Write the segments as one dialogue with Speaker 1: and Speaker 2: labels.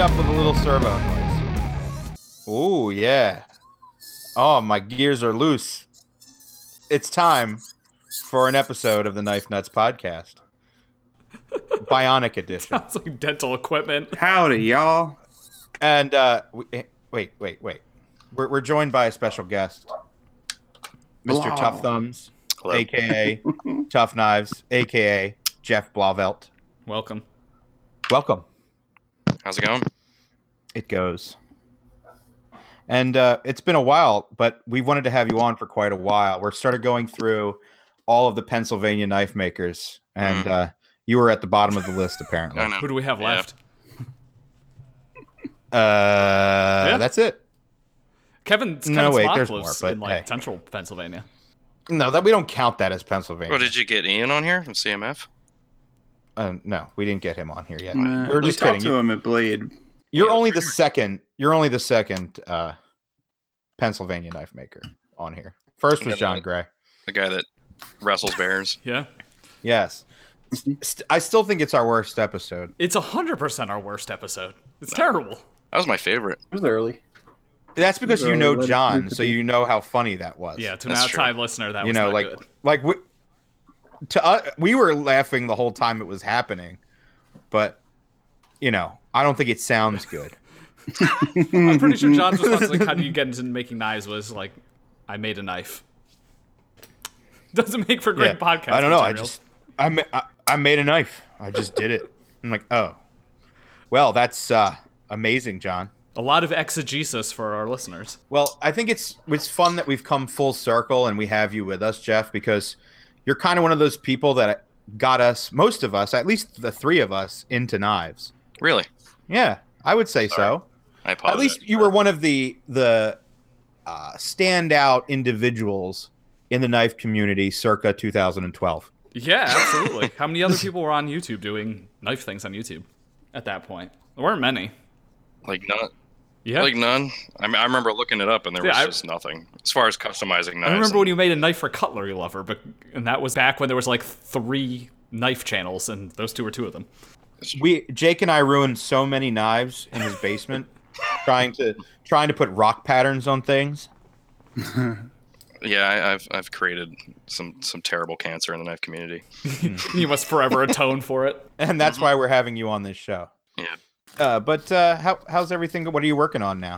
Speaker 1: up with a little servo noise. Oh yeah. Oh, my gears are loose. It's time for an episode of the Knife Nuts podcast. Bionic edition.
Speaker 2: It's like dental equipment.
Speaker 3: Howdy, y'all.
Speaker 1: And uh we, eh, wait, wait, wait. We're, we're joined by a special guest. Mr.
Speaker 3: Blah.
Speaker 1: Tough Thumbs, aka Tough Knives, aka Jeff Blauvelt.
Speaker 2: Welcome.
Speaker 1: Welcome.
Speaker 4: How's it going?
Speaker 1: it goes. And uh, it's been a while, but we wanted to have you on for quite a while. We're started going through all of the Pennsylvania knife makers, and
Speaker 4: Mm.
Speaker 1: uh, you were at the bottom of the list apparently.
Speaker 4: I know.
Speaker 2: Who do we have
Speaker 4: Yeah.
Speaker 2: left?
Speaker 1: Uh,
Speaker 2: Yeah.
Speaker 1: That's it.
Speaker 2: Kevin, Kevin
Speaker 1: No, wait,
Speaker 2: Spock
Speaker 1: there's
Speaker 2: lives
Speaker 1: more, but
Speaker 2: in like
Speaker 1: hey.
Speaker 2: Central Pennsylvania.
Speaker 1: No, that we don't count that as Pennsylvania.
Speaker 4: Oh, did you get Ian on here from CMF?
Speaker 1: Uh, no, we didn't get him on here yet.
Speaker 3: Nah,
Speaker 1: We're
Speaker 3: we
Speaker 1: just
Speaker 3: talked
Speaker 1: kidding.
Speaker 3: Uh, to him at Blade.
Speaker 1: You're only the second. You're only the second uh, Pennsylvania knife maker on here. First was
Speaker 4: Yeah,
Speaker 1: John
Speaker 4: but-
Speaker 1: Gray.
Speaker 4: The guy that wrestles bears.
Speaker 2: Yeah.
Speaker 1: Yes, St- I still think it's our worst episode.
Speaker 2: It's 100% our worst episode. It's terrible.
Speaker 4: That was my favorite.
Speaker 3: It was early.
Speaker 1: That's because you
Speaker 3: Or
Speaker 1: know
Speaker 3: let it
Speaker 1: John,
Speaker 3: prove to
Speaker 1: so
Speaker 3: be.
Speaker 1: you know how funny that was.
Speaker 2: Yeah, to an
Speaker 4: That's true.
Speaker 2: outside listener, that
Speaker 1: you
Speaker 2: was
Speaker 1: know,
Speaker 2: not
Speaker 1: like
Speaker 2: good.
Speaker 1: like we, to uh, we were laughing the whole time it was happening, but you know, I don't think it sounds good.
Speaker 2: I'm pretty sure John's response like, how do you get into making knives was like, I made a knife. Doesn't make for great
Speaker 1: Yeah.
Speaker 2: podcast.
Speaker 1: I don't know. I
Speaker 2: material.
Speaker 1: just I, ma- I I made a knife. I just did it. I'm like, oh, well, that's uh, amazing, John.
Speaker 2: a lot of exegesis for our listeners.
Speaker 1: Well, I think it's it's fun that we've come full circle and we have you with us, Jeff, because you're kind of one of those people that got us, most of us, at least the three of us, into knives.
Speaker 4: Really?
Speaker 1: Yeah, I would say so.
Speaker 4: I apologize.
Speaker 1: At least you were one of the the uh, standout individuals in the knife community circa 2012.
Speaker 2: Yeah, absolutely. how many other people were on YouTube doing knife things on YouTube at that point? There weren't many.
Speaker 4: like none.
Speaker 2: Yeah.
Speaker 4: Like none. I mean, I remember looking it up and there
Speaker 2: Yeah,
Speaker 4: was
Speaker 2: I-
Speaker 4: just nothing as far as customizing knives.
Speaker 2: I remember when you made a knife for cutlery lover, but and that was back when there was like three knife channels, and those two were two of them.
Speaker 1: We Jake and I ruined so many knives in his basement trying to trying to put rock patterns on things.
Speaker 4: Yeah, I, I've I've created some some terrible cancer in the knife community.
Speaker 2: you must forever atone for it.
Speaker 1: And that's why we're having you on this show.
Speaker 4: Yeah.
Speaker 1: Uh, but uh, how, how's everything? go- What are you working on now?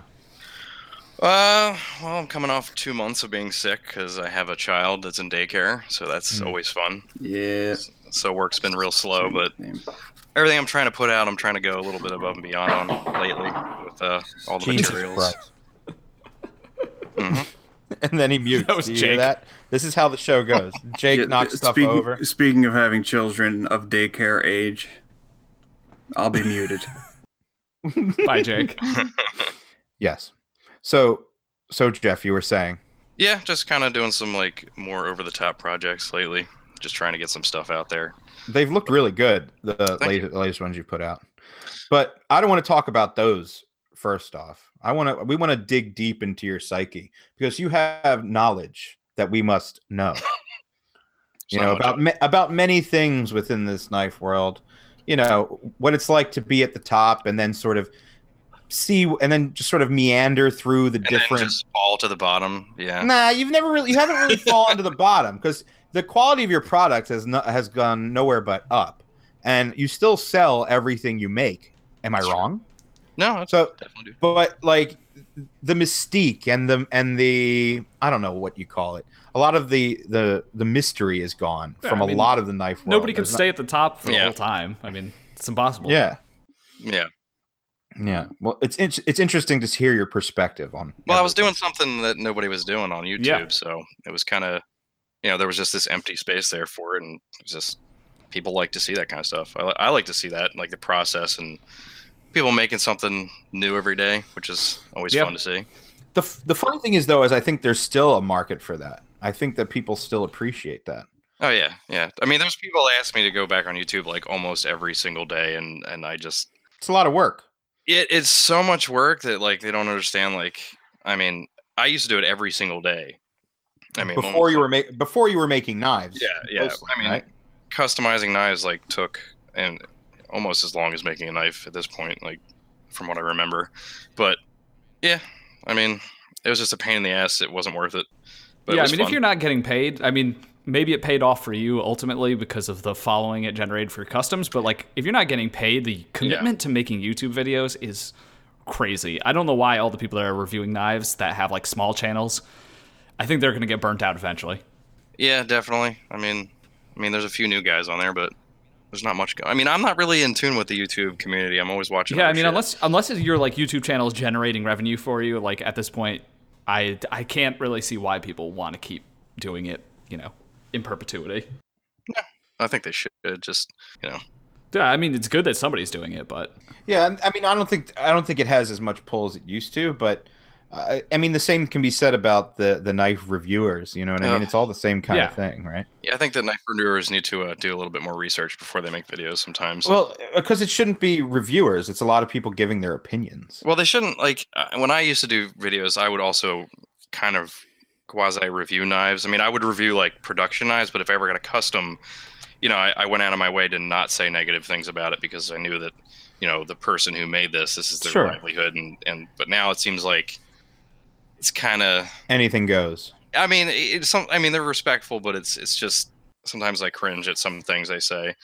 Speaker 4: Uh, well, I'm coming off two months of being sick because I have a child that's in daycare, so that's
Speaker 2: Mm.
Speaker 4: always fun.
Speaker 3: Yeah.
Speaker 4: So work's been real slow, but
Speaker 3: Name.
Speaker 4: everything I'm trying to put out, I'm trying to go a little bit above and beyond on lately with uh, all the materials.
Speaker 1: Christ. And then he mutes.
Speaker 2: That was
Speaker 1: Do you hear
Speaker 2: Jake.
Speaker 1: that? This is how the show goes. Jake
Speaker 3: Yeah,
Speaker 1: knocks stuff
Speaker 3: speaking,
Speaker 1: over.
Speaker 3: Speaking of having children of daycare age, I'll be muted.
Speaker 2: Bye, Jake.
Speaker 1: Yes. So, so Jeff, you were saying.
Speaker 4: Yeah, just kind of doing some like more over the top projects lately. Just trying to get some stuff out there.
Speaker 1: They've looked really good, the
Speaker 4: you.
Speaker 1: latest, latest ones you put out. But I don't want to talk about those first off. I want to we want to dig deep into your psyche because you have knowledge that we must know. you
Speaker 4: There's
Speaker 1: know
Speaker 4: not much
Speaker 1: about ma- about many things within this knife world. You know what it's like to be at the top and then sort of see and then just sort of meander through the
Speaker 4: And
Speaker 1: different
Speaker 4: then just fall to the bottom. Yeah.
Speaker 1: Nah, you've never really you haven't really fallen to the bottom because the quality of your product has no, has gone nowhere but up, and you still sell everything you make. Am I
Speaker 4: That's true.
Speaker 1: wrong?
Speaker 4: No, it's
Speaker 1: So,
Speaker 4: definitely do.
Speaker 1: but like the mystique and the and the I don't know what you call it. A lot of the the the mystery is gone
Speaker 2: Yeah,
Speaker 1: from
Speaker 2: I
Speaker 1: a
Speaker 2: mean,
Speaker 1: lot of the knife. World.
Speaker 2: Nobody can
Speaker 1: There's not-
Speaker 2: stay at the top for the
Speaker 4: Yeah.
Speaker 2: whole time. I mean, it's impossible.
Speaker 1: yeah,
Speaker 4: Yeah.
Speaker 1: yeah. Well, it's in, it's interesting to hear your perspective on.
Speaker 4: Well, I was
Speaker 1: everything.
Speaker 4: doing something that nobody was doing on YouTube,
Speaker 2: Yeah.
Speaker 4: so it was kind of, you know, there was just this empty space there for it, and it was just people like to see that kind of stuff. I, li- I like to see that, like the process and people making something new every day, which is always
Speaker 2: Yeah.
Speaker 4: fun to see.
Speaker 1: the f- the funny thing is though is I think there's still a market for that. I think that people still appreciate that.
Speaker 4: Oh yeah, yeah. I mean, there's people that ask me to go back on YouTube like almost every single day, and and I just
Speaker 1: It's a lot of work.
Speaker 4: it, it's so much work that like they don't understand. Like, I mean, I used to do it every single day. I mean, when
Speaker 1: before
Speaker 4: was
Speaker 1: you
Speaker 4: it?
Speaker 1: were making before you were making knives.
Speaker 4: yeah, yeah.
Speaker 1: mostly,
Speaker 4: I mean,
Speaker 1: right?
Speaker 4: customizing knives like took and almost as long as making a knife at this point. Like from what I remember. But yeah, I mean, it was just a pain in the ass. It wasn't worth it. But it
Speaker 2: yeah, I
Speaker 4: was
Speaker 2: mean, if
Speaker 4: fun.
Speaker 2: you're not getting paid, I mean, maybe it paid off for you ultimately because of the following it generated for your customs, but like if you're not getting paid, the commitment to making YouTube videos is crazy. I don't know why all the people that are reviewing knives that have like small channels, I think they're going to get burnt out eventually.
Speaker 4: Yeah, definitely. I mean, I mean, there's a few new guys on there, but there's not much. Go- I mean, I'm not really in tune with the YouTube community. I'm always watching.
Speaker 2: Yeah,
Speaker 4: other
Speaker 2: I mean,
Speaker 4: shit.
Speaker 2: unless unless your like YouTube channel is generating revenue for you, like at this point, I I can't really see why people want to keep doing it, you know, in perpetuity.
Speaker 4: I think they should just, you know,
Speaker 2: Yeah, I mean, it's good that somebody's doing it, but
Speaker 1: Yeah, and- I mean, I don't think I don't think it has as much pull as it used to, but uh, I mean, the same can be said about the the knife reviewers. You know what I mean?
Speaker 4: Yeah.
Speaker 1: It's all the same kind
Speaker 2: Yeah.
Speaker 1: of thing, right?
Speaker 4: yeah, I think that knife renewers need to uh, do a little bit more research before they make videos sometimes.
Speaker 1: Well, because it shouldn't be reviewers. It's a lot of people giving their opinions.
Speaker 4: Well, they shouldn't like uh, when I used to do videos, I would also kind of quasi review knives. I mean, I would review like production knives, but if I ever got a custom, you know, I, I went out of my way to not say negative things about it because I knew that, you know, the person who made this, this is their
Speaker 1: Sure.
Speaker 4: livelihood, and and but now it seems like it's kind of.
Speaker 1: Anything goes.
Speaker 4: I mean, it- it's some. I mean, they're respectful, but it's it's just sometimes I cringe at some things they say.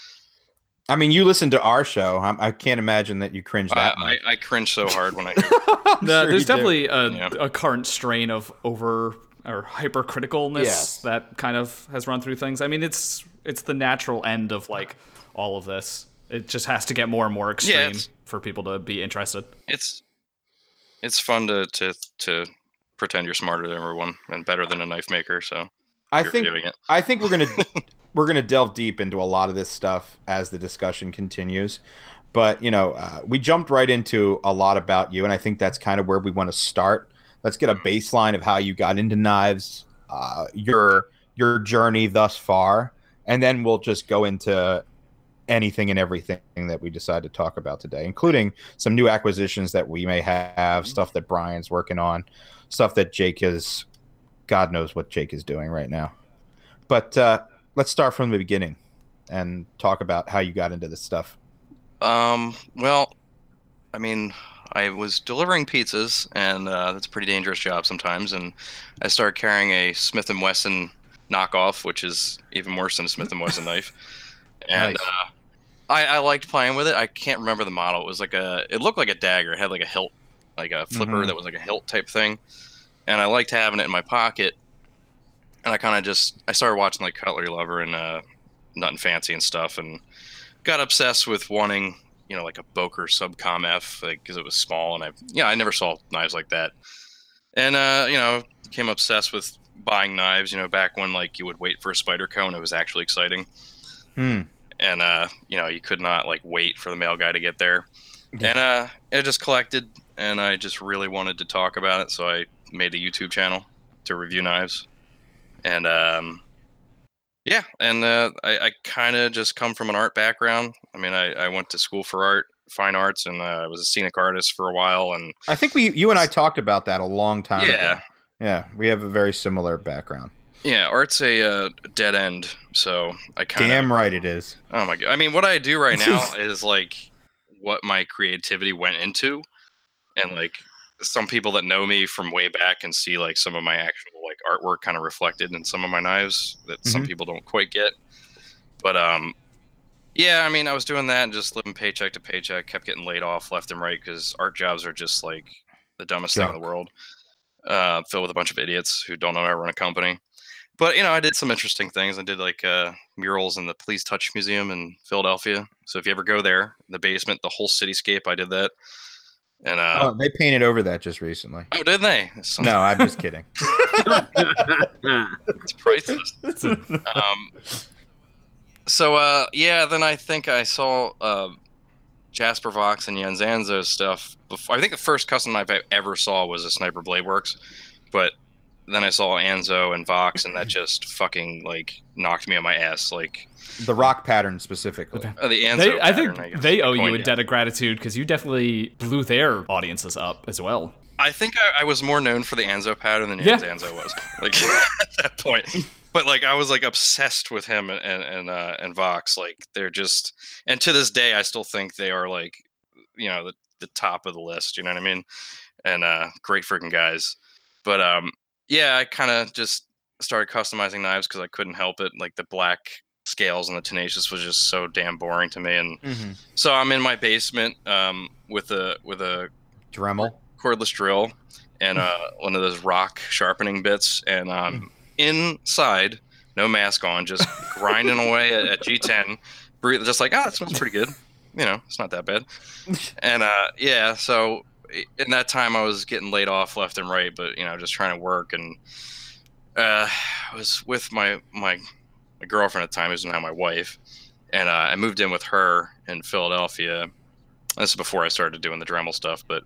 Speaker 1: I mean, you listen to our show. I'm, I can't imagine that you cringe
Speaker 4: I,
Speaker 1: that much.
Speaker 4: I, I cringe so hard when I hear
Speaker 1: I'm
Speaker 2: No,
Speaker 1: sure
Speaker 2: there's
Speaker 1: you do.
Speaker 2: definitely a,
Speaker 4: Yeah.
Speaker 2: a current strain of over or hypercriticalness
Speaker 1: Yes.
Speaker 2: that kind of has run through things. I mean, it's it's the natural end of like all of this. It just has to get more and more extreme
Speaker 4: it's-
Speaker 2: for people to be interested.
Speaker 4: it's it's fun to to to pretend you're smarter than everyone and better than a knife maker. So
Speaker 1: I
Speaker 4: you're
Speaker 1: think
Speaker 4: doing it.
Speaker 1: I think we're gonna we're gonna delve deep into a lot of this stuff as the discussion continues. But you know, uh, we jumped right into a lot about you, and I think that's kind of where we want to start. Let's get a baseline of how you got into knives, uh, your your journey thus far, and then we'll just go into anything and everything that we decide to talk about today, including some new acquisitions that we may have, stuff that Brian's working on, stuff that Jake is, God knows what Jake is doing right now. But uh, let's start from the beginning and talk about how you got into this stuff.
Speaker 4: Um. Well, I mean, I was delivering pizzas, and uh, that's a pretty dangerous job sometimes. And I started carrying a Smith and Wesson knockoff, which is even worse than a Smith and Wesson knife. And
Speaker 1: Nice.
Speaker 4: uh, I, I liked playing with it. I can't remember the model. It was like a. It looked like a dagger. It had like a hilt, like a flipper
Speaker 1: Mhm.
Speaker 4: that was like a hilt type thing. And I liked having it in my pocket. And I kind of just I started watching like Cutlery Lover and uh, Nothing Fancy and stuff, and got obsessed with wanting you know like a Boker Subcom F because it was small and I yeah I never saw knives like that and uh, you know became obsessed with buying knives you know back when like you would wait for a spider cone it was actually exciting
Speaker 1: Hmm.
Speaker 4: and uh, you know you could not like wait for the mail guy to get there
Speaker 1: Yeah.
Speaker 4: and uh, I just collected and I just really wanted to talk about it so I made a YouTube channel to review knives and um, yeah, and uh, I, I kind of just come from an art background. I mean, I, I went to school for art, fine arts, and uh, I was a scenic artist for a while. And
Speaker 1: I think we, you and I talked about that a long time
Speaker 4: Yeah.
Speaker 1: ago. Yeah, we have a very similar background.
Speaker 4: yeah, art's a uh, dead end. So I kind of.
Speaker 1: Damn right it is.
Speaker 4: Oh my god! I mean, what I do right now is like what my creativity went into, and like some people that know me from way back and see like some of my actual like artwork kind of reflected in some of my knives that some people don't quite get. But um, yeah, I mean, I was doing that and just living paycheck to paycheck, kept getting laid off left and right because art jobs are just like the dumbest thing in the world, uh, filled with a bunch of idiots who don't know how to run a company. But you know, I did some interesting things. I did like uh, murals in the Please Touch Museum in Philadelphia. So if you ever go there, the basement, the whole cityscape, I did that. And uh,
Speaker 1: Oh, they painted over that just recently.
Speaker 4: Oh, didn't they? It's
Speaker 1: No, I'm just kidding.
Speaker 4: it's priceless. um, so uh, yeah, then I think I saw uh, Jasper Vox and Jan Zanzo's stuff. Before. I think the first custom knife I ever saw was a Sniper Blade Works, but then I saw Anzo and Vox, and that just fucking like knocked me on my ass. Like
Speaker 1: The rock pattern specifically.
Speaker 4: uh, the Anzo.
Speaker 2: They, I
Speaker 4: pattern,
Speaker 2: think
Speaker 4: guess,
Speaker 2: they
Speaker 4: is the
Speaker 2: owe you
Speaker 4: coin,
Speaker 2: a
Speaker 4: yeah.
Speaker 2: debt of gratitude because you definitely blew their audiences up as well.
Speaker 4: I think I, I was more known for the Anzo pattern than
Speaker 2: Yeah.
Speaker 4: Jan Zanzo was, like at that point. But like I was like obsessed with him and and and, uh, and Vox. Like they're just, and to this day I still think they are like, you know, the, the top of the list. You know what I mean? And uh, great freaking guys. But um, yeah, I kind of just started customizing knives because I couldn't help it. Like the black scales and the tenacious was just so damn boring to me. And
Speaker 1: Mm-hmm.
Speaker 4: so I'm in my basement um, with a with a
Speaker 1: Dremel.
Speaker 4: cordless drill and uh, one of those rock sharpening bits, and um, inside, no mask on, just grinding away at, at G10, breathe, just like ah, that smells pretty good. You know, it's not that bad. And uh, yeah, so i- in that time, I was getting laid off left and right, but you know, just trying to work, and uh, I was with my my my girlfriend at the time, who's now my wife, and uh, I moved in with her in Philadelphia. This is before I started doing the Dremel stuff, but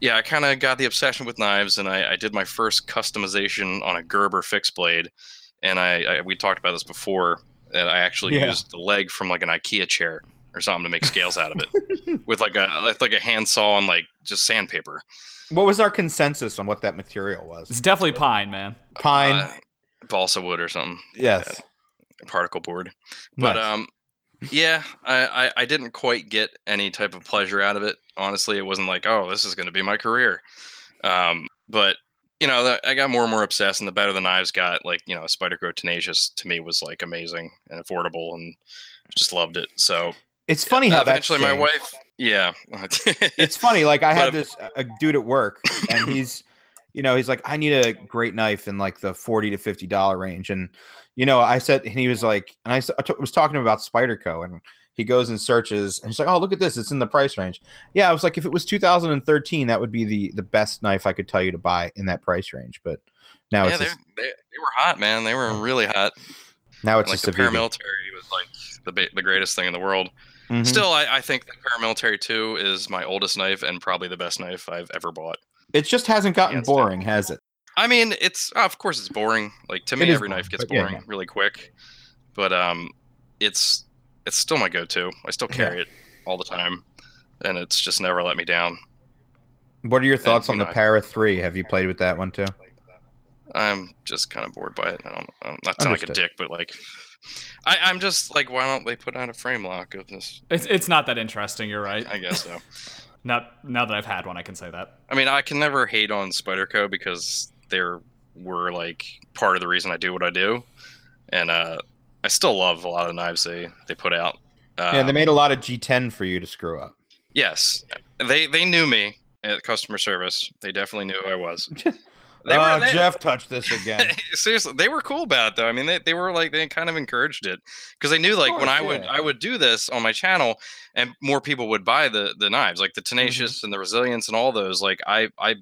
Speaker 4: yeah, I kind of got the obsession with knives, and I, I did my first customization on a Gerber fixed blade, and I, I we talked about this before that I actually
Speaker 1: Yeah.
Speaker 4: used the leg from like an IKEA chair or something to make scales out of it with like a with, like a handsaw and like just sandpaper.
Speaker 1: What was our consensus on what that material
Speaker 2: It's
Speaker 1: was?
Speaker 2: definitely pine, man.
Speaker 1: Pine.
Speaker 4: Uh, balsa wood or something,
Speaker 1: yes.
Speaker 4: particle board. But
Speaker 1: Nice.
Speaker 4: um, yeah, I, I I didn't quite get any type of pleasure out of it. Honestly, it wasn't like oh, this is going to be my career. Um, but you know, the, I got more and more obsessed, and the better the knives got, like you know, Spider Grow Tenacious to me was like amazing and affordable, and just loved it. So
Speaker 1: it's funny how that's
Speaker 4: eventually, my
Speaker 1: changed.
Speaker 4: wife, yeah,
Speaker 1: it's funny. Like I had
Speaker 4: But-
Speaker 1: this uh, a dude at work, and he's, you know, he's like, I need a great knife in like the forty to fifty dollar range, and you know, I said, and he was like, and I s- I t- was talking to him about Spyderco, and he goes and searches, and he's like, oh, look at this, it's in the price range. Yeah, I was like, if it was 2013, that would be the the best knife I could tell you to buy in that price range, but now
Speaker 4: yeah,
Speaker 1: it's
Speaker 4: they,
Speaker 1: just,
Speaker 4: they they were hot, man. They were really hot.
Speaker 1: now it's
Speaker 4: like
Speaker 1: just
Speaker 4: the
Speaker 1: a vegan.
Speaker 4: paramilitary was like the ba- the greatest thing in the world.
Speaker 1: Mhm.
Speaker 4: Still, I, I think the paramilitary two is my oldest knife and probably the best knife I've ever bought.
Speaker 1: It just hasn't gotten
Speaker 4: Yeah, it's
Speaker 1: boring, has it?
Speaker 4: I mean, it's oh, of course it's boring. Like to
Speaker 1: It
Speaker 4: me,
Speaker 1: is
Speaker 4: every
Speaker 1: boring,
Speaker 4: knife gets
Speaker 1: but yeah,
Speaker 4: boring
Speaker 1: yeah.
Speaker 4: really quick, but um, it's it's still my go-to. I still carry it all the time, and it's just never let me down.
Speaker 1: What are your thoughts
Speaker 4: you
Speaker 1: on the
Speaker 4: know, I-
Speaker 1: Para Three? Have you played with that one too?
Speaker 4: I'm just kind of bored by it. I don't. I'm not sound like a
Speaker 1: Understood.
Speaker 4: dick, but like, I, I'm just like, why don't they put out a frame lock of this?
Speaker 2: It's, it's not that interesting. You're right.
Speaker 4: I guess so.
Speaker 2: Not now that I've had one, I can say that.
Speaker 4: I mean, I can never hate on Spyderco because they were like part of the reason I do what I do, and uh, I still love a lot of the knives they they put out. Uh,
Speaker 1: yeah, they made a lot of G10 for you to screw up.
Speaker 4: yes, they they knew me at customer service. They definitely knew who I was. They
Speaker 1: oh,
Speaker 4: were, they-
Speaker 1: Jeff touched this again.
Speaker 4: seriously, they were cool about it though. I mean, they, they were like they kind of encouraged it because they knew like when
Speaker 1: course,
Speaker 4: I would
Speaker 1: yeah.
Speaker 4: I would do this on my channel, and more people would buy the the knives, like the
Speaker 1: Mm-hmm.
Speaker 4: tenacious and the resilience and all those. Like I I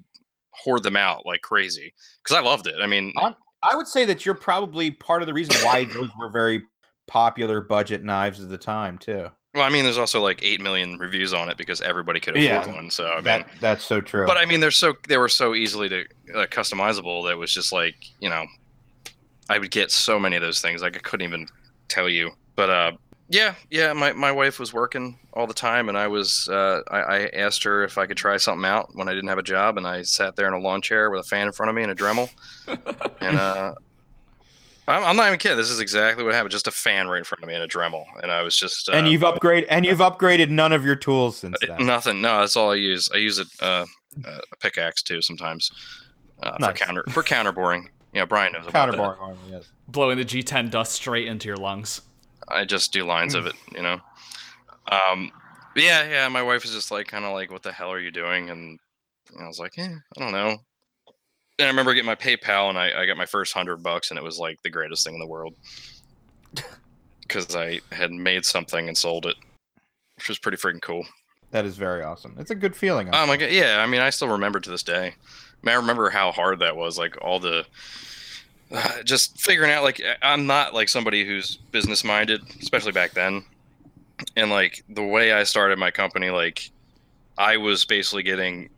Speaker 4: hoard them out like crazy because I loved it. I mean,
Speaker 1: I- I would say that you're probably part of the reason why those were very popular budget knives at the time too.
Speaker 4: well, I mean, there's also like eight million reviews on it because everybody could afford
Speaker 1: Yeah.
Speaker 4: one. So I mean,
Speaker 1: That that's so true.
Speaker 4: but I mean, they're so they were so easily to uh, customizable that it was just like you know, I would get so many of those things like I couldn't even tell you. But uh, yeah, yeah, my, my wife was working all the time, and I was uh, I, I asked her if I could try something out when I didn't have a job, and I sat there in a lawn chair with a fan in front of me and a Dremel, and uh. I'm, I'm not even kidding. This is exactly what happened. Just a fan right in front of me and a Dremel, and I was just. Uh,
Speaker 1: and you've upgraded and you've upgraded none of your tools since
Speaker 4: it-
Speaker 1: then.
Speaker 4: Nothing. No, that's all I use. I use it uh, uh, a pickaxe too sometimes uh,
Speaker 1: Nice.
Speaker 4: for counter for counterboring. Yeah, Brian knows about that.
Speaker 1: Counterbar armor, yes.
Speaker 2: Blowing the G10 dust straight into your lungs.
Speaker 4: I just do lines of it, you know. Um, but yeah, yeah. My wife was just like, kind of like, "What the hell are you doing?" And I was like, "Eh, I don't know." And I remember getting my PayPal, and I, I got my first hundred bucks, and it was like the greatest thing in the world because I had made something and sold it, which was pretty freaking cool.
Speaker 1: That is very awesome. It's a good feeling.
Speaker 4: Oh my god! Yeah, I mean, I still remember to this day. I, mean, I remember how hard that was. Like all the, uh, just figuring out. Like I- I'm not like somebody who's business minded, especially back then. And like the way I started my company, like I was basically getting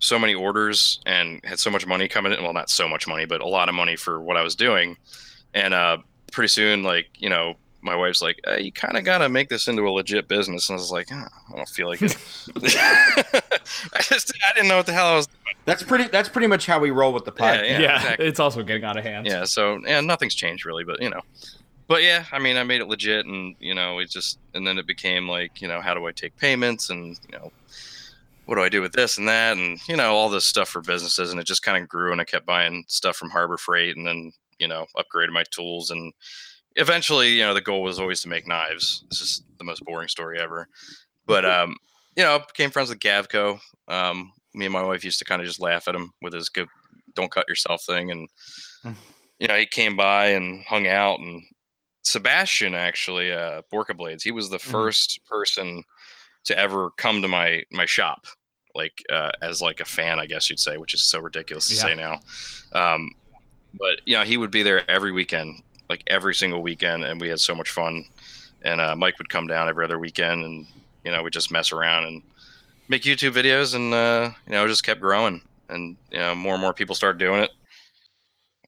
Speaker 4: so many orders and had so much money coming in. Well, not so much money, but a lot of money for what I was doing. And uh, pretty soon, like you know, my wife's like, uh, "You kind of gotta make this into a legit business." And I was like, "Ah, "I don't feel like it." I just I didn't know what the hell I was.
Speaker 1: that's pretty that's pretty much how we roll with the
Speaker 4: Yeah,
Speaker 1: podcast.
Speaker 4: yeah, exactly.
Speaker 2: it's also getting out of hand.
Speaker 4: yeah. So yeah, nothing's changed really, but you know, but yeah, I mean, I made it legit, and you know, it just and then it became like you know, how do I take payments, and you know, what do I do with this and that and you know all this stuff for businesses and it just kind of grew and I kept buying stuff from Harbor Freight and then you know upgraded my tools and eventually you know the goal was always to make knives. This is the most boring story ever, but um, you know became friends with Gavco. Um, me and my wife used to kind of just laugh at him with his good "don't cut yourself" thing and you know, he came by and hung out and Sebastian actually, uh Borka Blades, he was the 1st person to ever come to my my shop, like uh as like a fan, I guess you'd say, which is so ridiculous to
Speaker 2: Yeah.
Speaker 4: say now. Um but you know, he would be there every weekend, like every single weekend, and we had so much fun. And uh Mike would come down every other weekend and you know, we just mess around and make YouTube videos and uh you know, it just kept growing and you know, more and more people started doing it.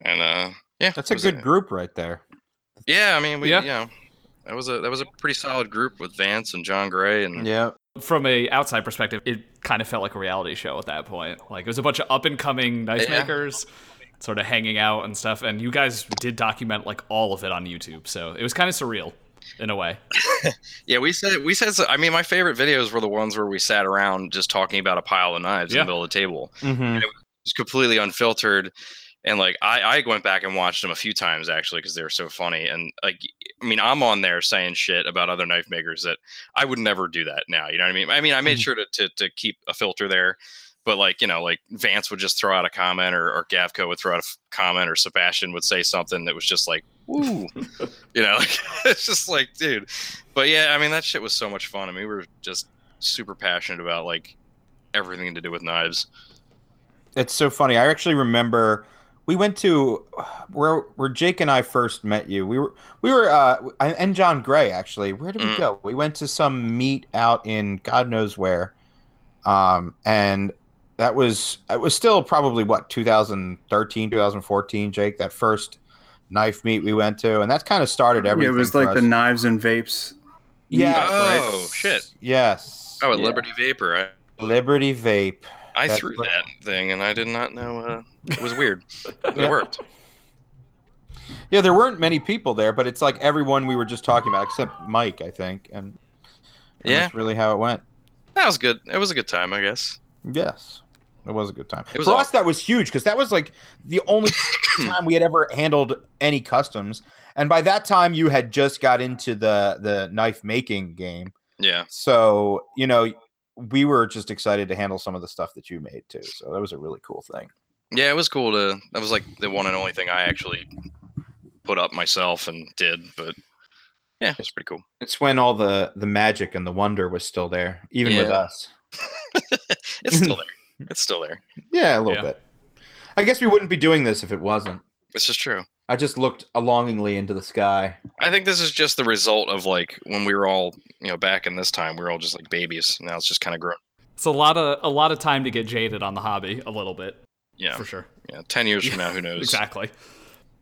Speaker 4: And uh yeah,
Speaker 1: That's
Speaker 4: it
Speaker 1: a
Speaker 4: was
Speaker 1: good group right there.
Speaker 4: yeah, I mean, we
Speaker 2: Yeah.
Speaker 4: yeah. that was a that was a pretty solid group with Vance and John Gray and
Speaker 1: Yeah.
Speaker 2: From a outside perspective, it kind of felt like a reality show at that point. Like it was a bunch of up and coming knife
Speaker 4: Yeah.
Speaker 2: makers, sort of hanging out and stuff. And you guys did document like all of it on YouTube, so it was kind of surreal in a way.
Speaker 4: yeah, we said we said. so- I mean, my favorite videos were the ones where we sat around just talking about a pile of knives
Speaker 2: Yeah.
Speaker 4: in the middle of the table,
Speaker 1: Mm-hmm.
Speaker 4: just completely unfiltered. And like I I went back and watched them a few times actually because they were so funny. And like I mean, I'm on there saying shit about other knife makers that I would never do that now. You know what I mean? I mean, I made sure to to, to keep a filter there. But like you know, like Vance would just throw out a comment, or, or Gavco would throw out a f- comment, or Sebastian would say something that was just like, "Woo," you know, like, it's just like, dude. But yeah, I mean, that shit was so much fun. I mean, we were just super passionate about like everything to do with knives.
Speaker 1: It's so funny. I actually remember we went to where where Jake and I first met you. We were we were uh, I- and John Gray actually. Where did we
Speaker 4: Mm.
Speaker 1: go? We went to some meet out in God knows where, um, and that was it was still probably what 2013 2014 jake that first knife meet we went to and that's kind of started
Speaker 3: Yeah,
Speaker 1: everything
Speaker 3: it was
Speaker 1: for
Speaker 3: like
Speaker 1: us.
Speaker 3: the knives and vapes.
Speaker 1: yeah
Speaker 4: Oh, shit.
Speaker 1: yes
Speaker 4: Oh, at
Speaker 3: Yeah.
Speaker 4: Liberty Vapor, I,
Speaker 1: liberty vape
Speaker 4: I
Speaker 1: That's
Speaker 4: threw
Speaker 1: what-
Speaker 4: that thing, and I did not know. Uh, it was weird. but
Speaker 1: Yeah.
Speaker 4: It worked.
Speaker 1: Yeah, there weren't many people there, but it's like everyone we were just talking about, except Mike, I think, and, and
Speaker 4: Yeah.
Speaker 1: that's really how it went.
Speaker 4: That was good. It was a good time, I guess.
Speaker 1: Yes, it was a good time.
Speaker 4: It was
Speaker 1: For us,
Speaker 4: awesome.
Speaker 1: that was huge because that was like the only time we had ever handled any customs, and by that time you had just got into the the knife making game,
Speaker 4: Yeah.
Speaker 1: so you know we were just excited to handle some of the stuff that you made too. So that was a really cool thing.
Speaker 4: Yeah, it was cool to. That was like the one and only thing I actually put up myself and did. But yeah, it was pretty cool.
Speaker 1: It's when all the the magic and the wonder was still there, even with
Speaker 4: Yeah.
Speaker 1: us.
Speaker 4: It's still there. It's still there.
Speaker 1: Yeah, a little
Speaker 2: Yeah.
Speaker 1: bit. I guess we wouldn't be doing this if it wasn't.
Speaker 4: This is true.
Speaker 1: I just looked longingly into the sky.
Speaker 4: I think this is just the result of like when we were all, you know, back in this time, we were all just like babies. Now it's just kind of grown.
Speaker 2: It's a lot of a lot of time to get jaded on the hobby a little bit,
Speaker 4: Yeah.
Speaker 2: for sure.
Speaker 4: yeah. 10 years from now, who knows?
Speaker 2: Exactly.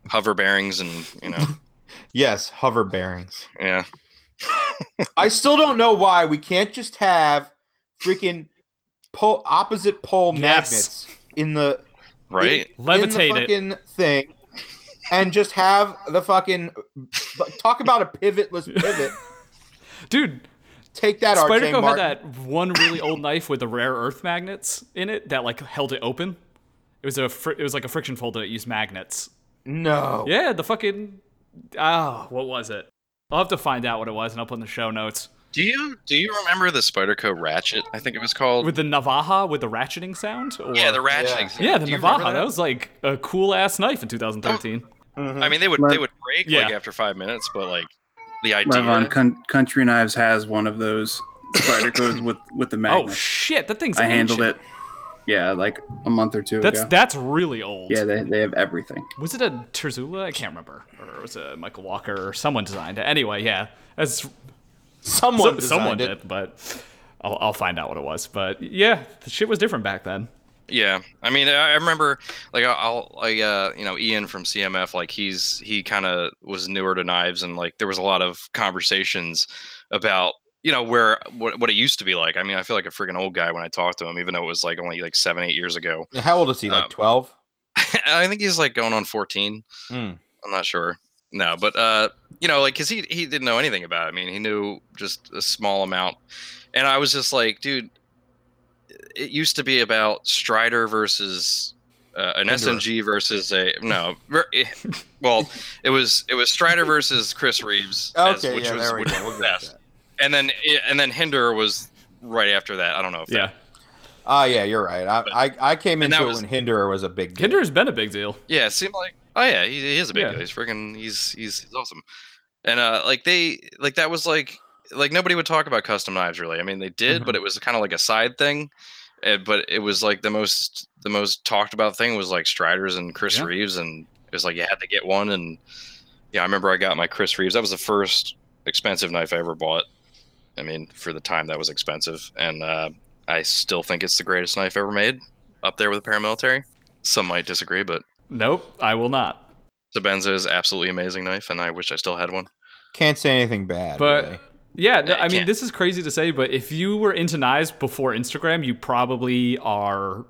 Speaker 4: Hover bearings and, you know,
Speaker 1: Yes, hover bearings.
Speaker 4: yeah.
Speaker 1: I still don't know why we can't just have freaking pole opposite pole
Speaker 2: Yes.
Speaker 1: magnets in the
Speaker 4: Right.
Speaker 1: in
Speaker 2: Levitate
Speaker 1: the
Speaker 2: it.
Speaker 1: fucking thing, and just have the fucking talk about a pivotless pivot.
Speaker 2: Dude,
Speaker 1: Take that, RJ
Speaker 2: Spyderco had
Speaker 1: Martin.
Speaker 2: that one really old knife with the rare earth magnets in it that like held it open. It was a fr- it was like a friction folder that used magnets.
Speaker 1: No.
Speaker 2: Yeah, the fucking ah, what was it? I'll have to find out what it was and I'll put in the show notes
Speaker 4: Do you do you remember the Spyderco Ratchet? I think it was called.
Speaker 2: with the navaja with the ratcheting sound. Or...
Speaker 4: yeah, the ratcheting.
Speaker 1: Yeah.
Speaker 4: thing.
Speaker 2: yeah, the
Speaker 4: Do you remember
Speaker 2: navaja. That? was like a cool ass knife in 2013.
Speaker 1: Mhm.
Speaker 4: I mean, they would
Speaker 3: Lev-
Speaker 4: they would break like
Speaker 2: Yeah.
Speaker 4: after five minutes, but like the idea.
Speaker 3: Levon Con- Country Knives has one of those spider codes with with the
Speaker 2: Oh
Speaker 3: magnet.
Speaker 2: shit, that thing's
Speaker 3: I handled
Speaker 2: ancient.
Speaker 3: it. Yeah, like a month or two
Speaker 2: That's
Speaker 3: ago.
Speaker 2: that's really old.
Speaker 3: yeah, they, they have everything.
Speaker 2: was it a Terzula? I can't remember, or was it Michael Walker or someone designed it? Anyway, yeah, that's
Speaker 1: someone,
Speaker 2: Some- someone
Speaker 1: designed it.
Speaker 2: did, but I'll, I'll find out what it was. But yeah, the shit was different back then.
Speaker 4: Yeah, I mean, I I remember like I- I'll like uh you know Ian from CMF like he's he kind of was newer to knives and like there was a lot of conversations about you know where what what it used to be like. I mean, I feel like a freaking old guy when I talk to him, even though it was like only like seven eight years ago.
Speaker 1: How old is he? Like
Speaker 4: Um,
Speaker 1: twelve.
Speaker 4: I think he's like going on fourteen.
Speaker 1: Mm.
Speaker 4: I'm not sure. No, but uh, you know, like, cause he he didn't know anything about. It. I mean, he knew just a small amount, and I was just like, dude, it used to be about Strider versus uh, an SMG versus a no. ver- eh, Well, it was it was Strider versus Chris Reeves, as-
Speaker 1: Okay,
Speaker 4: which
Speaker 1: yeah,
Speaker 4: was
Speaker 1: there we
Speaker 4: which
Speaker 1: go.
Speaker 4: was
Speaker 1: We'll go with
Speaker 4: best. And then eh, and then Hinder was right after that. I don't know if
Speaker 2: Yeah,
Speaker 4: that,
Speaker 1: Ah, yeah, you're right. I I, I came
Speaker 4: And that
Speaker 1: into
Speaker 4: was-
Speaker 1: it when Hinderer was a big. deal.
Speaker 2: Kinder's been a big deal.
Speaker 4: yeah, it seemed like oh yeah, he, he is a big
Speaker 2: Yeah.
Speaker 4: deal. He's freaking he's, he's he's awesome. And uh, like they like that was like like nobody would talk about custom knives really. I mean they did,
Speaker 2: Mm-hmm.
Speaker 4: but it was kind of like a side thing. Eh, but it was like the most the most talked about thing was like Striders and Chris
Speaker 2: Yeah.
Speaker 4: Reeves, and it was like you had to get one. And yeah, I remember I got my Chris Reeves. That was the first expensive knife I ever bought. I mean, for the time that was expensive, and uh, I still think it's the greatest knife ever made, up there with the paramilitary. Some might disagree, but
Speaker 2: Nope, I will not.
Speaker 4: Sabenza is absolutely amazing knife, and I wish I still had one.
Speaker 1: Can't say anything bad.
Speaker 2: But
Speaker 1: really.
Speaker 2: yeah, no,
Speaker 4: Yeah, you
Speaker 2: I mean,
Speaker 4: can't.
Speaker 2: this is crazy to say, but if you were into knives before Instagram, you probably are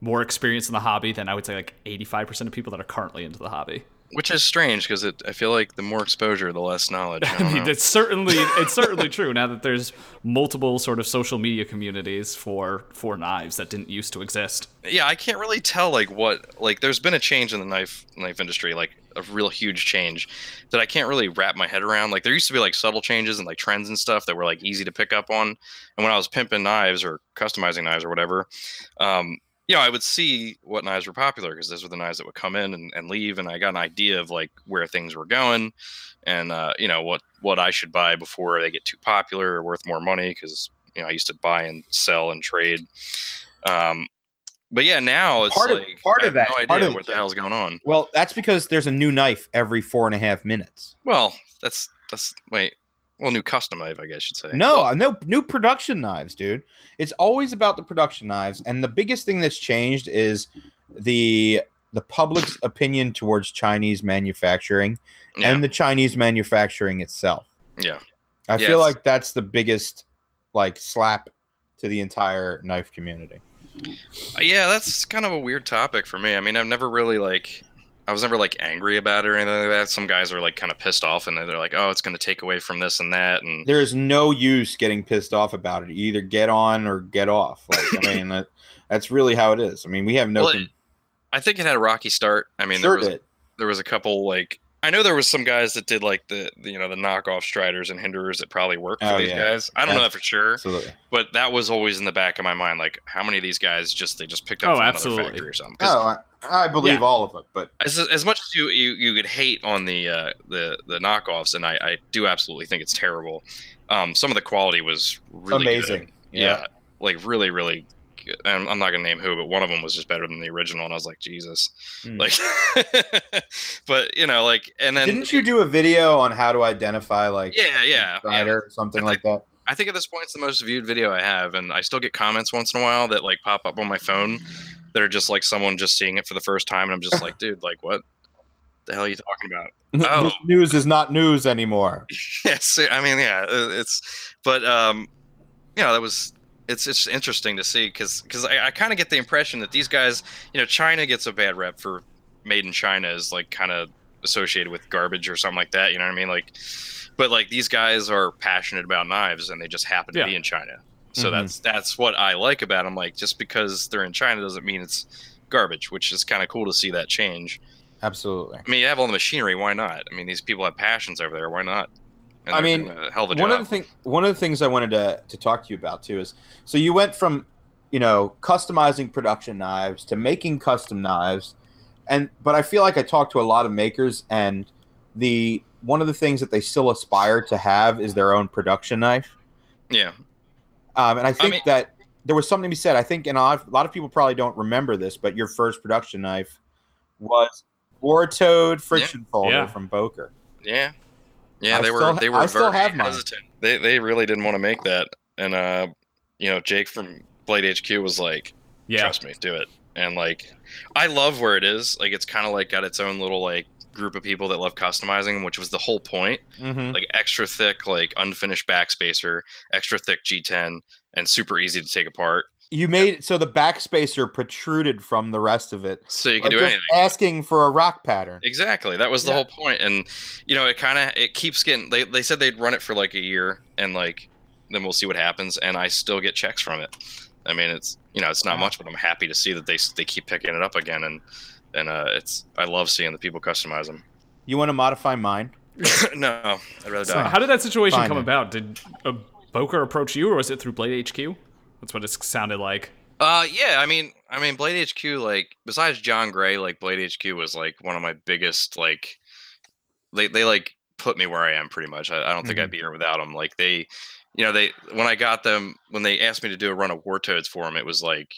Speaker 2: more experienced in the hobby than I would say like 85% of people that are currently into the hobby.
Speaker 4: Which is strange because it. I feel like the more exposure, the less knowledge. I,
Speaker 2: I
Speaker 4: don't
Speaker 2: mean,
Speaker 4: know.
Speaker 2: it's certainly it's certainly true now that there's multiple sort of social media communities for for knives that didn't used to exist.
Speaker 4: yeah, I can't really tell like what like. There's been a change in the knife knife industry, like a real huge change that I can't really wrap my head around. Like there used to be like subtle changes and like trends and stuff that were like easy to pick up on. And when I was pimping knives or customizing knives or whatever, um, you know, I would see what knives were popular because those were the knives that would come in and, and leave, and I got an idea of like where things were going, and uh, you know what what I should buy before they get too popular or worth more money because you know I used to buy and sell and trade. Um, but yeah, now it's
Speaker 1: Part of-
Speaker 4: like
Speaker 1: part
Speaker 4: I
Speaker 1: of
Speaker 4: have
Speaker 1: that-
Speaker 4: no idea
Speaker 1: part of-
Speaker 4: what the hell's going on.
Speaker 1: Well, that's because there's a new knife every four and a half minutes.
Speaker 4: Well, that's that's wait, well, new custom knife, I guess you'd say.
Speaker 1: No, uh, no new production knives, dude. It's always about the production knives, and the biggest thing that's changed is the the public's opinion towards Chinese manufacturing
Speaker 4: yeah,
Speaker 1: and the Chinese manufacturing itself.
Speaker 4: yeah.
Speaker 1: I
Speaker 4: Yes.
Speaker 1: feel like that's the biggest like slap to the entire knife community.
Speaker 4: Yeah, that's kind of a weird topic for me. I mean, I've never really like, I was never like angry about it or anything like that. Some guys are like kind of pissed off and they're like, oh, it's going to take away from this and that. And
Speaker 1: There is no use getting pissed off about it. You either get on or get off. Like I mean, that, that's really how it is. I mean, we have no.
Speaker 4: Well,
Speaker 1: con-
Speaker 4: I think it had a rocky start. I mean, there
Speaker 1: sure
Speaker 4: was
Speaker 1: did.
Speaker 4: there was a couple like I know there was some guys that did like the, the you know the knockoff Striders and Hinderers that probably worked for
Speaker 1: Oh,
Speaker 4: these
Speaker 1: yeah.
Speaker 4: guys. I don't know
Speaker 1: Yeah.
Speaker 4: that for sure,
Speaker 1: Absolutely.
Speaker 4: but that was always in the back of my mind. Like, how many of these guys just they just picked up
Speaker 2: Oh,
Speaker 4: from
Speaker 2: absolutely.
Speaker 4: another factory or something? 'Cause
Speaker 1: Oh, I, I believe
Speaker 2: Yeah.
Speaker 1: all of it, but
Speaker 4: as, as much as you, you you could hate on the uh, the the knockoffs, and I, I do absolutely think it's terrible. Um, some of the quality was really good.
Speaker 1: amazing.
Speaker 4: Yeah. like really, really. Good. I'm, I'm not gonna name who, but one of them was just better than the original, and I was like, Jesus,
Speaker 1: Hmm.
Speaker 4: like. but you know, like, and then
Speaker 1: Didn't you do a video on how to identify like
Speaker 4: yeah, yeah, yeah.
Speaker 1: rider or something
Speaker 4: I
Speaker 1: like that?
Speaker 4: I think at this point it's the most viewed video I have, and I still get comments once in a while that like pop up on my phone that are just like someone just seeing it for the first time, and I'm just like, dude, like what the hell are you talking about? Oh.
Speaker 1: This news is not news anymore.
Speaker 4: yes i mean yeah uh, it's but um you know that was it's it's interesting to see because because i, I kind of get the impression that these guys you know china gets a bad rep for made in china is like kind of associated with garbage or something like that you know what i mean like but like these guys are passionate about knives and they just happen to
Speaker 2: Yeah.
Speaker 4: be in china so
Speaker 1: Mhm.
Speaker 4: that's that's what i like about them like just because they're in china doesn't mean it's garbage which is kind of cool to see that change
Speaker 1: Absolutely.
Speaker 4: I mean, you have all the machinery. Why not? I mean, these people have passions over there. Why not? And
Speaker 1: I
Speaker 4: they're
Speaker 1: mean,
Speaker 4: doing a hell of a
Speaker 1: one of
Speaker 4: job.
Speaker 1: the thing, one of the things I wanted to to talk to you about too is so you went from you know customizing production knives to making custom knives, and but I feel like I talked to a lot of makers and the one of the things that they still aspire to have is their own production knife.
Speaker 4: yeah,
Speaker 1: Um, and I think
Speaker 4: mean-
Speaker 1: that there was something to be said. I think, and a lot, a lot of people probably don't remember this, but your first production knife was War Toad friction folder
Speaker 2: Yeah.
Speaker 1: from Boker.
Speaker 4: yeah, yeah.
Speaker 1: I
Speaker 4: they were
Speaker 1: still ha-
Speaker 4: they were
Speaker 1: I still
Speaker 4: very
Speaker 1: have mine.
Speaker 4: hesitant. They they really didn't want to make that. And uh, you know, Jake from Blade HQ was like,
Speaker 2: Yeah,
Speaker 4: "Trust me, do it." And like, I love where it is. Like, it's kind of like got its own little like group of people that love customizing, which was the whole point.
Speaker 1: Mm-hmm.
Speaker 4: like extra thick, like unfinished backspacer, extra thick G10, and super easy to take apart.
Speaker 1: You made so the backspacer protruded from the rest of it.
Speaker 4: So you
Speaker 1: Like,
Speaker 4: can do
Speaker 1: just
Speaker 4: anything.
Speaker 1: Asking for a rock pattern.
Speaker 4: Exactly. That was the
Speaker 1: Yeah.
Speaker 4: whole point. And you know, it kind of it keeps getting. They they said they'd run it for like a year, and like then we'll see what happens. And I still get checks from it. I mean, it's you know, it's not much, but I'm happy to see that they they keep picking it up again, and and uh, it's I love seeing the people customize them.
Speaker 1: You want to modify mine?
Speaker 4: no, I'd rather
Speaker 2: So
Speaker 4: die.
Speaker 2: how did that situation
Speaker 1: Fine
Speaker 2: come
Speaker 1: then.
Speaker 2: about? Did uh, Boker approach you, or was it through Blade HQ? That's what it sounded like.
Speaker 4: Uh, yeah, I mean, I mean, Blade HQ, like besides John Gray, like Blade HQ was like one of my biggest like, they they like put me where I am pretty much. I, I don't think I'd be here without them. Like they, you know, they when I got them when they asked me to do a run of War Toads for them, it was like,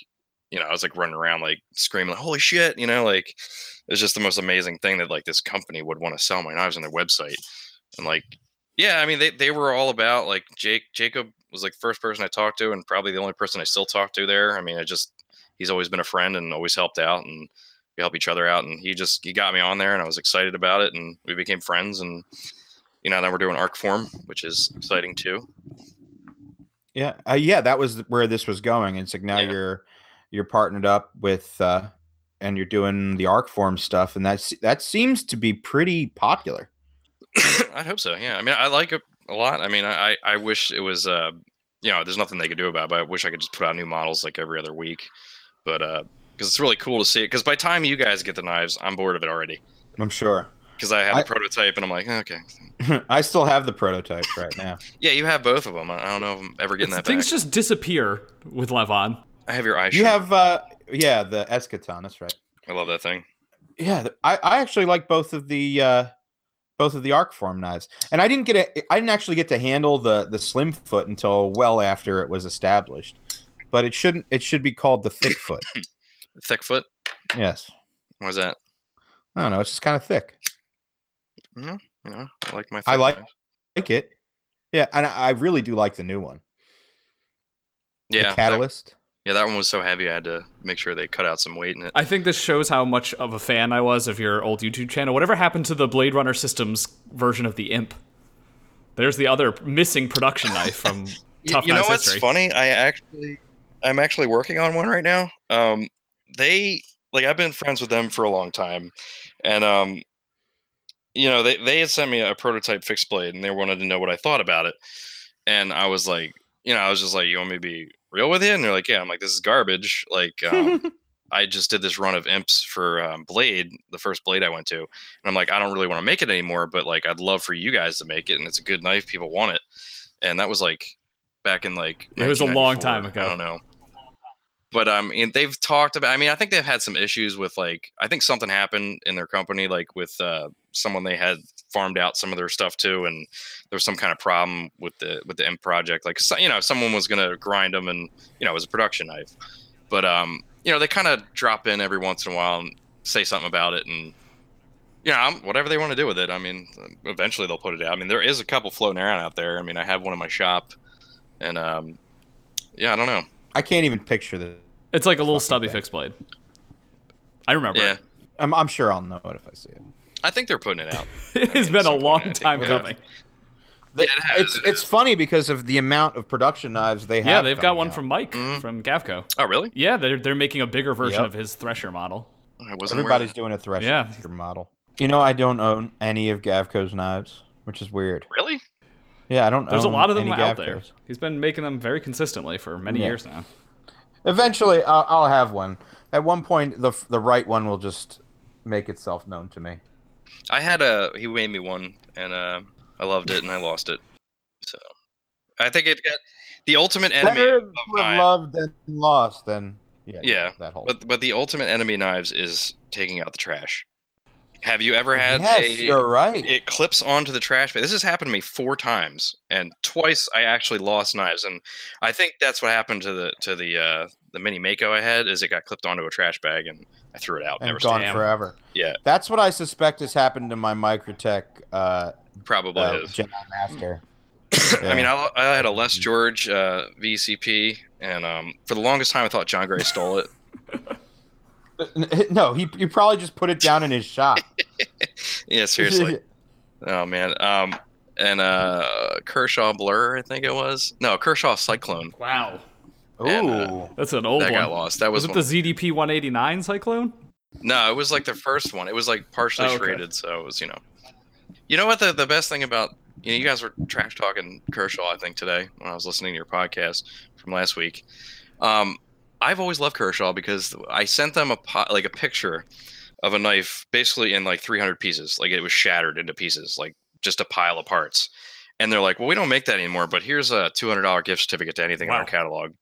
Speaker 4: you know, I was like running around like screaming, like, "Holy shit!" You know, like it was just the most amazing thing that like this company would want to sell my knives on their website, and like yeah, I mean they they were all about like Jake Jacob was like the first person I talked to and probably the only person I still talk to there. I mean, I just he's always been a friend and always helped out and we help each other out and he just he got me on there and I was excited about it and we became friends and you know, now we're doing arc form, which is exciting too.
Speaker 1: Yeah, uh, yeah, that was where this was going, and so now
Speaker 4: Yeah.
Speaker 1: you're you're partnered up with, uh, and you're doing the arc form stuff, and that's that seems to be pretty popular.
Speaker 4: I'd hope so. Yeah. I mean, I like it a lot. I mean, I, I I wish it was, uh, you know, there's nothing they could do about it, but I wish I could just put out new models like every other week. But, uh, because it's really cool to see it. Because by the time you guys get the knives, I'm bored of it already.
Speaker 1: I'm sure.
Speaker 4: Because I had
Speaker 1: I-
Speaker 4: a prototype and I'm like, okay.
Speaker 1: I still have the prototype right now.
Speaker 4: Yeah, you have both of them. I I don't know if I'm ever getting
Speaker 2: It's-
Speaker 4: that back.
Speaker 2: things just disappear with Levon.
Speaker 4: I have your eye
Speaker 1: You
Speaker 4: shut.
Speaker 1: have, uh, yeah, the eschaton. That's right.
Speaker 4: I love that thing.
Speaker 1: Yeah, th- I, I actually like both of the uh, both of the arc form knives, and I didn't get a, I didn't actually get to handle the the slim foot until well after it was established, but it shouldn't it should be called the thick foot.
Speaker 4: Thick foot.
Speaker 1: Yes,
Speaker 4: What is that?
Speaker 1: I don't know. It's just kind of thick.
Speaker 4: You know, I like my.
Speaker 1: I
Speaker 4: thick
Speaker 1: like-
Speaker 4: knives.
Speaker 1: like it. Yeah, and I I really do like the new one.
Speaker 4: Yeah,
Speaker 1: the
Speaker 4: that-
Speaker 1: Catalyst.
Speaker 4: yeah, that one was so heavy. I had to make sure they cut out some weight in it.
Speaker 2: I think this shows how much of a fan I was of your old YouTube channel. Whatever happened to the Blade Runner Systems version of the Imp? There's the other missing production knife from
Speaker 4: Y-
Speaker 2: Tough
Speaker 4: you know
Speaker 2: Knives
Speaker 4: what's
Speaker 2: History.
Speaker 4: funny i actually i'm actually working on one right now um they like i've been friends with them for a long time and um you know they, they had sent me a prototype fixed blade and they wanted to know what i thought about it and i was like you know i was just like you want me to be real with you and they're like yeah i'm like this is garbage like um, i just did this run of imps for um, blade the first blade i went to and i'm like i don't really want to make it anymore but like i'd love for you guys to make it and it's a good knife people want it and that was like back in like
Speaker 2: It was a long
Speaker 4: 1994,
Speaker 2: time ago.
Speaker 4: I don't know. But um, and they've talked about. I mean, I think they've had some issues with like I think something happened in their company, like with uh, someone they had farmed out some of their stuff to, and there was some kind of problem with the with the M project. Like so, you know, someone was gonna grind them, and you know, it was a production knife. But um, you know, they kind of drop in every once in a while and say something about it, and yeah, I'm, whatever they want to do with it. I mean, eventually they'll put it out. I mean, there is a couple floating around out there. I mean, I have one in my shop, and um, yeah, I don't know.
Speaker 1: I can't even picture this.
Speaker 2: It's like a little
Speaker 1: Fucking
Speaker 2: stubby
Speaker 1: thing.
Speaker 2: fixed blade. I remember.
Speaker 4: Yeah,
Speaker 2: it.
Speaker 1: I'm, I'm sure I'll know it if I see it.
Speaker 4: I think they're putting it out.
Speaker 2: It has been a
Speaker 4: something
Speaker 2: long
Speaker 4: I think
Speaker 2: time
Speaker 4: we have.
Speaker 2: coming.
Speaker 1: The-
Speaker 4: it has-
Speaker 1: it's
Speaker 4: it
Speaker 1: it's funny because of the amount of production knives they have.
Speaker 2: Yeah, they've got
Speaker 1: coming
Speaker 2: one
Speaker 1: out.
Speaker 2: from Mike
Speaker 4: Mhm.
Speaker 2: from Gavco.
Speaker 4: Oh, really?
Speaker 2: Yeah, they're they're making a bigger version
Speaker 1: Mm-hmm. Yep.
Speaker 2: of his Thresher model.
Speaker 4: I wasn't aware of
Speaker 1: Everybody's
Speaker 4: that.
Speaker 1: doing a thresher
Speaker 2: Yeah.
Speaker 1: model. You know, I don't own any of Gavco's knives, which is weird.
Speaker 4: really.
Speaker 1: Yeah, I don't.
Speaker 2: There's a
Speaker 1: own
Speaker 2: lot of them
Speaker 1: Um, any
Speaker 2: out
Speaker 1: Gavcos.
Speaker 2: there. He's been making them very consistently for many
Speaker 1: Yeah.
Speaker 2: years now.
Speaker 1: Eventually, I'll, I'll have one. At one point, the f- the right one will just make itself known to me.
Speaker 4: I had a he made me one, and uh, I loved it, and I lost it. So I think it got the ultimate enemy.
Speaker 1: Better
Speaker 4: of
Speaker 1: with
Speaker 4: mine-
Speaker 1: loved and lost than yeah.
Speaker 4: Yeah,
Speaker 1: that whole.
Speaker 4: But but the ultimate enemy knives is taking out the trash. Have you ever had
Speaker 1: yes,
Speaker 4: a
Speaker 1: you're right.
Speaker 4: it clips onto the trash bag. This has happened to me four times, and twice I actually lost knives. And I think that's what happened to the to the uh, the mini Mako I had is it got clipped onto a trash bag, and I threw it out.
Speaker 1: and
Speaker 4: never
Speaker 1: gone
Speaker 4: stabbed.
Speaker 1: forever.
Speaker 4: Yeah.
Speaker 1: that's what I suspect has happened to my Microtech uh,
Speaker 4: Probably
Speaker 1: uh,
Speaker 4: is.
Speaker 1: Jedi Master.
Speaker 4: I mean,
Speaker 1: Yeah.
Speaker 4: I, I had a
Speaker 2: Mm.
Speaker 4: Les George uh, VCP, and um, for the longest time I thought John Gray stole it.
Speaker 1: no, he you probably just put it down in his shop.
Speaker 4: yeah, seriously. Oh man. Um, and uh, Kershaw Blur, I think it was. No, Kershaw Cyclone.
Speaker 2: Wow,
Speaker 1: Ooh,
Speaker 4: And, uh,
Speaker 2: that's an old
Speaker 4: that
Speaker 2: one.
Speaker 4: got lost. That
Speaker 2: Was
Speaker 4: was,
Speaker 2: it
Speaker 4: one
Speaker 2: the ZDP 189 Cyclone?
Speaker 4: No, it was like the first one. It was like partially
Speaker 2: Oh, okay.
Speaker 4: shredded, so it was you know. You know what the the best thing about you know you guys were trash talking Kershaw I think today when I was listening to your podcast from last week. Um, I've always loved Kershaw because I sent them a po- like a picture of a knife basically in like 300 pieces. Like it was shattered into pieces, like just a pile of parts. And they're like, "Well, we don't make that anymore, but here's a $200 gift certificate to anything in
Speaker 2: Wow.
Speaker 4: our catalog."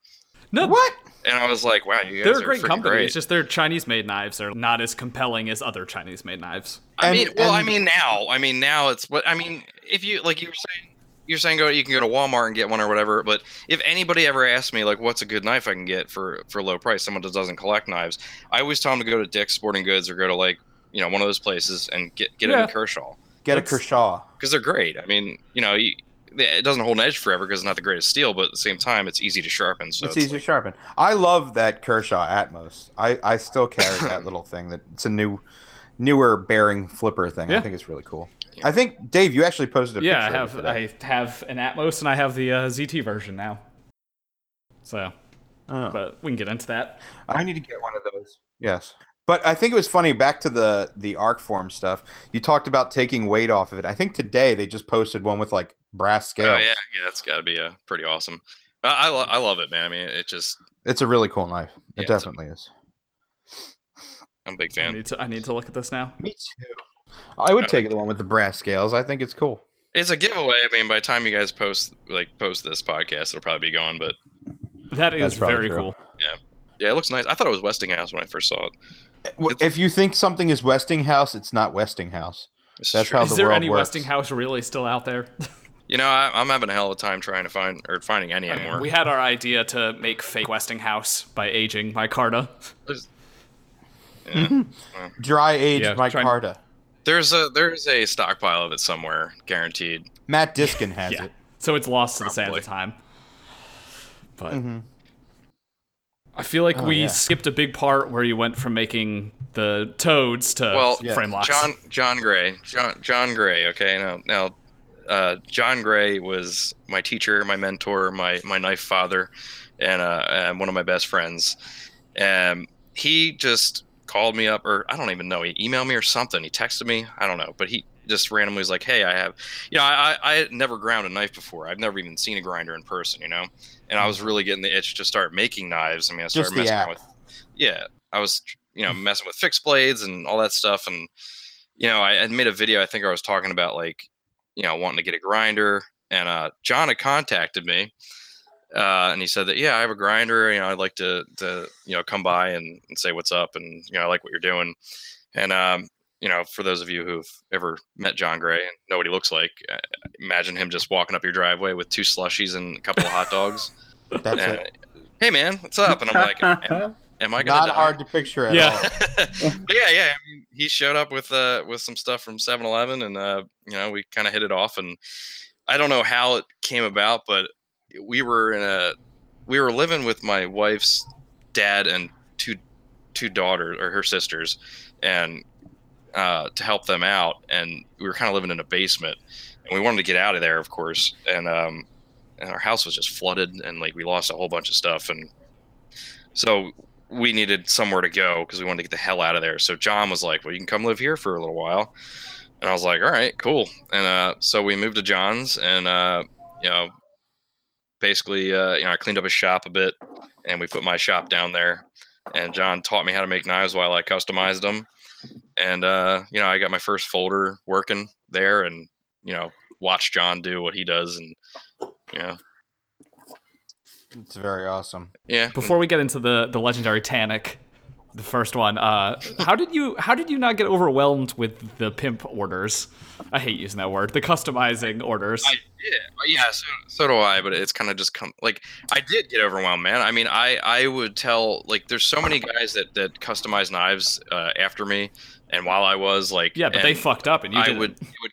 Speaker 2: No,
Speaker 1: What?
Speaker 4: And I was like, "Wow, you guys
Speaker 2: they're a
Speaker 4: are
Speaker 2: great
Speaker 4: freaking
Speaker 2: company.
Speaker 4: great.
Speaker 2: It's just their Chinese made knives are not as compelling as other Chinese made knives.
Speaker 4: I
Speaker 1: And-
Speaker 4: mean, well, I
Speaker 1: and-
Speaker 4: mean now, I mean now it's what I mean. If you like, you were saying, you're saying go, you can go to Walmart and get one or whatever. But if anybody ever asks me like, what's a good knife I can get for for low price, someone that doesn't collect knives, I always tell them to go to Dick's Sporting Goods or go to like you know one of those places and get get
Speaker 2: Yeah.
Speaker 4: it in Kershaw
Speaker 1: Get
Speaker 2: That's-
Speaker 1: a Kershaw.
Speaker 4: because they're great. I mean, you know, you, it doesn't hold an edge forever because it's not the greatest steel, but at the same time, it's easy to sharpen. So
Speaker 1: it's
Speaker 4: it's,
Speaker 1: easy to
Speaker 4: like-
Speaker 1: sharpen. I love that Kershaw Atmos. I, I still carry that little thing. That it's a new, newer bearing flipper thing.
Speaker 2: Yeah.
Speaker 1: I think it's really cool. I think Dave, you actually posted a
Speaker 2: Yeah, I
Speaker 1: picture. of
Speaker 2: have
Speaker 1: it today.
Speaker 2: I have an Atmos and I have the uh, ZT version now. So,
Speaker 1: Oh.
Speaker 2: but we can get into that.
Speaker 1: I need to get one of those. Yes. But I think it was funny back to the the arc form stuff. You talked about taking weight off of it. I think today they just posted one with like brass scales.
Speaker 4: Oh yeah, yeah, that's got to be a pretty awesome. I I, lo- I love it, man. I mean, it just
Speaker 1: It's a really cool knife.
Speaker 4: Yeah,
Speaker 1: It
Speaker 4: it's a-
Speaker 1: definitely is.
Speaker 4: I'm a big
Speaker 2: I
Speaker 4: fan.
Speaker 2: need to I need to look at this now.
Speaker 1: Me too. I would take the one with the brass scales. I think it's cool.
Speaker 4: It's a giveaway. I mean, by the time you guys post like post this podcast, it'll probably be gone. But
Speaker 2: That
Speaker 1: That's
Speaker 2: is
Speaker 1: probably
Speaker 2: very
Speaker 1: true.
Speaker 2: cool.
Speaker 4: yeah, it looks nice. I thought it was Westinghouse when I first saw it.
Speaker 1: W- If you think something is Westinghouse, it's not Westinghouse.
Speaker 4: This is
Speaker 1: That's
Speaker 4: true.
Speaker 1: how
Speaker 2: Is
Speaker 1: the
Speaker 2: there
Speaker 1: world
Speaker 2: any
Speaker 1: works.
Speaker 2: Westinghouse really still out there?
Speaker 4: you know. I, I'm having a hell of a time trying to find or finding any anymore.
Speaker 2: Uh, we had our idea to make fake Westinghouse by aging micarta.
Speaker 4: There's- yeah.
Speaker 1: Dry aged
Speaker 2: Yeah, trying-
Speaker 1: micarta.
Speaker 4: There's a there's a stockpile of it somewhere, guaranteed.
Speaker 1: Matt Diskin has
Speaker 2: Yeah.
Speaker 1: it.
Speaker 2: So it's lost to the sand
Speaker 4: Probably.
Speaker 2: of time. But I feel like we
Speaker 1: Mm-hmm. Oh, yeah.
Speaker 2: skipped a big part where you went from making the toads to
Speaker 4: Well,
Speaker 1: Yes.
Speaker 2: Uh, frame locks.
Speaker 4: John John Gray, John John Gray. Okay, now now, uh, John Gray was my teacher, my mentor, my my knife father, and uh, and one of my best friends. Um, he just called me up, or I don't even know. He emailed me or something. He texted me. I don't know, but he just randomly was like, "Hey, I have, you know, I I, I had never ground a knife before. I've never even seen a grinder in person, you know." And I was really getting the itch to start making knives. I mean, I started
Speaker 1: Mm-hmm. Just the
Speaker 4: messing
Speaker 1: app. Mm-hmm.
Speaker 4: around with, yeah, I was, you know, messing with fixed blades and all that stuff, and you know, I had made a video. I think I was talking about like, you know, wanting to get a grinder, and uh, John had contacted me, uh, and he said that yeah, I have a grinder. You know, I'd like to to you know come by and, and say what's up, and you know, I like what you're doing, and um, you know, for those of you who've ever met John Gray and know what he looks like, uh, imagine him just walking up your driveway with two slushies and a couple of hot dogs.
Speaker 1: That's
Speaker 4: and,
Speaker 1: it.
Speaker 4: Hey man, what's up? And I'm like, am, am I gonna
Speaker 1: Not
Speaker 4: die?
Speaker 1: hard to picture at
Speaker 2: Yeah.
Speaker 1: all.
Speaker 4: But yeah, yeah. I mean, he showed up with uh with some stuff from 7-Eleven, and uh, you know, we kind of hit it off. And I don't know how it came about, but we were in a we were living with my wife's dad and two two daughters or her sisters, and uh, to help them out. And we were kind of living in a basement, and we wanted to get out of there, of course. And um, and our house was just flooded, and like we lost a whole bunch of stuff, and so we needed somewhere to go because we wanted to get the hell out of there. So John was like, "Well, you can come live here for a little while," and I was like, "All right, cool." And uh, so we moved to John's, and uh, you know, basically, uh, you know, I cleaned up his shop a bit, and we put my shop down there. And John taught me how to make knives while I customized them, and uh, you know, I got my first folder working there, and you know, watched John do what he does, and you know,
Speaker 1: It's very awesome.
Speaker 4: yeah.
Speaker 2: Before we get into the the legendary Tannic, the first one, uh, how did you how did you not get overwhelmed with the pimp orders? I hate using that word. The customizing orders.
Speaker 4: I did. Yeah, so, so do I, but it's kind of just come like I did get overwhelmed, man. I mean, I I would tell like there's so many guys that that customize knives uh, after me, and while I was like
Speaker 2: yeah, but they
Speaker 4: and
Speaker 2: fucked up, and you
Speaker 4: I
Speaker 2: didn't.
Speaker 4: would, it would.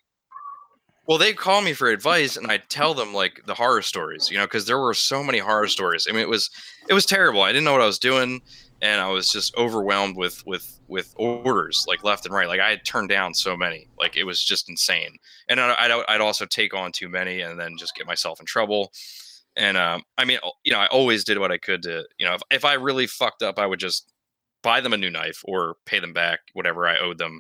Speaker 4: Well, they call me for advice, and I tell them like the horror stories, you know, because there were so many horror stories. I mean, it was it was terrible. I didn't know what I was doing, and I was just overwhelmed with with with orders like left and right. Like I had turned down so many, like it was just insane. And I, I'd, I'd also take on too many, and then just get myself in trouble. And um, I mean, you know, I always did what I could to, you know, if, if I really fucked up, I would just buy them a new knife or pay them back whatever I owed them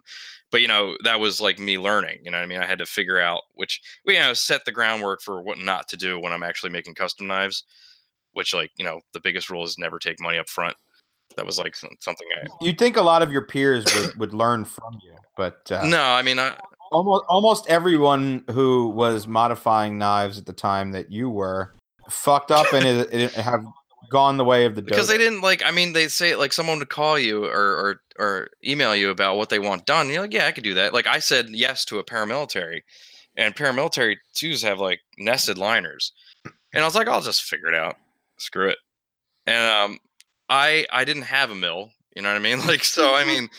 Speaker 4: but you know that was like me learning you know what i mean i had to figure out which you know set the groundwork for what not to do when i'm actually making custom knives which like you know the biggest rule is never take money up front. That was like some- something I
Speaker 1: You'd think a lot of your peers would, would learn from you, but uh,
Speaker 4: no, I mean I
Speaker 1: almost almost everyone who was modifying knives at the time that you were fucked up and it, it have gone the way of the
Speaker 4: because they
Speaker 1: dodo.
Speaker 4: didn't like. I mean they say like someone to call you or or or email you about what they want done. You're like yeah I could do that. Like I said yes to a paramilitary, and paramilitary twos have like nested liners, and I was like I'll just figure it out. Screw it. And um, I I didn't have a mill. You know what I mean? Like so I mean.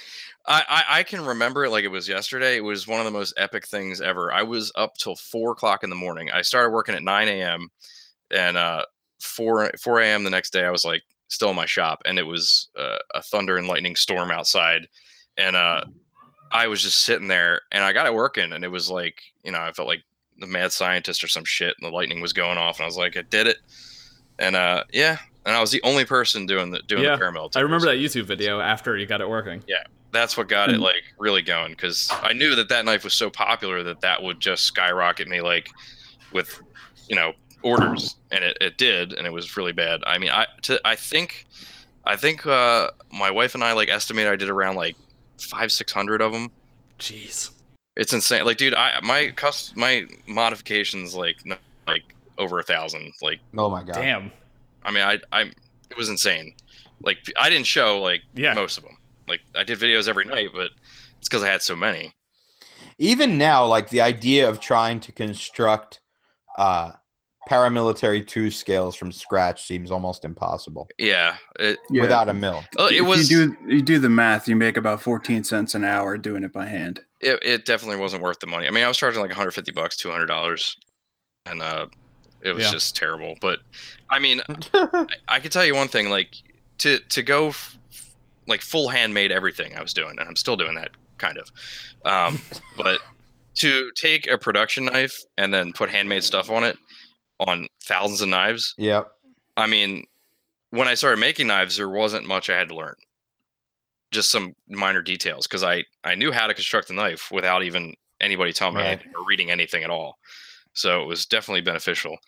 Speaker 4: I, I, I can remember it like it was yesterday. It was one of the most epic things ever. I was up till four o'clock in the morning. I started working at nine a.m. and uh, four four a.m. the next day. I was like still in my shop, and it was uh, a thunder and lightning storm outside, and uh, I was just sitting there, and I got it working, and it was like you know I felt like the mad scientist or some shit, and the lightning was going off, and I was like I did it, and uh, yeah, and I was the only person doing the doing
Speaker 2: Yeah,
Speaker 4: the paramilitary.
Speaker 2: I remember
Speaker 4: so
Speaker 2: that YouTube video after you got it working.
Speaker 4: that's what got it
Speaker 3: And-
Speaker 4: like really going because I knew that that knife was so popular that that would just skyrocket me like with you know orders and it, it did and it was really bad. I mean I to, I think I think uh, my wife and I like estimated I did around like five six hundred of them.
Speaker 2: Jeez.
Speaker 4: It's insane. Like dude, I my cus my modifications like n- like over a thousand like
Speaker 1: Oh my god!
Speaker 2: Damn.
Speaker 4: I mean, I, I, it was insane. Like, I didn't show like
Speaker 2: Yeah.
Speaker 4: most of them. Like, I did videos every night, but it's because I had so many.
Speaker 1: Even now, like the idea of trying to construct uh, paramilitary two scales from scratch seems almost impossible
Speaker 4: Yeah, it,
Speaker 3: Yeah.
Speaker 1: without a mill.
Speaker 4: uh, it
Speaker 3: If
Speaker 4: was.
Speaker 3: You do you do the math, you make about fourteen cents an hour doing it by hand.
Speaker 4: it, it definitely wasn't worth the money. I mean, I was charging like 150 bucks, 200 dollars, and uh, it was
Speaker 2: Yeah.
Speaker 4: just terrible. But I mean, I can tell you one thing, like to to go f- like full handmade everything I was doing, and I'm still doing that kind of. Um, but to take a production knife and then put handmade stuff on it on thousands of knives,
Speaker 1: yep.
Speaker 4: I mean, when I started making knives, there wasn't much I had to learn. Just some minor details because I I knew how to construct a knife without even anybody telling me
Speaker 1: Right.
Speaker 4: anything or reading anything at all. So it was definitely beneficial.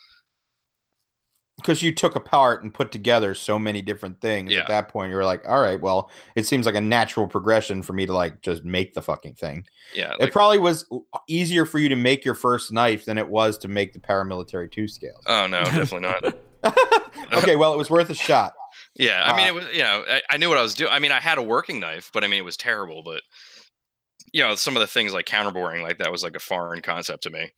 Speaker 1: because you took apart and put together so many different things
Speaker 4: Yeah.
Speaker 1: at that point you were like all right well it seems like a natural progression for me to like just make the fucking thing
Speaker 4: Yeah,
Speaker 1: it probably was l- easier for you to make your first knife than it was to make the paramilitary two scales
Speaker 4: Oh no, definitely not.
Speaker 1: okay well it was worth a shot
Speaker 4: Yeah, I mean,
Speaker 1: Uh,
Speaker 4: it was you know, I, I knew what I was doing. I mean, I had a working knife, but I mean, it was terrible. But you know, some of the things like counterboring, like that was like a foreign concept to me.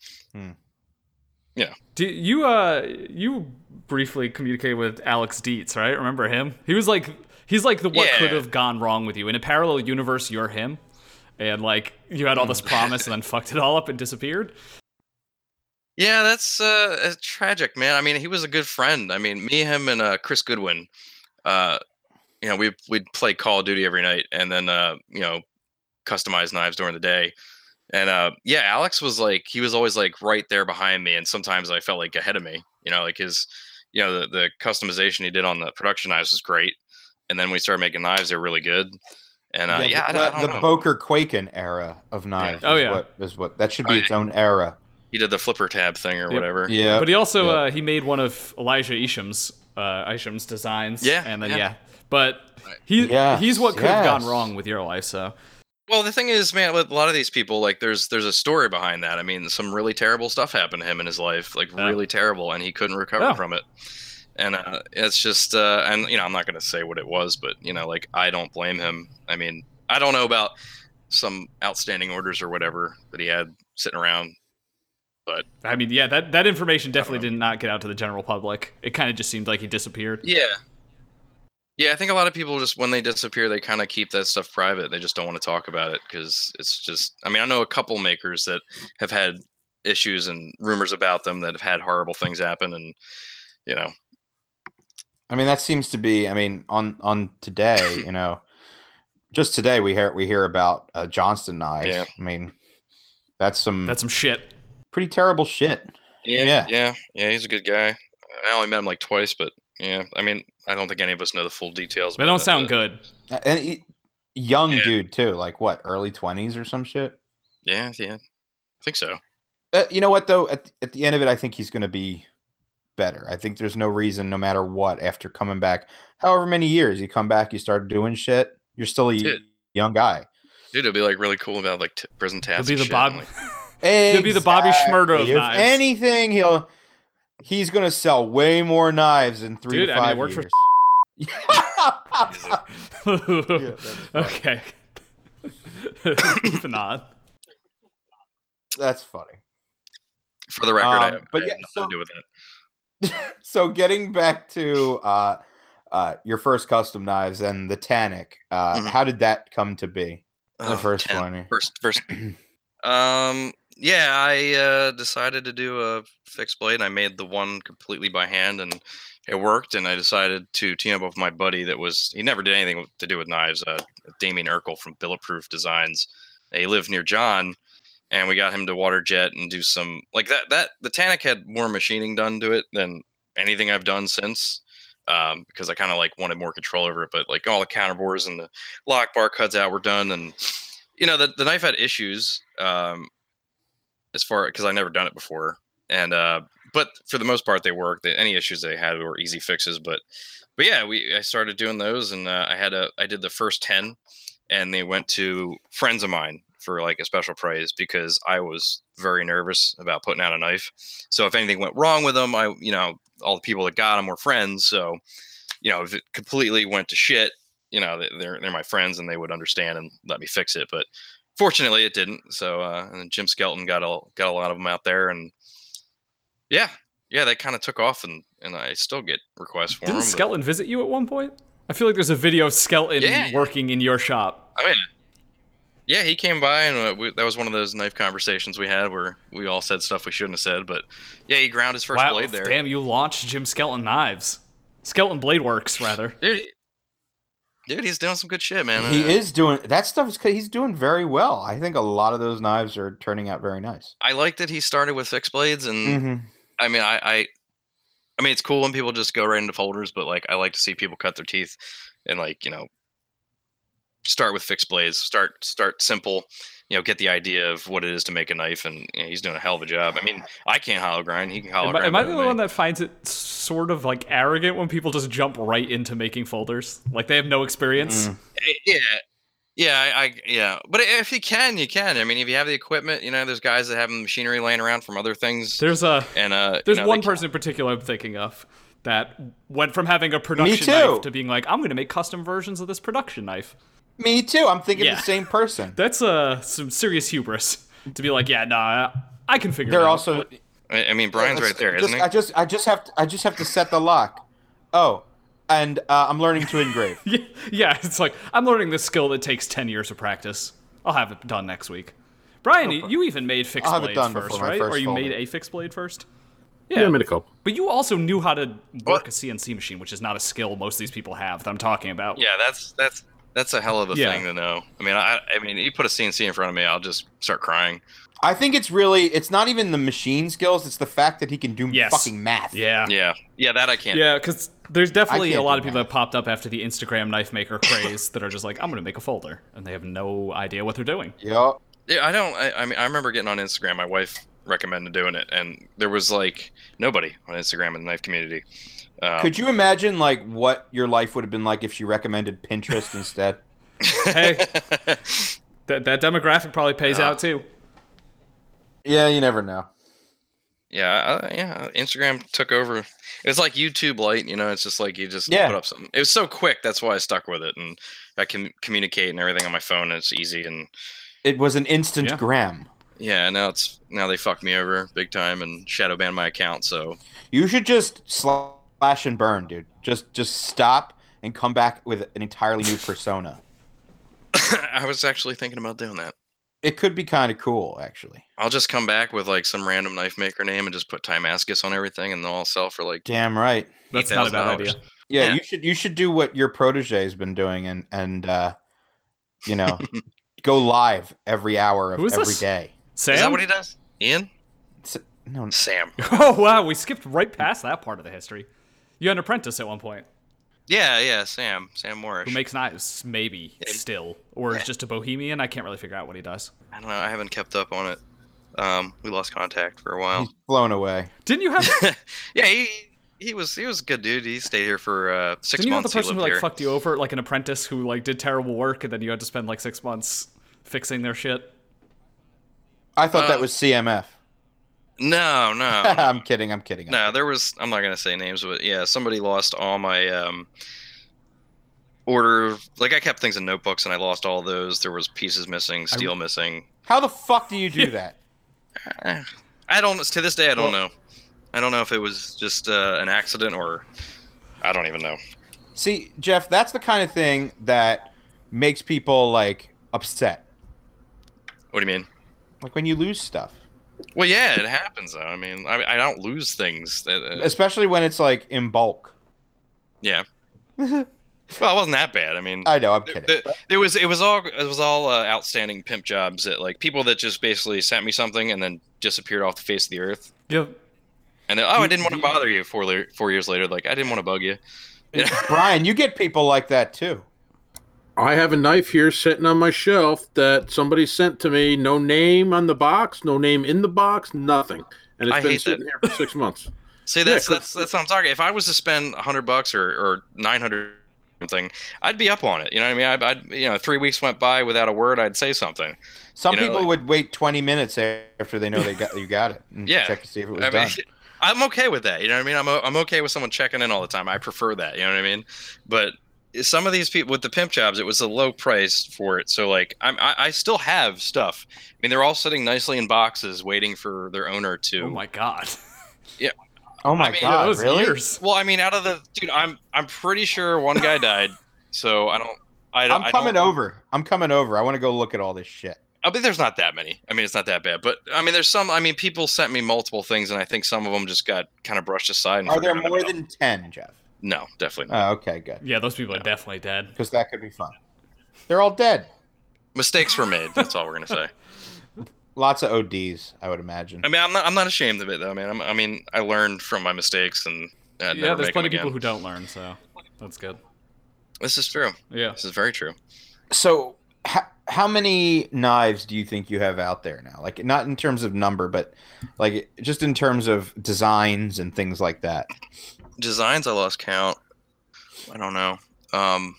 Speaker 2: Do you uh you briefly communicated with Alex Dietz, right? Remember him? He was like he's like the what
Speaker 4: Yeah.
Speaker 2: could have gone wrong with you. In a parallel universe, you're him. And like you had all this promise and then fucked it all up and disappeared.
Speaker 4: Yeah, that's uh, uh, tragic, man. I mean, he was a good friend. I mean, me, him, and uh, Chris Goodwin. Uh, you know, we we'd play Call of Duty every night, and then uh, you know, customize knives during the day. And uh, yeah, Alex was like, he was always like right there behind me, and sometimes I felt like ahead of me. You know, like his, you know, the, the customization he did on the production knives was great. And then when we started making knives, they're really good. And uh, yeah, I
Speaker 1: the,
Speaker 4: don't- I don't
Speaker 1: the
Speaker 4: know.
Speaker 1: Boker Quaken era of knives.
Speaker 2: Oh,
Speaker 1: is
Speaker 2: yeah.
Speaker 1: what, is what that should
Speaker 4: Oh,
Speaker 1: be
Speaker 4: yeah.
Speaker 1: its own era.
Speaker 4: he did the flipper tab thing or
Speaker 2: Yep.
Speaker 4: whatever.
Speaker 1: Yeah,
Speaker 2: But he also
Speaker 1: Yeah.
Speaker 2: uh, he made one of Elijah Isham's uh, Isham's designs.
Speaker 4: Yeah,
Speaker 2: and then yeah,
Speaker 4: yeah.
Speaker 2: but he
Speaker 1: Yes,
Speaker 2: he's what could have gone
Speaker 1: yes.
Speaker 2: wrong with your life. So
Speaker 4: Well, the thing is, man, with a lot of these people, like, there's there's a story behind that. I mean, some really terrible stuff happened to him in his life, like
Speaker 2: Yeah.
Speaker 4: really terrible, and he couldn't recover
Speaker 2: Yeah.
Speaker 4: from it. And uh, it's just, uh, and you know, I'm not gonna say what it was, but you know, like, I don't blame him. I mean, I don't know about some outstanding orders or whatever that he had sitting around.
Speaker 2: I mean, yeah, that that information definitely
Speaker 4: know.
Speaker 2: did not get out to the general public. It kind of just seemed like he disappeared.
Speaker 4: Yeah, yeah. I think a lot of people just when they disappear, they kind of keep that stuff private. They just don't want to talk about it because it's just. I mean, I know a couple makers that have had issues and rumors about them that have had horrible things happen, and you know,
Speaker 1: I mean, that seems to be. I mean, on on today, you know, just today we hear we hear about uh, Johnston knives.
Speaker 4: Yeah.
Speaker 1: I mean, that's some
Speaker 2: That's some shit.
Speaker 1: pretty terrible shit.
Speaker 4: yeah,
Speaker 1: Yeah.
Speaker 4: yeah, yeah. He's a good guy. I only met him like twice, but yeah. I mean, I don't think any of us know the full details.
Speaker 2: They
Speaker 4: about
Speaker 2: don't
Speaker 4: it,
Speaker 2: sound
Speaker 4: but
Speaker 2: good.
Speaker 1: A- And he- young
Speaker 4: Yeah.
Speaker 1: dude too, like what, early twenties or some shit.
Speaker 4: Yeah, yeah. I think so.
Speaker 1: Uh, you know what though? At, at the end of it, I think he's going to be better. I think there's no reason, no matter what, after coming back, however many years you come back, you start doing shit. You're still a
Speaker 4: Dude.
Speaker 1: young guy.
Speaker 4: Dude, it'd be like really cool about like t- prison
Speaker 2: It'll
Speaker 4: tabs.
Speaker 2: be
Speaker 4: and
Speaker 2: the
Speaker 4: shit,
Speaker 2: Bob.
Speaker 4: and, like,
Speaker 1: He'll
Speaker 2: be the Bobby Shmurda of
Speaker 1: if
Speaker 2: knives.
Speaker 1: anything, he'll he's gonna sell way more knives in three
Speaker 2: Dude,
Speaker 1: to
Speaker 2: I mean,
Speaker 1: five
Speaker 2: it worked for
Speaker 1: years.
Speaker 4: is
Speaker 2: okay. Nod.
Speaker 1: That's funny.
Speaker 4: it- for the record, I,
Speaker 1: Um, but
Speaker 4: I
Speaker 1: yeah,
Speaker 4: had nothing
Speaker 1: so-
Speaker 4: to do with it.
Speaker 1: so getting back to uh, uh, your first custom knives and the Tannic, uh,
Speaker 4: Mhm.
Speaker 1: how did that come to be? The
Speaker 4: Oh,
Speaker 1: first
Speaker 4: ten-
Speaker 1: one.
Speaker 4: First, first. um, yeah, I uh, decided to do a fixed blade. and I made the one completely by hand, and it worked. And I decided to team up with my buddy that was he never did anything to do with knives. Uh, Damien Urkel from Bulletproof Designs. He lived near John, and we got him to water jet and do some like that. That the Tannic had more machining done to it than anything I've done since. Um, because I kind of like wanted more control over it, but like all the counterbores and the lock bar cuts out were done, and you know the, the knife had issues um as far because i've never done it before and uh but for the most part they worked The- any issues they had were easy fixes but but yeah we i started doing those and uh, i had a i did the first 10 and they went to friends of mine for like a special prize because i was very nervous about putting out a knife so if anything went wrong with them i you know all the people that got them were friends so you know if it completely went to shit you know they- they're they're my friends and they would understand and let me fix it but fortunately it didn't so uh and then jim skelton got a got a lot of them out there and yeah yeah they kind of took off and and i still get requests for
Speaker 2: Didn't
Speaker 4: them
Speaker 2: Skelton visit you at one point? I feel like there's a video of Skelton
Speaker 4: Yeah.
Speaker 2: working in your shop.
Speaker 4: i mean yeah he came by and uh, we, that was one of those knife conversations we had where we all said stuff we shouldn't have said but yeah he ground his first
Speaker 2: wow,
Speaker 4: blade there
Speaker 2: damn, you launched Jim Skelton knives. Skelton Blade Works, rather.
Speaker 4: dude he- dude he's doing some good shit man
Speaker 1: He
Speaker 4: Uh,
Speaker 1: is doing that stuff. Is, he's doing very well. I think a lot of those knives are turning out very nice.
Speaker 4: i like that he started with fixed blades and
Speaker 1: Mm-hmm.
Speaker 4: I mean, I, I, I mean, it's cool when people just go right into folders, but like, I like to see people cut their teeth and like, you know, start with fixed blades, start, start simple, you know, get the idea of what it is to make a knife. And you know, he's doing a hell of a job. I mean, I can't hollow grind. He can hollow
Speaker 2: Am I,
Speaker 4: grind.
Speaker 2: am I
Speaker 4: better
Speaker 2: the
Speaker 4: than
Speaker 2: only
Speaker 4: me.
Speaker 2: one that finds it sort of like arrogant when people just jump right into making folders? Like they have no experience?
Speaker 4: Eh, yeah yeah I, I yeah but if you can you can i mean if you have the equipment you know there's guys that have machinery laying around from other things
Speaker 2: There's a
Speaker 4: and uh you
Speaker 2: there's
Speaker 4: know, they
Speaker 2: one
Speaker 4: can-
Speaker 2: person in particular I'm thinking of that went from having a production
Speaker 1: too.
Speaker 2: knife to being like, I'm gonna make custom versions of this production knife.
Speaker 1: Me too. I'm thinking
Speaker 2: Yeah.
Speaker 1: the same person.
Speaker 2: That's uh some serious hubris to be like, yeah, nah, I can figure. it
Speaker 1: They're
Speaker 2: out.
Speaker 1: also
Speaker 4: I, I mean brian's right there
Speaker 1: just,
Speaker 4: isn't
Speaker 1: I just I just have to, I just have to set the lock. Oh, and uh, I'm learning to engrave.
Speaker 2: yeah, yeah, it's like I'm learning this skill that takes ten years of practice. I'll have it done next week. Brian, you even made fixed
Speaker 1: I'll have it
Speaker 2: blades
Speaker 1: done
Speaker 2: first,
Speaker 1: before my
Speaker 2: right?
Speaker 1: first
Speaker 2: or you
Speaker 1: folder.
Speaker 2: made a fixed blade first?
Speaker 5: Yeah, I made a couple.
Speaker 2: But you also knew how to
Speaker 4: Well-
Speaker 2: work a CNC machine, which is not a skill most of these people have that I'm talking about.
Speaker 4: Yeah, that's that's that's a hell of a
Speaker 2: Yeah.
Speaker 4: thing to know. I mean, I I mean, you put a CNC in front of me, I'll just start crying.
Speaker 1: I think it's really it's not even the machine skills. It's the fact that he can do
Speaker 2: Yes.
Speaker 1: fucking math.
Speaker 2: Yeah.
Speaker 4: Yeah, yeah, that I can't.
Speaker 2: Yeah, because there's definitely a
Speaker 1: can't
Speaker 2: lot
Speaker 1: do
Speaker 2: of people that popped up after the Instagram knife maker craze that are just like, I'm going to make a folder. And they have no idea what they're doing.
Speaker 1: Yup.
Speaker 4: Yeah, I don't. I, I mean, I remember getting on Instagram. My wife recommended doing it, and there was like nobody on Instagram in the knife community.
Speaker 2: Oh.
Speaker 4: Um,
Speaker 1: Could you imagine like what your life would have been like if she recommended Pinterest instead?
Speaker 2: Hey, that, that demographic probably pays
Speaker 4: Yeah.
Speaker 2: out too.
Speaker 1: Yeah, you never know.
Speaker 4: yeah, uh, yeah. Instagram took over. It was like YouTube Lite. You know, it's just like you just
Speaker 1: Yeah.
Speaker 4: put up something. It was so quick. That's why I stuck with it, and I can communicate and everything on my phone. And it's easy and
Speaker 1: It was an instant
Speaker 2: Yeah.
Speaker 1: gram.
Speaker 4: yeah. Now it's now they fucked me over big time and shadow banned my account. So
Speaker 1: You should just slash and burn, dude. Just just stop and come back with an entirely new persona.
Speaker 4: I was actually thinking about doing that.
Speaker 1: It could be kind of cool, actually.
Speaker 4: I'll just come back with like some random knife maker name and just put Timascus on everything, and they'll all sell for like.
Speaker 1: Damn right.
Speaker 2: That's not a bad idea.
Speaker 4: $8,000.
Speaker 1: Yeah,
Speaker 4: Yeah.
Speaker 1: you should you should do what your protege's been doing and and uh, you know go live every hour of
Speaker 2: Who is
Speaker 1: every
Speaker 2: this?
Speaker 1: day.
Speaker 2: Sam?
Speaker 4: Is that what he does? Ian?
Speaker 1: S- No,
Speaker 4: Sam.
Speaker 2: oh, wow. We skipped right past that part of the history. You had an apprentice at one point
Speaker 4: Yeah, yeah, Sam. Sam Morris.
Speaker 2: who makes knives, maybe, still. Or is just a bohemian. I can't really figure out what he does.
Speaker 4: I don't know. I haven't kept up on it. Um, we lost contact for a while.
Speaker 1: He's blown away.
Speaker 2: Didn't you have?
Speaker 4: yeah, he he was he was a good dude. He stayed here for uh, 6
Speaker 2: didn't you have the
Speaker 4: months.
Speaker 2: person
Speaker 4: he
Speaker 2: who
Speaker 4: lived
Speaker 2: like
Speaker 4: here.
Speaker 2: fucked you over, like an apprentice who like did terrible work, and then you had to spend like six months fixing their shit?
Speaker 1: I thought that
Speaker 4: Uh,
Speaker 1: was CMF.
Speaker 4: No, no,
Speaker 1: I'm kidding. I'm kidding. I'm
Speaker 4: No, there was. I'm not gonna say names, but yeah, somebody lost all my um, order. Like I kept things in notebooks, and I lost all those. There was pieces missing, steel missing.
Speaker 1: How the fuck do you do that?
Speaker 4: Eh, I don't. To this day, I don't know. I don't know if it was just uh, an accident or I don't even know.
Speaker 1: See, Jeff, that's the kind of thing that makes people like upset.
Speaker 4: What do you mean?
Speaker 1: Like when you lose stuff,
Speaker 4: Well, yeah, it happens. Though. I mean, I, I don't lose things. That, uh,
Speaker 1: especially when it's like in bulk.
Speaker 4: yeah. well, it wasn't that bad. I mean,
Speaker 1: I know. I'm
Speaker 4: There-
Speaker 1: kidding.
Speaker 4: there, there was it was all it was all uh, outstanding pimp jobs that like people that just basically sent me something and then disappeared off the face of the earth.
Speaker 2: Yeah.
Speaker 4: And then, oh, I didn't want to bother you four la- four years later. Like I didn't want to bug you. Yeah.
Speaker 1: Brian, you get people like that too.
Speaker 5: I have a knife here sitting on my shelf that somebody sent to me. No name on the box, no name in the box, nothing. And it's
Speaker 4: I
Speaker 5: been
Speaker 4: hate that.
Speaker 5: sitting here for six months.
Speaker 4: See, that's
Speaker 5: 'cause-
Speaker 4: that's that's what I'm talking. If I was to spend hundred bucks or or nine hundred something, I'd be up on it. You know what I mean? I'd, I'd you know three weeks went by without a word. I'd say something.
Speaker 1: Some
Speaker 4: You know,
Speaker 1: people
Speaker 4: like-
Speaker 1: would wait 20 minutes after they know they got you got it. And
Speaker 4: Yeah.
Speaker 1: Check to see if it was
Speaker 4: I
Speaker 1: done.
Speaker 4: mean, I'm okay with that. You know what I mean? I'm o- I'm okay with someone checking in all the time. I prefer that. You know what I mean? But some of these people with the pimp jobs, it was a low price for it. So like, I'm I, I still have stuff. I mean, they're all sitting nicely in boxes, waiting for their owner to.
Speaker 2: Oh my god.
Speaker 1: oh my
Speaker 4: mean,
Speaker 1: god,
Speaker 2: Those
Speaker 1: really?
Speaker 2: years.
Speaker 4: Well, I mean, out of the dude, I'm I'm pretty sure one guy died. So I don't. I don't.
Speaker 1: I'm
Speaker 4: I don't-
Speaker 1: coming over. I'm coming over. I want to go look at all this shit.
Speaker 4: I mean, there's not that many. I mean, it's not that bad. But I mean, there's some. I mean, people sent me multiple things, and I think some of them just got kind of brushed aside. And
Speaker 1: Are there
Speaker 4: forgotten
Speaker 1: more
Speaker 4: about.
Speaker 1: than 10, Jeff?
Speaker 4: No, definitely not.
Speaker 1: Oh, okay, good.
Speaker 2: Yeah, those people are definitely dead.
Speaker 1: Because that could be fun. They're all dead.
Speaker 4: Mistakes were made. That's all we're gonna say.
Speaker 1: Lots of ODs, I would imagine.
Speaker 4: I mean, I'm not. I'm not ashamed of it though, man. I'm, I mean, I learned from my mistakes, and uh, never
Speaker 2: yeah, there's
Speaker 4: make
Speaker 2: plenty of
Speaker 4: them
Speaker 2: people who
Speaker 4: again.
Speaker 2: don't learn, so that's good.
Speaker 4: This is true.
Speaker 2: Yeah.
Speaker 4: This is very true.
Speaker 1: So, how, how many knives do you think you have out there now? Like, not in terms of number, but like just in terms of designs and things like that.
Speaker 4: Designs, I lost count. I don't know. Um,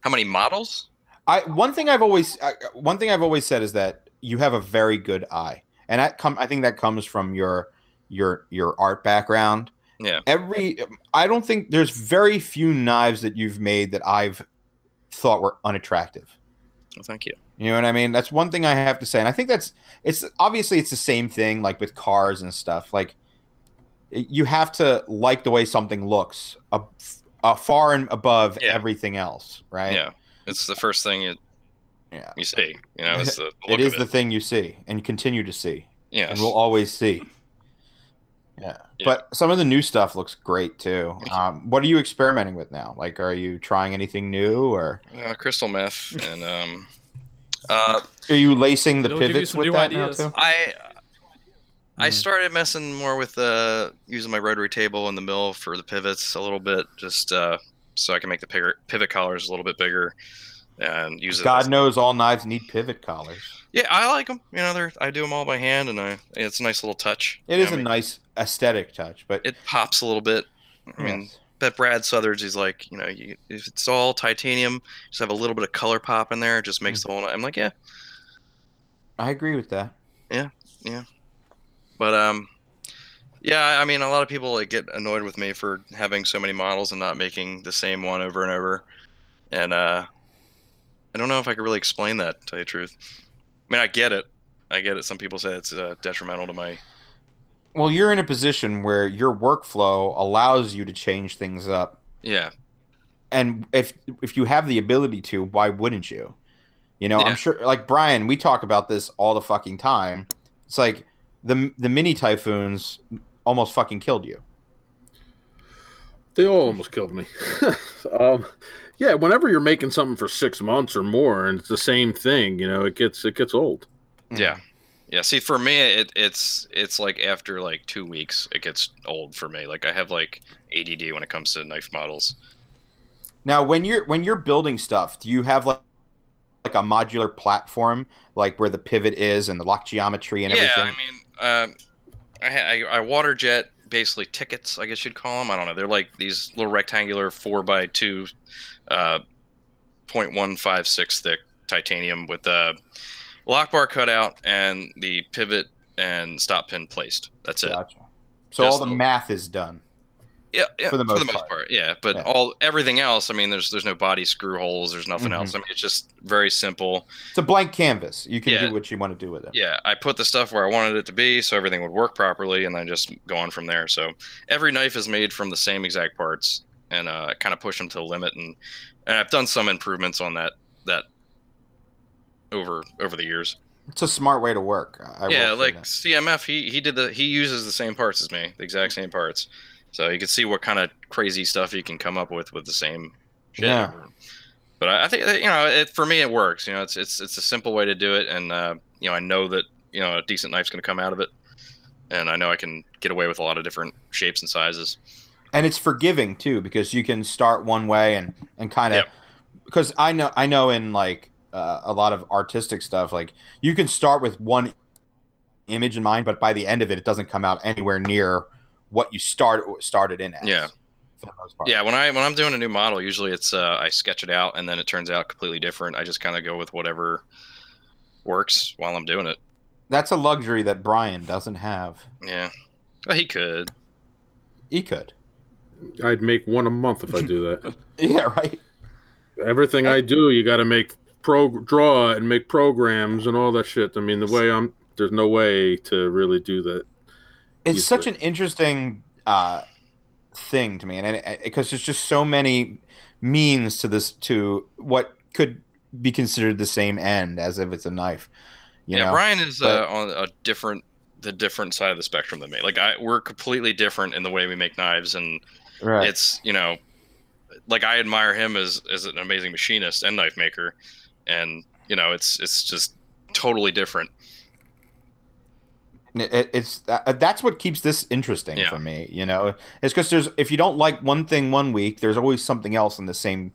Speaker 4: how many models?
Speaker 1: I one thing I've always I, one thing I've always said is that you have a very good eye, and that come I think that comes from your your your art background.
Speaker 4: Yeah.
Speaker 1: Every I don't think there's very few knives that you've made that I've thought were unattractive.
Speaker 4: Well, thank you.
Speaker 1: You know what I mean? That's one thing I have to say, and I think that's it's obviously it's the same thing like with cars and stuff. Like y- you have to like the way something looks, a, a far and above
Speaker 4: Yeah.
Speaker 1: everything else, right?
Speaker 4: Yeah, it's the first thing you
Speaker 1: Yeah.
Speaker 4: you see. You know, it's the
Speaker 1: It
Speaker 4: look
Speaker 1: is
Speaker 4: of
Speaker 1: the
Speaker 4: it.
Speaker 1: thing you see and continue to see,
Speaker 4: Yes.
Speaker 1: and we'll always see. Yeah.
Speaker 4: Yeah.
Speaker 1: but some of the new stuff looks great too.
Speaker 4: Thank you.
Speaker 1: Um, what are you experimenting with now? Like, are you trying anything new, or
Speaker 4: uh, crystal meth and um, uh,
Speaker 1: are you lacing the
Speaker 2: It'll give you
Speaker 1: pivots
Speaker 2: some
Speaker 1: with
Speaker 2: new
Speaker 1: that
Speaker 2: ideas.
Speaker 1: now too?
Speaker 4: I I
Speaker 1: Mhm.
Speaker 4: started messing more with uh, using my rotary table in the mill for the pivots a little bit, just uh, so I can make the pivot, pivot collars a little bit bigger and use it. as-
Speaker 1: God knows all knives need pivot collars.
Speaker 4: Yeah, I like them. You know, they're I do them all by hand, and I it's a nice little touch.
Speaker 1: It
Speaker 4: you
Speaker 1: is a
Speaker 4: know what I mean?
Speaker 1: nice aesthetic touch, but
Speaker 4: It pops a little bit. I mean,
Speaker 1: yes.
Speaker 4: bet Brad Southard's he's like, you know, you, if it's all titanium, just have a little bit of color pop in there, it just
Speaker 1: Mm.
Speaker 4: makes the whole. I'm like, yeah,
Speaker 1: I agree with that.
Speaker 4: But um, yeah, I mean, a lot of people like get annoyed with me for having so many models and not making the same one over and over. And uh, I don't know if I could really explain that. To tell you the truth, I mean, I get it. I get it. Some people say it's uh, detrimental to my.
Speaker 1: Well, you're in a position where your workflow allows you to change things up,
Speaker 4: Yeah,
Speaker 1: and if if you have the ability to, why wouldn't you? You know,
Speaker 4: Yeah.
Speaker 1: I'm sure. Like Brian, we talk about this all the fucking time. It's like the the mini typhoons almost fucking killed you.
Speaker 5: They all almost killed me. um, yeah, whenever you're making something for six months or more, and it's the same thing, you know, it gets it gets old.
Speaker 4: yeah, yeah. See, for me, it, it's it's like after like two weeks, it gets old for me. Like I have like ADD when it comes to knife models.
Speaker 1: Now, when you're when you're building stuff, do you have like like a modular platform, like where the pivot is and the lock geometry and
Speaker 4: yeah,
Speaker 1: everything?
Speaker 4: I mean, um, I, ha- I I water jet basically tickets, I guess you'd call them. I don't know. They're like these little rectangular four by two, uh, 0.156 thick titanium with a lock bar cut out and the pivot and stop pin placed. That's it.
Speaker 1: Gotcha. So
Speaker 4: Just
Speaker 1: all the
Speaker 4: the-
Speaker 1: math is done.
Speaker 4: Yeah, yeah,
Speaker 1: For the most part.
Speaker 4: Yeah, but
Speaker 1: Yeah.
Speaker 4: all everything else, I mean, there's there's no body screw holes. There's nothing
Speaker 1: Mm-hmm.
Speaker 4: else. I mean, it's just very simple.
Speaker 1: It's a blank canvas. You can
Speaker 4: Yeah.
Speaker 1: do what you want to do with it.
Speaker 4: Yeah, I put the stuff where I wanted it to be, so everything would work properly, and then just go on from there. So every knife is made from the same exact parts, and uh, kind of push them to the limit. And, and I've done some improvements on that that over over the years.
Speaker 1: It's a smart way to work. I- I will
Speaker 4: yeah,
Speaker 1: say
Speaker 4: like
Speaker 1: that.
Speaker 4: CMF, he he did the he uses the same parts as me, the exact same parts. So you can see what kind of crazy stuff you can come up with with the same shit.
Speaker 1: Yeah.
Speaker 4: But I, I think that, you know, it, for me, it works. You know, it's it's it's a simple way to do it, and uh, you know, I know that you know a decent knife's going to come out of it, and I know I can get away with a lot of different shapes and sizes.
Speaker 1: and it's forgiving too because you can start one way and and kind of
Speaker 4: Yep.
Speaker 1: because i know i know in like uh, a lot of artistic stuff like you can start with one image in mind but by the end of it it doesn't come out anywhere near what you start started in as,
Speaker 4: Yeah.
Speaker 1: for the most part.
Speaker 4: Yeah, when I when I'm doing a new model, usually it's uh, I sketch it out, and then it turns out completely different. I just kind of go with whatever works while I'm doing it.
Speaker 1: that's a luxury that brian doesn't have
Speaker 4: Yeah, well, he could.
Speaker 1: he could
Speaker 5: I'd make one a month if I do that.
Speaker 1: yeah right
Speaker 5: Everything I do, you got to make pro draw and make programs and all that shit. I mean, the way I'm, there's no way to really do that.
Speaker 1: it's
Speaker 5: He's
Speaker 1: such
Speaker 5: great.
Speaker 1: an interesting uh, thing to me, and because there's just so many means to this to what could be considered the same end as if it's a knife. You
Speaker 4: yeah,
Speaker 1: know?
Speaker 4: Brian is
Speaker 1: but-
Speaker 4: uh, on a different the different side of the spectrum than me. Like I, we're completely different in the way we make knives, and
Speaker 1: right?
Speaker 4: it's you know, like I admire him as as an amazing machinist and knife maker, and you know, it's it's just totally different.
Speaker 1: It- it- it's uh, that's what keeps this interesting
Speaker 4: Yeah.
Speaker 1: for me. You know, it's because there's if you don't like one thing one week, there's always something else in the same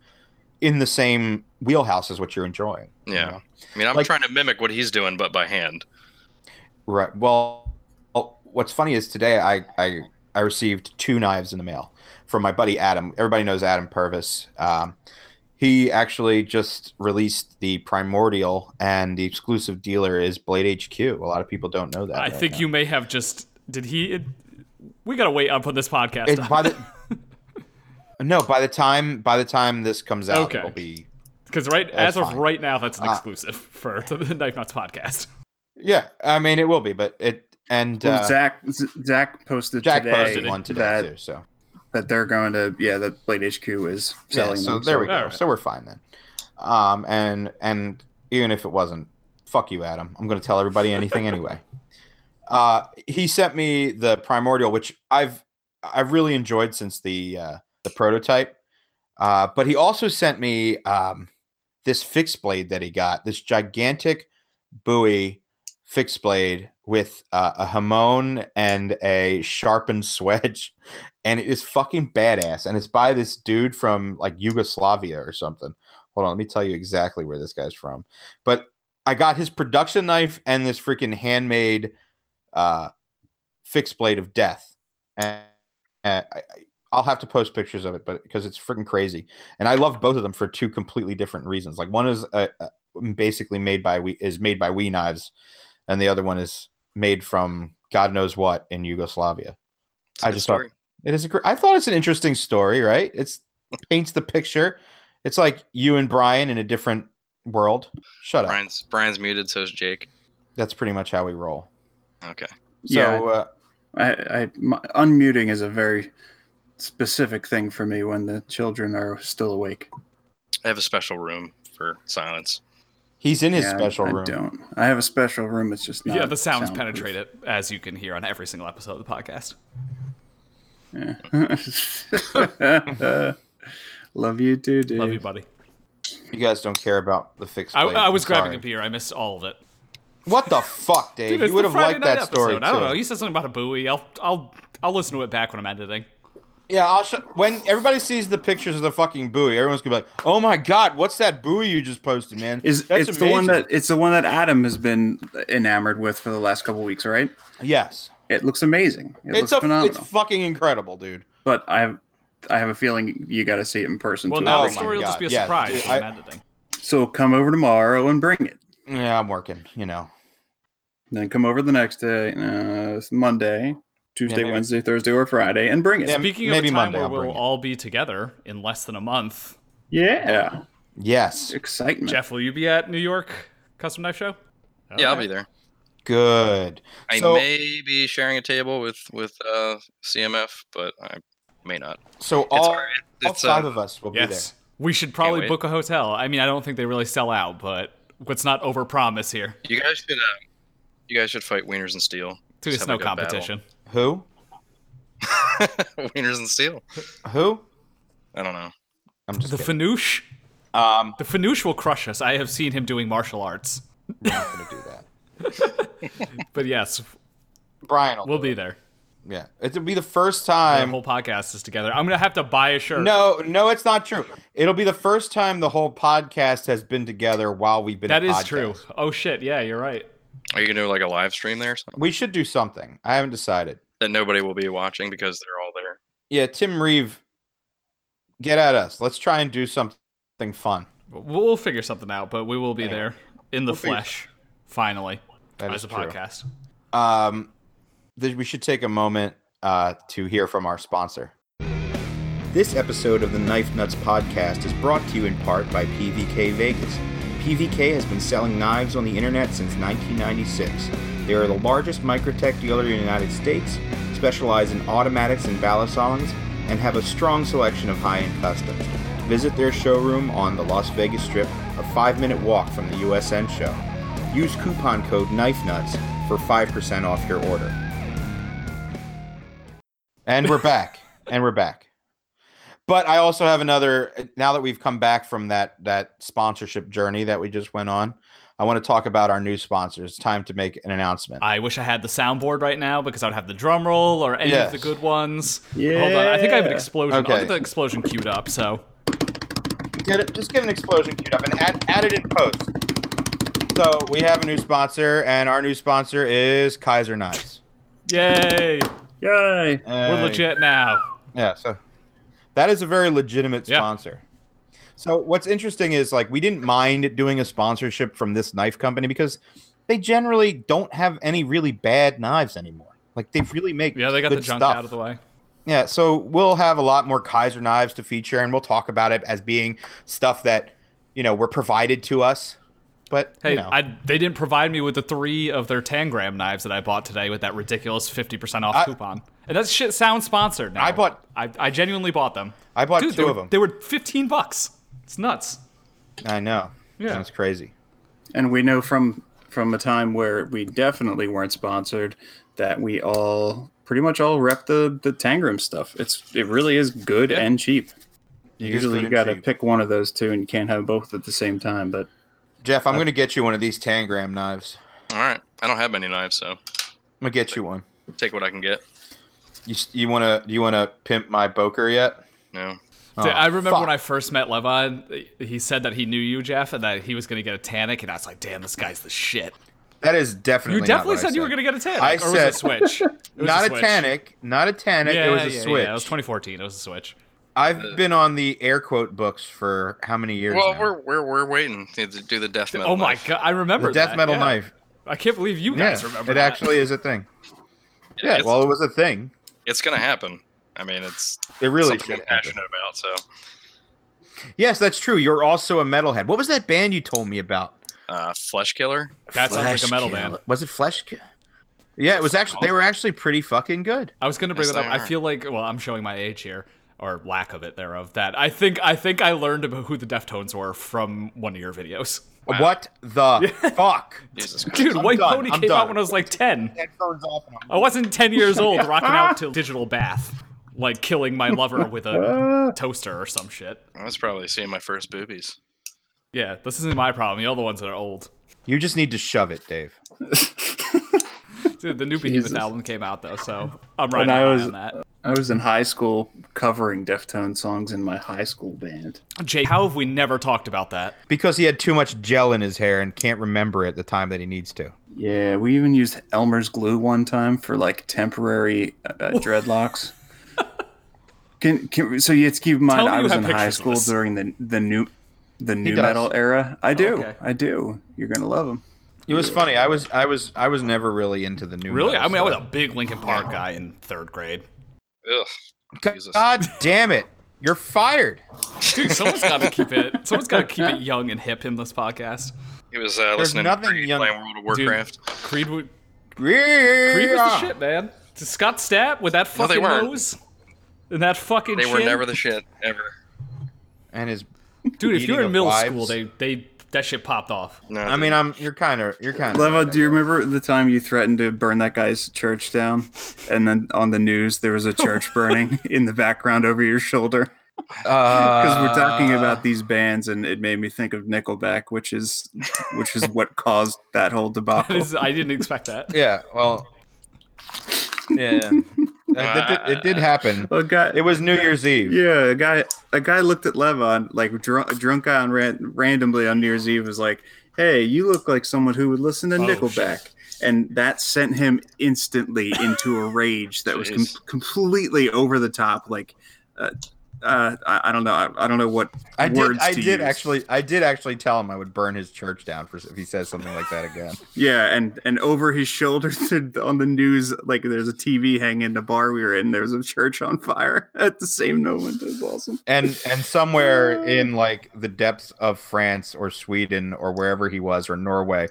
Speaker 1: in the same wheelhouse as what you're enjoying. you
Speaker 4: Yeah.
Speaker 1: know?
Speaker 4: I mean, I'm
Speaker 1: Like-
Speaker 4: trying to mimic what he's doing, but by hand.
Speaker 1: Right. Well, well, what's funny is today I, I I received two knives in the mail from my buddy Adam. Everybody knows Adam Purvis. Um, he actually just released the Primordial, and the exclusive dealer is Blade HQ. A lot of people don't know that.
Speaker 2: I
Speaker 1: right
Speaker 2: think
Speaker 1: now.
Speaker 2: you may have just. Did he? we gotta wait up on this podcast.
Speaker 1: It's by the. No, by the time by the time this comes out,
Speaker 2: Okay.
Speaker 1: it'll be
Speaker 2: Because right
Speaker 1: That's
Speaker 2: as of
Speaker 1: fine.
Speaker 2: right now, that's an
Speaker 1: Uh,
Speaker 2: exclusive for the Knife Nuts podcast.
Speaker 1: yeah. I mean, it will be, but it and
Speaker 3: Well,
Speaker 1: uh,
Speaker 3: Zach Z- Zach posted
Speaker 1: Jack
Speaker 3: today
Speaker 1: posted one today
Speaker 3: that
Speaker 1: too. So
Speaker 3: that they're going to yeah that Blade HQ is
Speaker 1: Yeah,
Speaker 3: selling.
Speaker 1: so
Speaker 3: them,
Speaker 1: there we go.
Speaker 2: Alright.
Speaker 1: So we're fine then. Um, and and even if it wasn't, fuck you, Adam. I'm going to tell everybody anything anyway. Uh, he sent me the primordial, which I've I've really enjoyed since the uh, the prototype. Uh, but he also sent me um, this fixed blade that he got, this gigantic buoy fixed blade with uh, a hamon and a sharpened swedge and it is fucking badass. And it's by this dude from like Yugoslavia or something. Hold on, let me tell you exactly where this guy's from. But I got his production knife and this freaking handmade uh, fixed blade of death. And, and I, I- I'll have to post pictures of it, but because it's freaking crazy. And I love both of them for two completely different reasons. Like one is uh, uh, basically made by we is made by Wee knives, and the other one is made from God knows what in Yugoslavia.
Speaker 4: It's a
Speaker 1: I
Speaker 4: good
Speaker 1: just thought-
Speaker 4: story.
Speaker 1: It is a great. I thought it's an interesting story, right? It's paints the picture. It's like you and Brian in a different world. Shut up.
Speaker 4: Brian's Brian's muted, so is Jake.
Speaker 1: That's pretty much how we roll.
Speaker 4: Okay.
Speaker 1: So
Speaker 3: yeah,
Speaker 1: uh,
Speaker 3: I, I my, unmuting is a very specific thing for me when the children are still awake.
Speaker 4: I have a special room for silence.
Speaker 1: he's in his
Speaker 3: Yeah,
Speaker 1: special
Speaker 3: I
Speaker 1: room.
Speaker 3: don't. I have a special room. It's just not
Speaker 2: yeah, the sounds
Speaker 3: soundproof.
Speaker 2: penetrate it, as you can hear on every single episode of the podcast.
Speaker 3: Yeah. Love you too, dude.
Speaker 2: Love you, buddy.
Speaker 1: You guys don't care about the fixed.
Speaker 2: I,
Speaker 1: blade.
Speaker 2: I
Speaker 1: I'm
Speaker 2: was grabbing
Speaker 1: sorry.
Speaker 2: a beer. I missed all of it.
Speaker 1: What the fuck, Dave?
Speaker 2: it's
Speaker 1: you
Speaker 2: the
Speaker 1: would have
Speaker 2: Friday
Speaker 1: liked
Speaker 2: night
Speaker 1: that story.
Speaker 2: episode. I don't know.
Speaker 1: too.
Speaker 2: You said something about a buoy. I'll I'll I'll listen to it back when I'm editing.
Speaker 1: Yeah, I'll show, when everybody sees the pictures of the fucking buoy, everyone's gonna be like, "Oh my god, what's that buoy you just posted, man?"
Speaker 3: Is
Speaker 1: That's
Speaker 3: it's the one
Speaker 1: amazing."
Speaker 3: that it's the one that Adam has been enamored with for the last couple weeks, right?
Speaker 1: yes,
Speaker 3: It looks amazing.
Speaker 1: it's
Speaker 3: It looks
Speaker 1: a, it's
Speaker 3: phenomenal.
Speaker 1: fucking incredible, dude.
Speaker 3: but I have I have a feeling you got to see it in person.
Speaker 2: Well,
Speaker 3: too.
Speaker 2: now
Speaker 1: Oh
Speaker 2: the
Speaker 1: my
Speaker 2: story will just
Speaker 1: God,
Speaker 2: be a
Speaker 1: yeah,
Speaker 2: surprise.
Speaker 1: dude,
Speaker 2: when I'm
Speaker 1: I-
Speaker 2: editing.
Speaker 3: So come over tomorrow and bring it.
Speaker 1: Yeah, I'm working. You know,
Speaker 3: And then come over the next day, uh, Monday, Tuesday,
Speaker 1: maybe.
Speaker 3: Wednesday, Thursday, or Friday, and bring it.
Speaker 1: Yeah,
Speaker 3: Yeah.
Speaker 1: m-
Speaker 2: Speaking
Speaker 1: maybe
Speaker 2: of a time
Speaker 1: Monday I'll
Speaker 2: where we'll
Speaker 1: bring it.
Speaker 2: all be together in less than a month,
Speaker 1: yes,
Speaker 3: Excitement.
Speaker 2: Jeff, will you be at New York Custom Knife Show?
Speaker 4: Yeah, I'll
Speaker 2: Okay.
Speaker 4: be there.
Speaker 1: good.
Speaker 4: I
Speaker 1: So-
Speaker 4: may be sharing a table with with uh, CMF, but I may not.
Speaker 1: So all,
Speaker 4: all right.
Speaker 1: all
Speaker 4: It's, uh,
Speaker 1: five of us will be there.
Speaker 2: Yes. We should probably
Speaker 4: wait.
Speaker 2: book a hotel. I mean, I don't think they really sell out, but let's not overpromise here
Speaker 4: You guys should uh, you guys should fight Wieners and Steel.
Speaker 2: to a
Speaker 4: Just have
Speaker 2: snow
Speaker 4: good battle.
Speaker 2: competition.
Speaker 1: Who?
Speaker 4: Wieners and Steel.
Speaker 1: Who?
Speaker 4: I don't know.
Speaker 1: I'm just
Speaker 2: The
Speaker 1: kidding.
Speaker 2: Fanouche,
Speaker 1: um,
Speaker 2: the Fanouche will crush us. I have seen him doing martial arts.
Speaker 1: we're not gonna do that.
Speaker 2: But yes,
Speaker 1: Brian will.
Speaker 2: we'll
Speaker 1: do
Speaker 2: be
Speaker 1: it.
Speaker 2: there.
Speaker 1: Yeah, it'll be the first
Speaker 2: The
Speaker 1: time.
Speaker 2: whole podcast is together. I'm gonna have to buy a shirt.
Speaker 1: Um, No, no, it's not true. It'll be the first time the whole podcast has been together while we've been.
Speaker 2: that
Speaker 1: a
Speaker 2: is
Speaker 1: podcast.
Speaker 2: true. Oh shit, yeah, you're right.
Speaker 4: Are you gonna do like a live stream there or something
Speaker 1: We should do something. I haven't decided.
Speaker 4: that nobody will be watching because they're all there?
Speaker 1: Yeah, Tim Reeve, get at us. Let's try and do something fun.
Speaker 2: We'll, we'll figure something out, but we will be there in the
Speaker 1: figure
Speaker 2: flesh, finally,
Speaker 1: That
Speaker 2: as
Speaker 1: is
Speaker 2: a
Speaker 1: true.
Speaker 2: podcast.
Speaker 1: Um, th- we should take a moment uh, to hear from our sponsor. This episode of the Knife Nuts podcast is brought to you in part by PVK Vegas. PVK has been selling knives on the internet since 1996. They are the largest microtech dealer in the United States, specialize in automatics and balisongs, and have a strong selection of high-end customs. Visit their showroom on the Las Vegas Strip, a five-minute walk from the USN show. Use coupon code Knife Nuts for 5% off your order. And we're back. and we're back. But I also have another. Now that we've come back from that that sponsorship journey that we just went on, I want to talk about our new sponsors. It's time to make an announcement.
Speaker 2: I wish I had the soundboard right now because I'd have the drum roll or any
Speaker 1: Yes.
Speaker 2: of the good ones. Hold on, I think I have an
Speaker 3: Yeah.
Speaker 2: explosion. I'll
Speaker 1: Okay.
Speaker 2: get the explosion queued up. So
Speaker 1: Get it, just get an explosion queued up and add, add it in post. So we have a new sponsor, and our new sponsor is Kaiser Knives.
Speaker 2: yay,
Speaker 3: Yay.
Speaker 2: we're
Speaker 1: Uh,
Speaker 2: legit now.
Speaker 1: Yeah, so that is a very legitimate
Speaker 2: Yeah.
Speaker 1: sponsor. So what's interesting is like we didn't mind doing a sponsorship from this knife company because they generally don't have any really bad knives anymore. Like they really make
Speaker 2: Yeah, they got
Speaker 1: good
Speaker 2: the junk
Speaker 1: stuff.
Speaker 2: out of the way.
Speaker 1: Yeah, so we'll have a lot more Kaiser knives to feature, and we'll talk about it as being stuff that you know were provided to us. But
Speaker 2: Hey,
Speaker 1: you know,
Speaker 2: I, they didn't provide me with the three of their Tangram knives that I bought today with that ridiculous fifty percent off
Speaker 1: I-
Speaker 2: coupon. And that shit sounds sponsored. Now.
Speaker 1: I bought-
Speaker 2: I, I genuinely bought them.
Speaker 1: I bought
Speaker 2: Dude,
Speaker 1: two of
Speaker 2: they were-
Speaker 1: them.
Speaker 2: They were fifteen bucks. It's nuts.
Speaker 1: I know.
Speaker 2: Yeah.
Speaker 1: that's crazy.
Speaker 3: And we know from from a time where we definitely weren't sponsored that we all pretty much all rep the the Tangram stuff. It's it really is good and cheap. Usually you got to pick one of those two and you can't have both at the same time, but
Speaker 1: Jeff. I'm going to get you one of these Tangram knives.
Speaker 4: All right. I don't have many knives, so
Speaker 1: I'm gonna get you one.
Speaker 4: take what I can get.
Speaker 1: You s- you want to you want to pimp my Boker yet?
Speaker 4: No.
Speaker 2: Dude, I remember
Speaker 1: Oh, fuck.
Speaker 2: when I first met Levon, he said that he knew you, Jeff, and that he was going to get a Tannic, and I was like, damn, this guy's the shit.
Speaker 1: That is definitely
Speaker 2: You
Speaker 1: not
Speaker 2: definitely
Speaker 1: what I
Speaker 2: said you were going to get a Tannic.
Speaker 1: I
Speaker 2: or was it
Speaker 1: said-
Speaker 2: a Switch? It was
Speaker 1: not a,
Speaker 2: Switch.
Speaker 1: Tannic, not a Tannic.
Speaker 2: Yeah,
Speaker 1: it was a
Speaker 2: yeah,
Speaker 1: Switch.
Speaker 2: Yeah, it was 2014. It was a Switch.
Speaker 1: I've been on the air quote books for how many years?
Speaker 4: Well,
Speaker 1: now?
Speaker 4: we're we're we're waiting to do the death metal.
Speaker 2: oh my
Speaker 4: knife.
Speaker 2: god, I remember
Speaker 1: the death
Speaker 2: that,
Speaker 1: metal
Speaker 2: yeah.
Speaker 1: knife.
Speaker 2: I can't believe you
Speaker 1: Yeah,
Speaker 2: guys remember
Speaker 1: it
Speaker 2: that.
Speaker 1: actually is a thing. Yeah,
Speaker 4: It's-
Speaker 1: well, it was a thing.
Speaker 4: It's gonna happen. I mean, it's
Speaker 1: It really
Speaker 4: something
Speaker 1: did.
Speaker 4: I'm
Speaker 1: happen.
Speaker 4: passionate about. So
Speaker 1: Yes, that's true. You're also a metalhead. What was that band you told me about?
Speaker 4: uh, Flesh Killer.
Speaker 2: That sounds like a metal
Speaker 1: Flesh
Speaker 2: band.
Speaker 1: Kill- Was it Flesh? Kill- Yeah, it was actually. They were actually pretty fucking good.
Speaker 2: I was going to bring
Speaker 4: Yes,
Speaker 2: that up.
Speaker 4: they
Speaker 2: I
Speaker 4: are.
Speaker 2: feel like, well, I'm showing my age here. Or lack of it thereof. That I think I think I learned about who the Deftones were from one of your videos.
Speaker 1: What the fuck?
Speaker 4: Jesus Christ.
Speaker 2: Dude, White
Speaker 1: done,
Speaker 2: Pony
Speaker 1: I'm
Speaker 2: came
Speaker 1: done.
Speaker 2: out when I was like ten.
Speaker 1: Headphones off. And
Speaker 2: I wasn't 10 years old rocking out to digital bath, like killing my lover with a toaster or some shit.
Speaker 4: I was probably seeing my first boobies.
Speaker 2: Yeah, this isn't my problem. You're the ones that are old.
Speaker 1: you just need to shove it, Dave.
Speaker 2: Dude, the new
Speaker 3: Jesus.
Speaker 2: Behemoth album came out though, so I'm right
Speaker 3: And I
Speaker 2: on
Speaker 3: was-
Speaker 2: that.
Speaker 3: I was in high school covering Deftones songs in my high school band.
Speaker 2: Jake, how have we never talked about that?
Speaker 1: because he had too much gel in his hair and can't remember at the time that he needs to.
Speaker 3: Yeah, we even used Elmer's glue one time for like temporary uh, uh, dreadlocks. Can, can so you have to keep in mind
Speaker 2: Tell me
Speaker 3: I
Speaker 2: you
Speaker 3: was
Speaker 2: have
Speaker 3: in high
Speaker 2: pictures of
Speaker 3: school
Speaker 2: this.
Speaker 3: during the the new the new
Speaker 1: does.
Speaker 3: metal era. I do,
Speaker 2: Okay.
Speaker 3: I do. You're gonna love them.
Speaker 1: It was funny. I was I was I was never really into the new.
Speaker 2: Really?
Speaker 1: metal
Speaker 2: I mean, I was a
Speaker 1: stuff.
Speaker 2: big Linkin Park guy in third grade.
Speaker 4: Ugh.
Speaker 1: God,
Speaker 4: Jesus.
Speaker 1: God damn it! You're fired.
Speaker 2: Dude, someone's got to keep it. Someone's got to keep it young and hip in this podcast.
Speaker 4: He was uh, listening
Speaker 1: nothing
Speaker 4: to Creed
Speaker 1: young-
Speaker 4: playing World of
Speaker 2: Dude,
Speaker 4: Warcraft.
Speaker 2: Creed, would, Creed was
Speaker 1: Yeah.
Speaker 2: the shit, man. To Scott Stapp with that
Speaker 4: No, they
Speaker 2: fucking
Speaker 4: weren't.
Speaker 2: nose and that fucking
Speaker 4: They were
Speaker 2: chin.
Speaker 4: never the shit ever.
Speaker 1: And his
Speaker 2: Dude, if
Speaker 1: eating
Speaker 2: you were in
Speaker 1: of
Speaker 2: middle
Speaker 1: wives.
Speaker 2: school, they they that shit popped off.
Speaker 4: No,
Speaker 1: I mean, I'm. You're kind of. You're kind of.
Speaker 3: Leva, do you remember the time you threatened to burn that guy's church down, and then on the news there was a church burning in the background over your shoulder?
Speaker 1: uh,
Speaker 3: because we're talking about these bands, and it made me think of Nickelback, which is which is what caused that whole
Speaker 2: That
Speaker 3: debacle.
Speaker 2: is- I didn't expect that.
Speaker 1: Yeah. Well. Yeah. That- that did- it did happen.
Speaker 3: a guy,
Speaker 1: It was New Year's Eve.
Speaker 3: yeah, a guy, a guy looked at Levon like drunk, drunk guy on ran, randomly on New Year's Eve was like, "Hey, you look like someone who would listen
Speaker 1: Oh,
Speaker 3: to Nickelback," and that sent him instantly into a rage that was com-
Speaker 4: Jeez.
Speaker 3: completely over the top. Like, uh, uh, I, I don't know, I, I don't know what
Speaker 1: I
Speaker 3: words
Speaker 1: did. I
Speaker 3: to
Speaker 1: did
Speaker 3: use.
Speaker 1: actually. I did actually tell him I would burn his church down for if he says something like that again.
Speaker 3: Yeah, and and over his shoulder to- on the news, like there's a TV hanging in the bar we were in. There was a church on fire at the same moment. It was awesome.
Speaker 1: and and somewhere in like the depths of France or Sweden or wherever he was or Norway,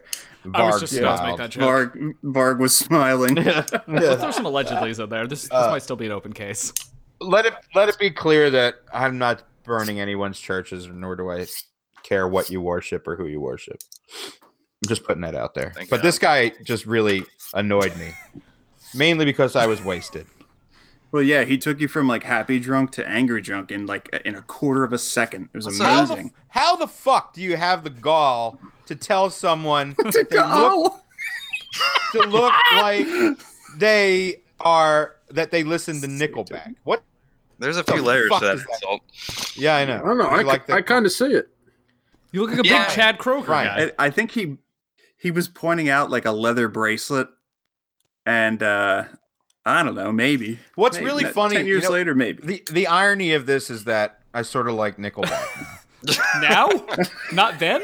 Speaker 2: I was
Speaker 1: Varg
Speaker 2: just about to make
Speaker 1: smiled.
Speaker 2: that joke.
Speaker 3: Varg Varg was smiling.
Speaker 2: Let's throw some allegedly's in there. This, this
Speaker 1: Uh,
Speaker 2: might still be an open case.
Speaker 1: Let it let it be clear that I'm not burning anyone's churches, nor do I care what you worship or who you worship. I'm just putting that out there.
Speaker 4: Thank
Speaker 1: but
Speaker 4: God.
Speaker 1: this guy just really annoyed me, mainly because I was wasted.
Speaker 3: well, yeah, he took you from like happy drunk to angry drunk in like in a quarter of a second. It was
Speaker 1: How the,
Speaker 3: amazing.
Speaker 1: f- how the fuck do you have the gall to tell someone to to look like they are that they listen to Nickelback. What?
Speaker 4: There's a few
Speaker 1: the
Speaker 4: layers
Speaker 1: fuck
Speaker 4: to that
Speaker 1: is that?
Speaker 4: insult.
Speaker 1: Yeah, I know.
Speaker 5: I don't know.
Speaker 1: You
Speaker 5: I,
Speaker 1: like that-
Speaker 5: kind of see it.
Speaker 2: You look like a
Speaker 4: Yeah.
Speaker 2: big Chad Kroger
Speaker 1: Right.
Speaker 2: guy.
Speaker 3: I, I think he he was pointing out like a leather bracelet, and uh I don't know, maybe.
Speaker 1: What's
Speaker 3: Maybe.
Speaker 1: really
Speaker 3: Ten
Speaker 1: funny? you
Speaker 3: years
Speaker 1: know,
Speaker 3: later, maybe.
Speaker 1: the the irony of this is that I sort of like Nickelback.
Speaker 2: Now? Not then?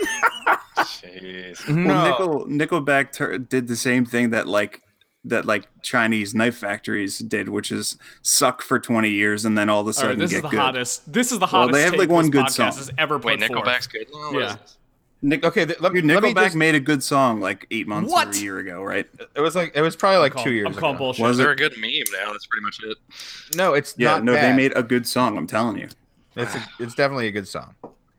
Speaker 4: Jeez.
Speaker 1: no,
Speaker 3: Well, Nickel Nickelback tur did the same thing that like that like Chinese knife factories did, which is suck for twenty years and then all of a
Speaker 2: All
Speaker 3: sudden
Speaker 2: right, this
Speaker 3: get
Speaker 2: is the
Speaker 3: good.
Speaker 2: hottest. This is the
Speaker 3: Well,
Speaker 2: hottest.
Speaker 3: they have,
Speaker 2: take
Speaker 3: like, one
Speaker 2: this
Speaker 3: good
Speaker 2: podcast
Speaker 3: song.
Speaker 2: has ever put
Speaker 4: Wait,
Speaker 2: forth.
Speaker 4: Nickelback's good. now? What is
Speaker 2: Yeah.
Speaker 4: this?
Speaker 3: Nic-
Speaker 1: okay, th- let, me-
Speaker 3: Dude,
Speaker 1: let me
Speaker 3: Nickelback
Speaker 1: just,
Speaker 3: made a good song like eight months or
Speaker 2: What?
Speaker 3: a year ago, right?
Speaker 1: It was like it was probably like
Speaker 2: I'm
Speaker 1: two
Speaker 2: calling-
Speaker 1: years
Speaker 2: I'm calling
Speaker 1: ago.
Speaker 2: bullshit.
Speaker 3: Was
Speaker 4: They're
Speaker 3: it?
Speaker 4: a good meme now. That's pretty much it.
Speaker 1: No, it's
Speaker 3: Yeah,
Speaker 1: not.
Speaker 3: no,
Speaker 1: bad.
Speaker 3: they made a good song. I'm telling you,
Speaker 1: It's a, it's definitely a good song.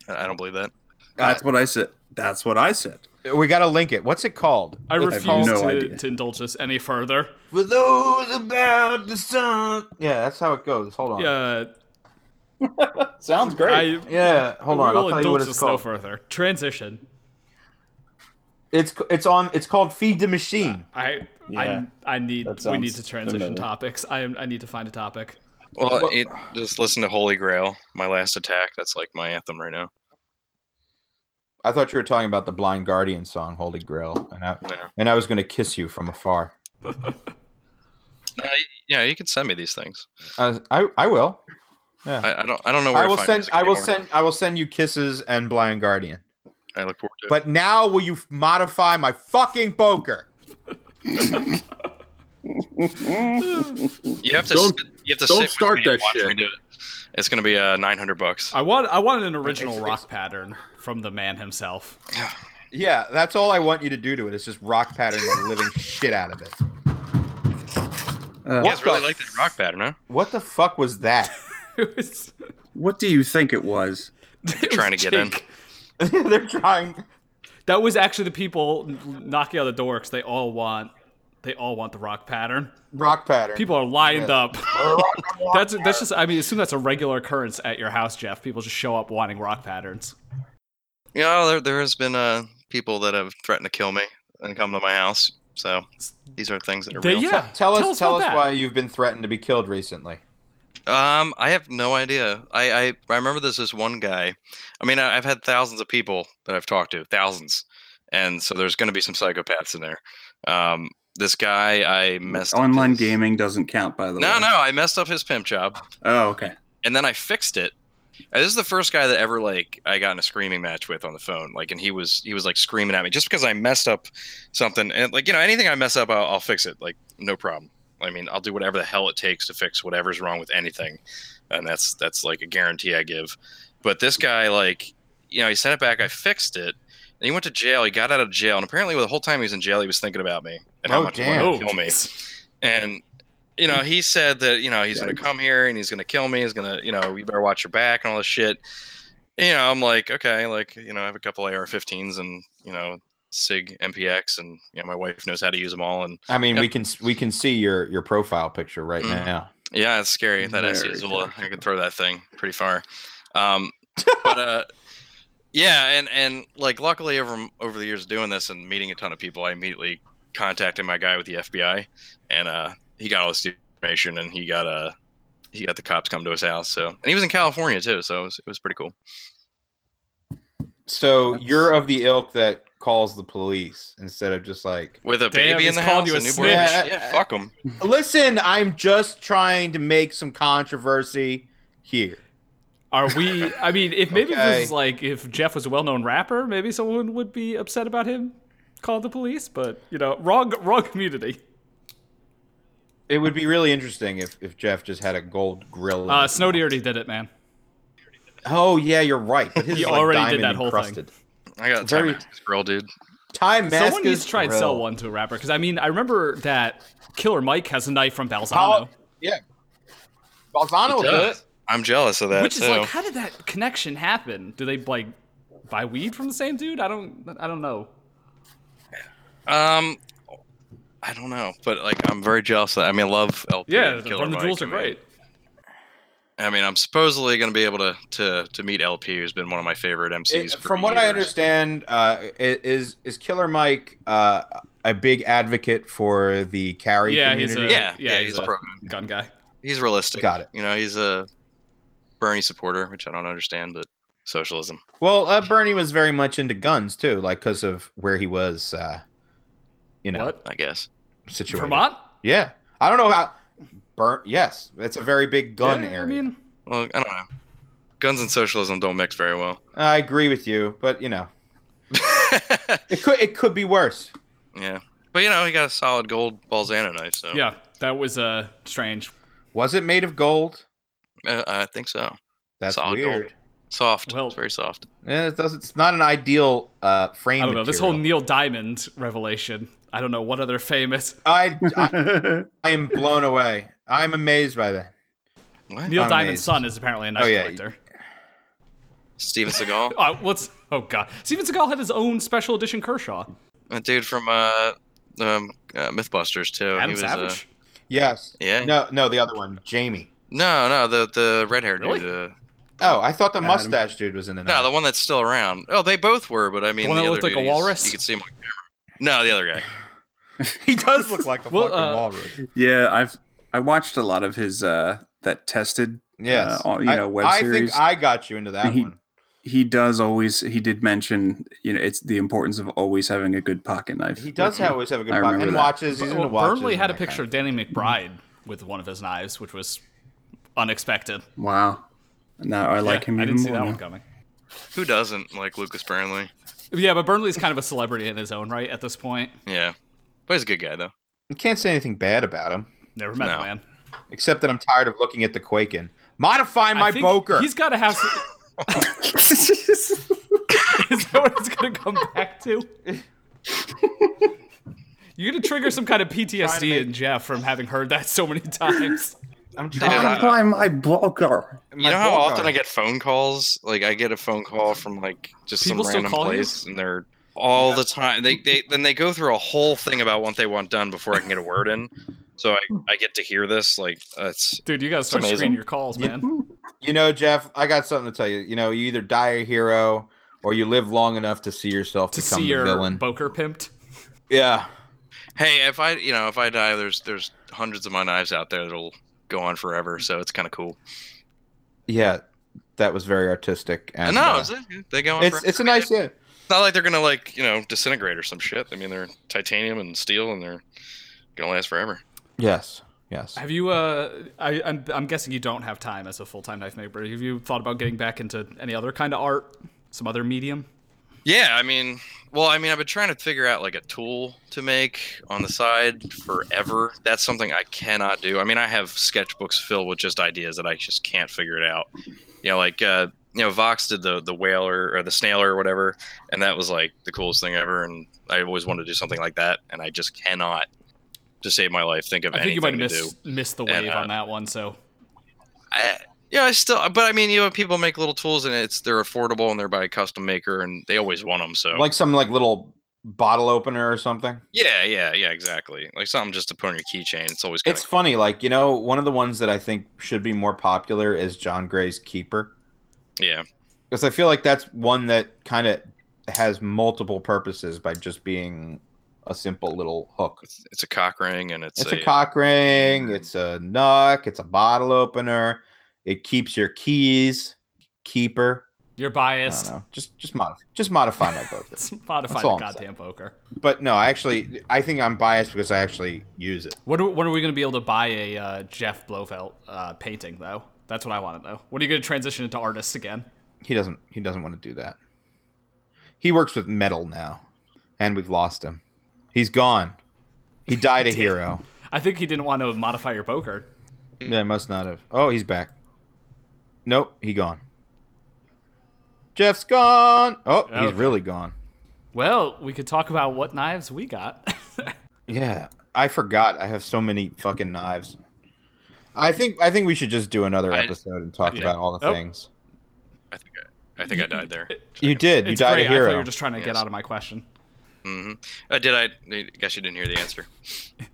Speaker 4: I I don't believe that.
Speaker 3: that's what I said. That's what I said.
Speaker 1: We got to link it. What's it called?
Speaker 2: I
Speaker 1: It's
Speaker 2: refuse
Speaker 1: called-
Speaker 3: no
Speaker 2: to,
Speaker 3: idea.
Speaker 2: to indulge this any further.
Speaker 1: For those about the sun. Yeah, that's how it goes. Hold on.
Speaker 2: Yeah,
Speaker 3: Sounds
Speaker 2: I
Speaker 1: Yeah, hold on.
Speaker 2: we
Speaker 1: I'll tell
Speaker 2: will
Speaker 1: you what
Speaker 2: indulge
Speaker 1: it's
Speaker 2: this no
Speaker 1: called.
Speaker 2: further. Transition.
Speaker 1: It's it's on. It's called Feed the Machine.
Speaker 2: I
Speaker 3: Yeah,
Speaker 2: I I need
Speaker 3: that
Speaker 2: we
Speaker 3: sounds
Speaker 2: need to transition
Speaker 3: familiar.
Speaker 2: topics. I am I need to find a topic.
Speaker 4: Well, it, just listen to Holy Grail, my last attack. That's like my anthem right now.
Speaker 1: I thought you were talking about the Blind Guardian song "Holy Grail," and I
Speaker 4: No.
Speaker 1: and I was going to kiss you from afar.
Speaker 4: No, y- Uh, yeah, you can send me these things.
Speaker 1: I I, I will.
Speaker 4: I, I don't. I don't know where
Speaker 1: I
Speaker 4: to
Speaker 1: will
Speaker 4: find
Speaker 1: send.
Speaker 4: music
Speaker 1: I will
Speaker 4: anymore.
Speaker 1: send. I will send you kisses and Blind Guardian.
Speaker 4: I look forward to it.
Speaker 1: But now, will you modify my fucking poker?
Speaker 4: you have to.
Speaker 5: Don't-
Speaker 4: sit- you have to.
Speaker 5: don't
Speaker 4: sit with
Speaker 5: start
Speaker 4: me and
Speaker 5: that
Speaker 4: watch me
Speaker 5: shit.
Speaker 4: do it. It's gonna be uh, nine hundred bucks.
Speaker 2: I want I want an original
Speaker 1: It's-
Speaker 2: rock pattern from the man himself.
Speaker 1: Yeah, that's all I want you to do to it. It's just rock pattern the living shit out of it.
Speaker 2: Uh,
Speaker 4: You guys
Speaker 1: What
Speaker 4: really
Speaker 1: the-
Speaker 4: like that rock pattern, huh?
Speaker 1: What the fuck was that?
Speaker 2: It was-
Speaker 3: What do you think it was?
Speaker 2: it was
Speaker 4: trying to get in.
Speaker 2: Jake.
Speaker 1: They're trying.
Speaker 2: That was actually the people n- knocking on the door because they all want they all want the rock pattern.
Speaker 1: Rock pattern.
Speaker 2: People are lined up. that's that's just I mean assume that's a regular occurrence at your house, Jeff. People just show up wanting rock patterns.
Speaker 4: You know, there, there has been uh, people that have threatened to kill me and come to my house So these are things that are
Speaker 2: They-
Speaker 4: real.
Speaker 2: yeah.
Speaker 1: Tell us, tell us
Speaker 2: about that.
Speaker 1: why you've been threatened to be killed recently.
Speaker 4: Um, I have no idea. I, I I remember this this one guy. I mean, I, I've had thousands of people that I've talked to, thousands, and so there's going to be some psychopaths in there. Um, this guy I messed up
Speaker 3: Online
Speaker 4: his-
Speaker 3: gaming doesn't count, by the
Speaker 4: No,
Speaker 3: way.
Speaker 4: no, I messed up his pimp job,
Speaker 3: Oh, okay.
Speaker 4: and then I fixed it. And this is the first guy that ever like I got in a screaming match with on the phone. Like, and he was he was like screaming at me just because I messed up something. And like you know, anything I mess up, I'll, I'll fix it. Like, no problem. I mean, I'll do whatever the hell it takes to fix whatever's wrong with anything, and that's that's like a guarantee I give. But this guy, like, you know, he sent it back. I fixed it. And he went to jail. He got out of jail, and apparently, the whole time he was in jail, he was thinking about me and how
Speaker 1: Oh,
Speaker 4: much he
Speaker 1: damn.
Speaker 4: wanted to kill me. And you know, he said that you know he's going to come here and he's going to kill me. He's going to you know you better watch your back and all this shit. You know, I'm like okay, like you know, I have a couple AR-15s and you know Sig MPX, and you know my wife knows how to use them all. And
Speaker 1: I mean,
Speaker 4: Yep.
Speaker 1: we can we can see your your profile picture right
Speaker 2: Mm-hmm.
Speaker 4: Mhm.
Speaker 1: now.
Speaker 4: yeah, it's scary. That
Speaker 3: Very
Speaker 4: SC Azula, I could throw that thing pretty far. Um, but uh, yeah, and and like luckily over over the years doing this and meeting a ton of people, I immediately contacted my guy with the FBI, and uh, he got all this information, and he got uh, he got the cops come to his house. So and he was in California too, so it was, it was pretty cool.
Speaker 1: So
Speaker 3: That's-
Speaker 1: you're of the ilk that calls the police instead of just like,
Speaker 4: With a
Speaker 2: Damn,
Speaker 4: baby in
Speaker 2: he's
Speaker 4: the
Speaker 2: called
Speaker 4: house,
Speaker 2: you a
Speaker 4: a newborn.
Speaker 1: snitch.
Speaker 4: Yeah, fuck him.
Speaker 1: "Listen, I'm just trying to make some controversy here."
Speaker 2: Are we? I mean, if maybe this is
Speaker 1: Okay.
Speaker 2: like if Jeff was a well-known rapper, maybe someone would be upset about him, call the police. But you know, wrong, wrong community.
Speaker 1: It would be really interesting if, if Jeff just had a gold grill. in
Speaker 2: Uh,
Speaker 1: his
Speaker 2: Snowdy
Speaker 1: mouth.
Speaker 2: already did it, man.
Speaker 1: Oh yeah, you're right. But his
Speaker 2: He
Speaker 1: is, like,
Speaker 2: already did
Speaker 1: diamond
Speaker 2: that whole thing.
Speaker 1: encrusted.
Speaker 4: I got
Speaker 1: Very-
Speaker 4: very girl, dude.
Speaker 1: Time mask
Speaker 2: Someone needs
Speaker 1: is
Speaker 2: to try and
Speaker 1: grill.
Speaker 2: sell one to a rapper because I mean, I remember that Killer Mike has a knife from Balzano,
Speaker 1: Paul- yeah, Balzano will do it.
Speaker 4: I'm jealous of that
Speaker 2: which is
Speaker 4: too.
Speaker 2: like, how did that connection happen? Do they like buy weed from the same dude? I don't, I don't know.
Speaker 4: Um, I don't know, but like I'm very jealous. Of that. I mean, I love LP.
Speaker 2: Yeah, the
Speaker 4: and Killer
Speaker 2: Burn the
Speaker 4: Mike.
Speaker 2: Jewels are
Speaker 4: I mean-
Speaker 2: great.
Speaker 4: I mean, I'm supposedly going to be able to to to meet LP, who's been one of my favorite MCs.
Speaker 1: It-
Speaker 4: for
Speaker 1: Eh, from what I
Speaker 4: years.
Speaker 1: understand, uh, i- is is Killer Mike uh, a big advocate for the carry
Speaker 2: Yeah, he's
Speaker 1: community?
Speaker 2: a
Speaker 4: yeah,
Speaker 2: yeah,
Speaker 4: yeah,
Speaker 2: he's
Speaker 4: he's, a
Speaker 2: a-
Speaker 4: pro.
Speaker 2: Gun guy.
Speaker 4: He's realistic.
Speaker 1: Got it.
Speaker 4: You know, he's a Bernie supporter, which I don't understand, but socialism.
Speaker 1: Well, uh, Bernie was very much into guns too, like because of where he was, uh, you know,
Speaker 2: What?
Speaker 4: I guess.
Speaker 1: situated.
Speaker 2: Vermont?
Speaker 1: Yeah, I don't know how. Burn. Yes, it's a very big gun
Speaker 2: Yeah,
Speaker 1: area.
Speaker 2: I
Speaker 1: I,
Speaker 2: mean,
Speaker 4: Well, I don't know. Guns and socialism don't mix very well.
Speaker 1: agree with you, but you know, it could it could be worse.
Speaker 4: yeah, but you know, he got a solid gold Balzano knife, so
Speaker 2: yeah, that was uh strange.
Speaker 1: Was it made of gold?
Speaker 4: uh, I think so.
Speaker 1: That's
Speaker 4: Solid gold.
Speaker 1: weird.
Speaker 4: Soft.
Speaker 2: Well-
Speaker 4: it's very soft.
Speaker 1: Yeah, it does, it's not an ideal uh, frame.
Speaker 2: I don't know. This whole
Speaker 1: material.
Speaker 2: Neil Diamond revelation. I don't know what other famous
Speaker 1: I, I
Speaker 3: That's
Speaker 1: I am blown away. I'm amazed by that.
Speaker 4: What?
Speaker 2: Neil
Speaker 1: I'm
Speaker 2: Diamond's
Speaker 1: amazed.
Speaker 2: son is apparently a knife
Speaker 1: Oh, yeah.
Speaker 2: collector.
Speaker 4: Steven Seagal.
Speaker 2: Oh, what's oh god? Steven Seagal had his own special edition Kershaw.
Speaker 4: a dude from uh, um, uh, MythBusters too.
Speaker 2: Adam
Speaker 4: was, uh,
Speaker 2: Savage.
Speaker 1: Yes.
Speaker 4: yeah.
Speaker 1: No, no, the other one, Jamie.
Speaker 4: No, no, the the red haired
Speaker 2: Really?
Speaker 4: dude. Uh,
Speaker 1: Oh, I thought the
Speaker 3: Adam.
Speaker 1: mustache dude was in the.
Speaker 4: no,
Speaker 1: ninth.
Speaker 4: the one that's still around. Oh, they both were, but I mean,
Speaker 2: one that
Speaker 4: other
Speaker 2: looked like a
Speaker 4: dude, he's-
Speaker 2: walrus?
Speaker 4: You could see him on camera. No, the other guy.
Speaker 1: he does look like a
Speaker 2: Well,
Speaker 1: fucking
Speaker 2: uh,
Speaker 1: walrus.
Speaker 3: yeah, I've I watched a lot of his uh that tested.
Speaker 1: Yes.
Speaker 3: all- Uh, oh, you
Speaker 1: I-
Speaker 3: know, web
Speaker 1: I,
Speaker 3: series.
Speaker 1: think I got you into that
Speaker 3: He-
Speaker 1: one.
Speaker 3: He does always he did mention, you know, it's the importance of always having a good pocket knife.
Speaker 1: He does
Speaker 3: with you.
Speaker 1: have, always have a good
Speaker 3: I
Speaker 1: pocket
Speaker 3: remember
Speaker 1: and
Speaker 3: that.
Speaker 1: watches. He's into
Speaker 2: Well,
Speaker 1: watches.
Speaker 2: Burnley
Speaker 1: and
Speaker 2: had a
Speaker 1: that kind
Speaker 2: picture
Speaker 1: of-
Speaker 2: of Danny McBride with one of his knives, which was unexpected.
Speaker 3: Wow. Now I like
Speaker 2: Yeah,
Speaker 3: him
Speaker 2: I
Speaker 3: even
Speaker 2: didn't see that
Speaker 3: more.
Speaker 2: one
Speaker 3: now.
Speaker 2: coming.
Speaker 4: Who doesn't like Lucas Burnley?
Speaker 2: Yeah, but Burnley's kind of a celebrity in his own right at this point.
Speaker 4: Yeah, but he's a good guy though.
Speaker 1: You can't say anything bad about him,
Speaker 2: Never met the
Speaker 4: No.
Speaker 2: man.
Speaker 1: except that I'm tired of looking at the Quaken. Modify
Speaker 2: I
Speaker 1: my
Speaker 2: think
Speaker 1: Boker.
Speaker 2: He's got to have. Some, is that what it's going to come back to? You're going to trigger some kind of PTSD in Jeff from having heard that so many times.
Speaker 1: I'm
Speaker 4: Dude,
Speaker 1: trying.
Speaker 4: I-
Speaker 3: Modify my blocker.
Speaker 1: my
Speaker 4: You know how
Speaker 1: Boker.
Speaker 4: often I get phone calls? Like I get a phone call from like just
Speaker 2: People
Speaker 4: some
Speaker 2: still
Speaker 4: random
Speaker 2: call you?
Speaker 4: place, and they're all the time. They they then they go through a whole thing about what they want done before I can get a word in. So I, I get to hear this. Like uh, it's
Speaker 2: Dude, you got to start
Speaker 4: amazing.
Speaker 2: screening your calls,
Speaker 1: Yeah.
Speaker 2: man.
Speaker 1: You know, Jeff, I got something to tell you. You know, you either die a hero or you live long enough to see yourself
Speaker 2: To
Speaker 1: become
Speaker 2: see
Speaker 1: the
Speaker 2: your
Speaker 1: villain.
Speaker 2: Boker pimped.
Speaker 1: yeah.
Speaker 4: hey, if I you know if I die, there's there's hundreds of my knives out there that'll go on forever. So it's kind of cool.
Speaker 1: Yeah, that was very artistic. And,
Speaker 4: no,
Speaker 1: uh,
Speaker 4: it's- eh, they go on.
Speaker 1: it's
Speaker 4: forever.
Speaker 1: it's a nice yeah.
Speaker 4: It's not like they're gonna like you know disintegrate or some shit. I mean, they're titanium and steel, and they're gonna last forever.
Speaker 1: Yes, yes.
Speaker 2: Have you? Uh, I, I'm, I'm guessing you don't have time as a full time knife maker. Have you thought about getting back into any other kind of art, some other medium?
Speaker 4: Yeah, I mean, well, I mean, I've been trying to figure out like a tool to make on the side forever. That's something I cannot do. I mean, I have sketchbooks filled with just ideas that I just can't figure it out. You know, like uh, you know, Vox did the the whaler or the snailer or whatever, and that was like the coolest thing ever. And I always wanted to do something like that, and I just cannot, to save my life, think of
Speaker 2: I think
Speaker 4: anything
Speaker 2: you might have
Speaker 4: to do.
Speaker 2: missed, missed the
Speaker 4: And,
Speaker 2: wave
Speaker 4: uh,
Speaker 2: on that one. So
Speaker 4: I, yeah, I still, but I mean, you know, people make little tools, and it's they're affordable, and they're by a custom maker, and they always want them. So
Speaker 1: Like some like little bottle opener or something.
Speaker 4: Yeah, yeah, yeah, exactly. Like something just to put on your keychain. It's always kind
Speaker 1: It's
Speaker 4: of
Speaker 1: funny, like you know, one of the ones that I think should be more popular is John Gray's Keeper,
Speaker 4: yeah,
Speaker 1: because I feel like that's one that kind of has multiple purposes by just being a simple little hook.
Speaker 4: it's, it's a cock ring and it's,
Speaker 1: It's
Speaker 4: a,
Speaker 1: a cock ring. It's a nook. It's a bottle opener. It keeps your keys. Keeper.
Speaker 2: you're
Speaker 1: I
Speaker 2: biased.
Speaker 1: don't know. Just just modify just modify my vote.
Speaker 2: It's modify
Speaker 1: That's
Speaker 2: the
Speaker 1: all I'm saying.
Speaker 2: goddamn poker.
Speaker 1: But no, I actually I think I'm biased because I actually use it.
Speaker 2: What are, when are we going to be able to buy a uh, Jeff Blofeld uh, painting though? That's what I want to know. When are you going to transition into artists again?
Speaker 1: He doesn't he doesn't want to do that. He works with metal now. And we've lost him. He's gone. He died a hero.
Speaker 2: I think he didn't want to modify your poker.
Speaker 1: Yeah, must not have. Oh, he's back. Nope, he gone. Jeff's gone. Oh, he's
Speaker 2: Okay.
Speaker 1: really gone.
Speaker 2: Well, we could talk about what knives we got.
Speaker 1: Yeah, I forgot. I have so many fucking knives. I think I think we should just do another
Speaker 4: I-
Speaker 1: episode and talk
Speaker 4: yeah.
Speaker 1: about all the
Speaker 2: Oh.
Speaker 1: things.
Speaker 4: I think I, I think I died there.
Speaker 1: You did. You
Speaker 2: it's
Speaker 1: died
Speaker 2: great.
Speaker 1: a
Speaker 2: I thought you
Speaker 1: hero.
Speaker 2: were just trying to get
Speaker 4: Yes.
Speaker 2: out of my question.
Speaker 4: hmm Uh, did I? I guess you didn't hear the answer.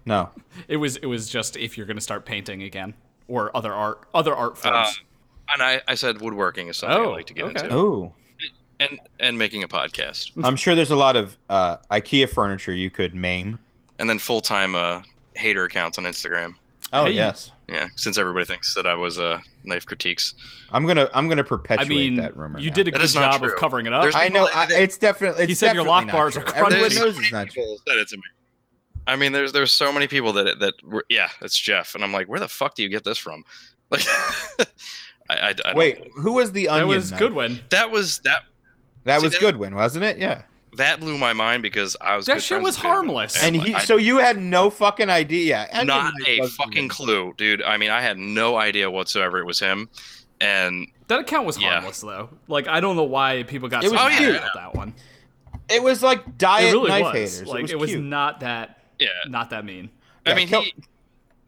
Speaker 1: No.
Speaker 2: It was it was just if you're going to start painting again or other art other art
Speaker 4: Uh,
Speaker 2: forms.
Speaker 4: and I, I said woodworking is something
Speaker 2: Oh,
Speaker 4: I like to get
Speaker 2: okay.
Speaker 4: into,
Speaker 1: Oh,
Speaker 4: and and making a podcast,
Speaker 1: I'm sure there's a lot of uh, IKEA furniture you could maim.
Speaker 4: and then full time uh, hater accounts on Instagram.
Speaker 1: Oh
Speaker 2: Hey.
Speaker 1: yes,
Speaker 4: Yeah, since everybody thinks that I was uh, knife critiques.
Speaker 1: I'm gonna I'm gonna
Speaker 2: I
Speaker 1: perpetuate
Speaker 2: mean,
Speaker 1: that rumor.
Speaker 2: you
Speaker 1: now.
Speaker 2: did a
Speaker 4: That
Speaker 2: good
Speaker 4: is not
Speaker 2: job of
Speaker 4: true.
Speaker 2: covering it up.
Speaker 4: There's-
Speaker 1: I know. I, it's definitely. It's
Speaker 2: He said your
Speaker 1: definitely
Speaker 2: lock
Speaker 1: not
Speaker 2: bars
Speaker 1: true.
Speaker 2: are
Speaker 1: Everyone
Speaker 4: crumbling.
Speaker 1: knows it's not true.
Speaker 4: Said it to me. I mean, there's there's so many people that that were, yeah, that's Jeff, and I'm like, where the fuck do you get this from? Like, I, I, I don't-
Speaker 1: Wait, who was the
Speaker 2: that
Speaker 1: onion?
Speaker 2: was
Speaker 1: knife?
Speaker 2: Goodwin.
Speaker 4: that was that
Speaker 1: That
Speaker 4: See,
Speaker 1: was
Speaker 4: that-
Speaker 1: Goodwin, wasn't it? Yeah.
Speaker 4: that blew my mind because I was
Speaker 2: That
Speaker 4: good
Speaker 2: shit
Speaker 4: friends
Speaker 2: was
Speaker 4: with Goodwin.
Speaker 2: harmless.
Speaker 1: And
Speaker 4: like,
Speaker 1: he,
Speaker 4: I-
Speaker 1: so you had no fucking idea. Onion
Speaker 4: not
Speaker 1: knife
Speaker 4: a
Speaker 1: was
Speaker 4: fucking
Speaker 1: Goodwin.
Speaker 4: clue, dude. I mean, I had no idea whatsoever it was him. And
Speaker 2: That account was
Speaker 4: Yeah. Oh,
Speaker 2: harmless though. Like I don't know why people got
Speaker 1: It
Speaker 2: so
Speaker 1: was
Speaker 2: mad
Speaker 1: cute.
Speaker 2: about that one.
Speaker 1: It was like diet
Speaker 2: it really
Speaker 1: knife
Speaker 2: was.
Speaker 1: haters.
Speaker 2: Like
Speaker 1: it was, cute.
Speaker 2: not that
Speaker 4: yeah,
Speaker 2: not that mean.
Speaker 1: Yeah,
Speaker 4: I mean,
Speaker 1: Kel-
Speaker 4: he,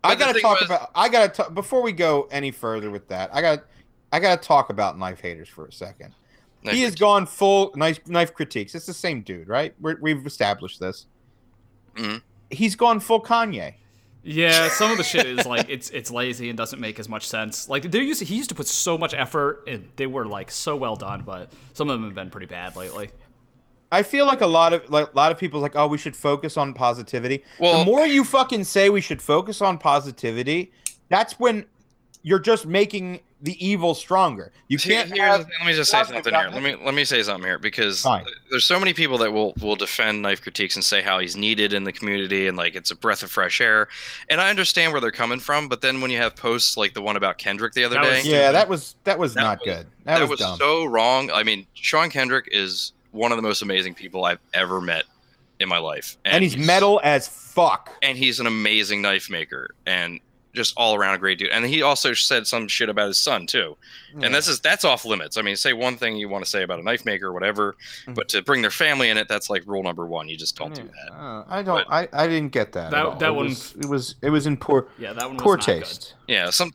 Speaker 1: I
Speaker 4: but the
Speaker 1: gotta
Speaker 4: thing
Speaker 1: talk
Speaker 4: was-
Speaker 1: about. I gotta talk before we go any further with that. I got. to I gotta talk about knife haters for a second.
Speaker 4: Knife
Speaker 1: he has gone full knife knife critiques. It's the same dude, right? We're, we've established this.
Speaker 4: Mhm.
Speaker 1: He's gone full Kanye.
Speaker 2: Yeah, some of the shit is like it's it's lazy and doesn't make as much sense. Like they used to, he used to put so much effort and they were like so well done, but some of them have been pretty bad lately.
Speaker 1: I feel like a lot of like a lot of people's like, oh, we should focus on positivity. the
Speaker 4: Well-
Speaker 1: more you fucking say we should focus on positivity, that's when you're just making the evil stronger. You
Speaker 4: Here-
Speaker 1: can't
Speaker 4: here's-
Speaker 1: have
Speaker 4: let me just say
Speaker 1: have
Speaker 4: something
Speaker 1: the-
Speaker 4: here. Let me let me say something here because
Speaker 1: Fine.
Speaker 4: there's so many people that will will defend knife critiques and say how he's needed in the community and like it's a breath of fresh air. And I understand where they're coming from, but then when you have posts like the one about Kendrick the other
Speaker 2: That was
Speaker 4: day,
Speaker 1: Yeah, that was that was
Speaker 4: That
Speaker 1: not
Speaker 4: was-
Speaker 1: good. That, was, dumb.
Speaker 4: so wrong. I mean, Sean Kendrick is one of the most amazing people I've ever met in my life,
Speaker 1: and he's metal as fuck.
Speaker 4: and he's an amazing knife maker and just all around a great dude. And he also said some shit about his son too. And this is that's off limits. I mean, say one thing you want to say about a knife maker or whatever,
Speaker 1: Mm-hmm.
Speaker 4: but to bring their family in it, that's like rule number one. You just don't do that.
Speaker 1: Uh, I don't. I, I didn't get that. at
Speaker 2: That-
Speaker 1: all.
Speaker 2: that
Speaker 1: it
Speaker 2: one-
Speaker 1: was, it was it was in poor
Speaker 2: Yeah, that one was
Speaker 1: poor
Speaker 2: not
Speaker 1: taste
Speaker 4: Yeah. Some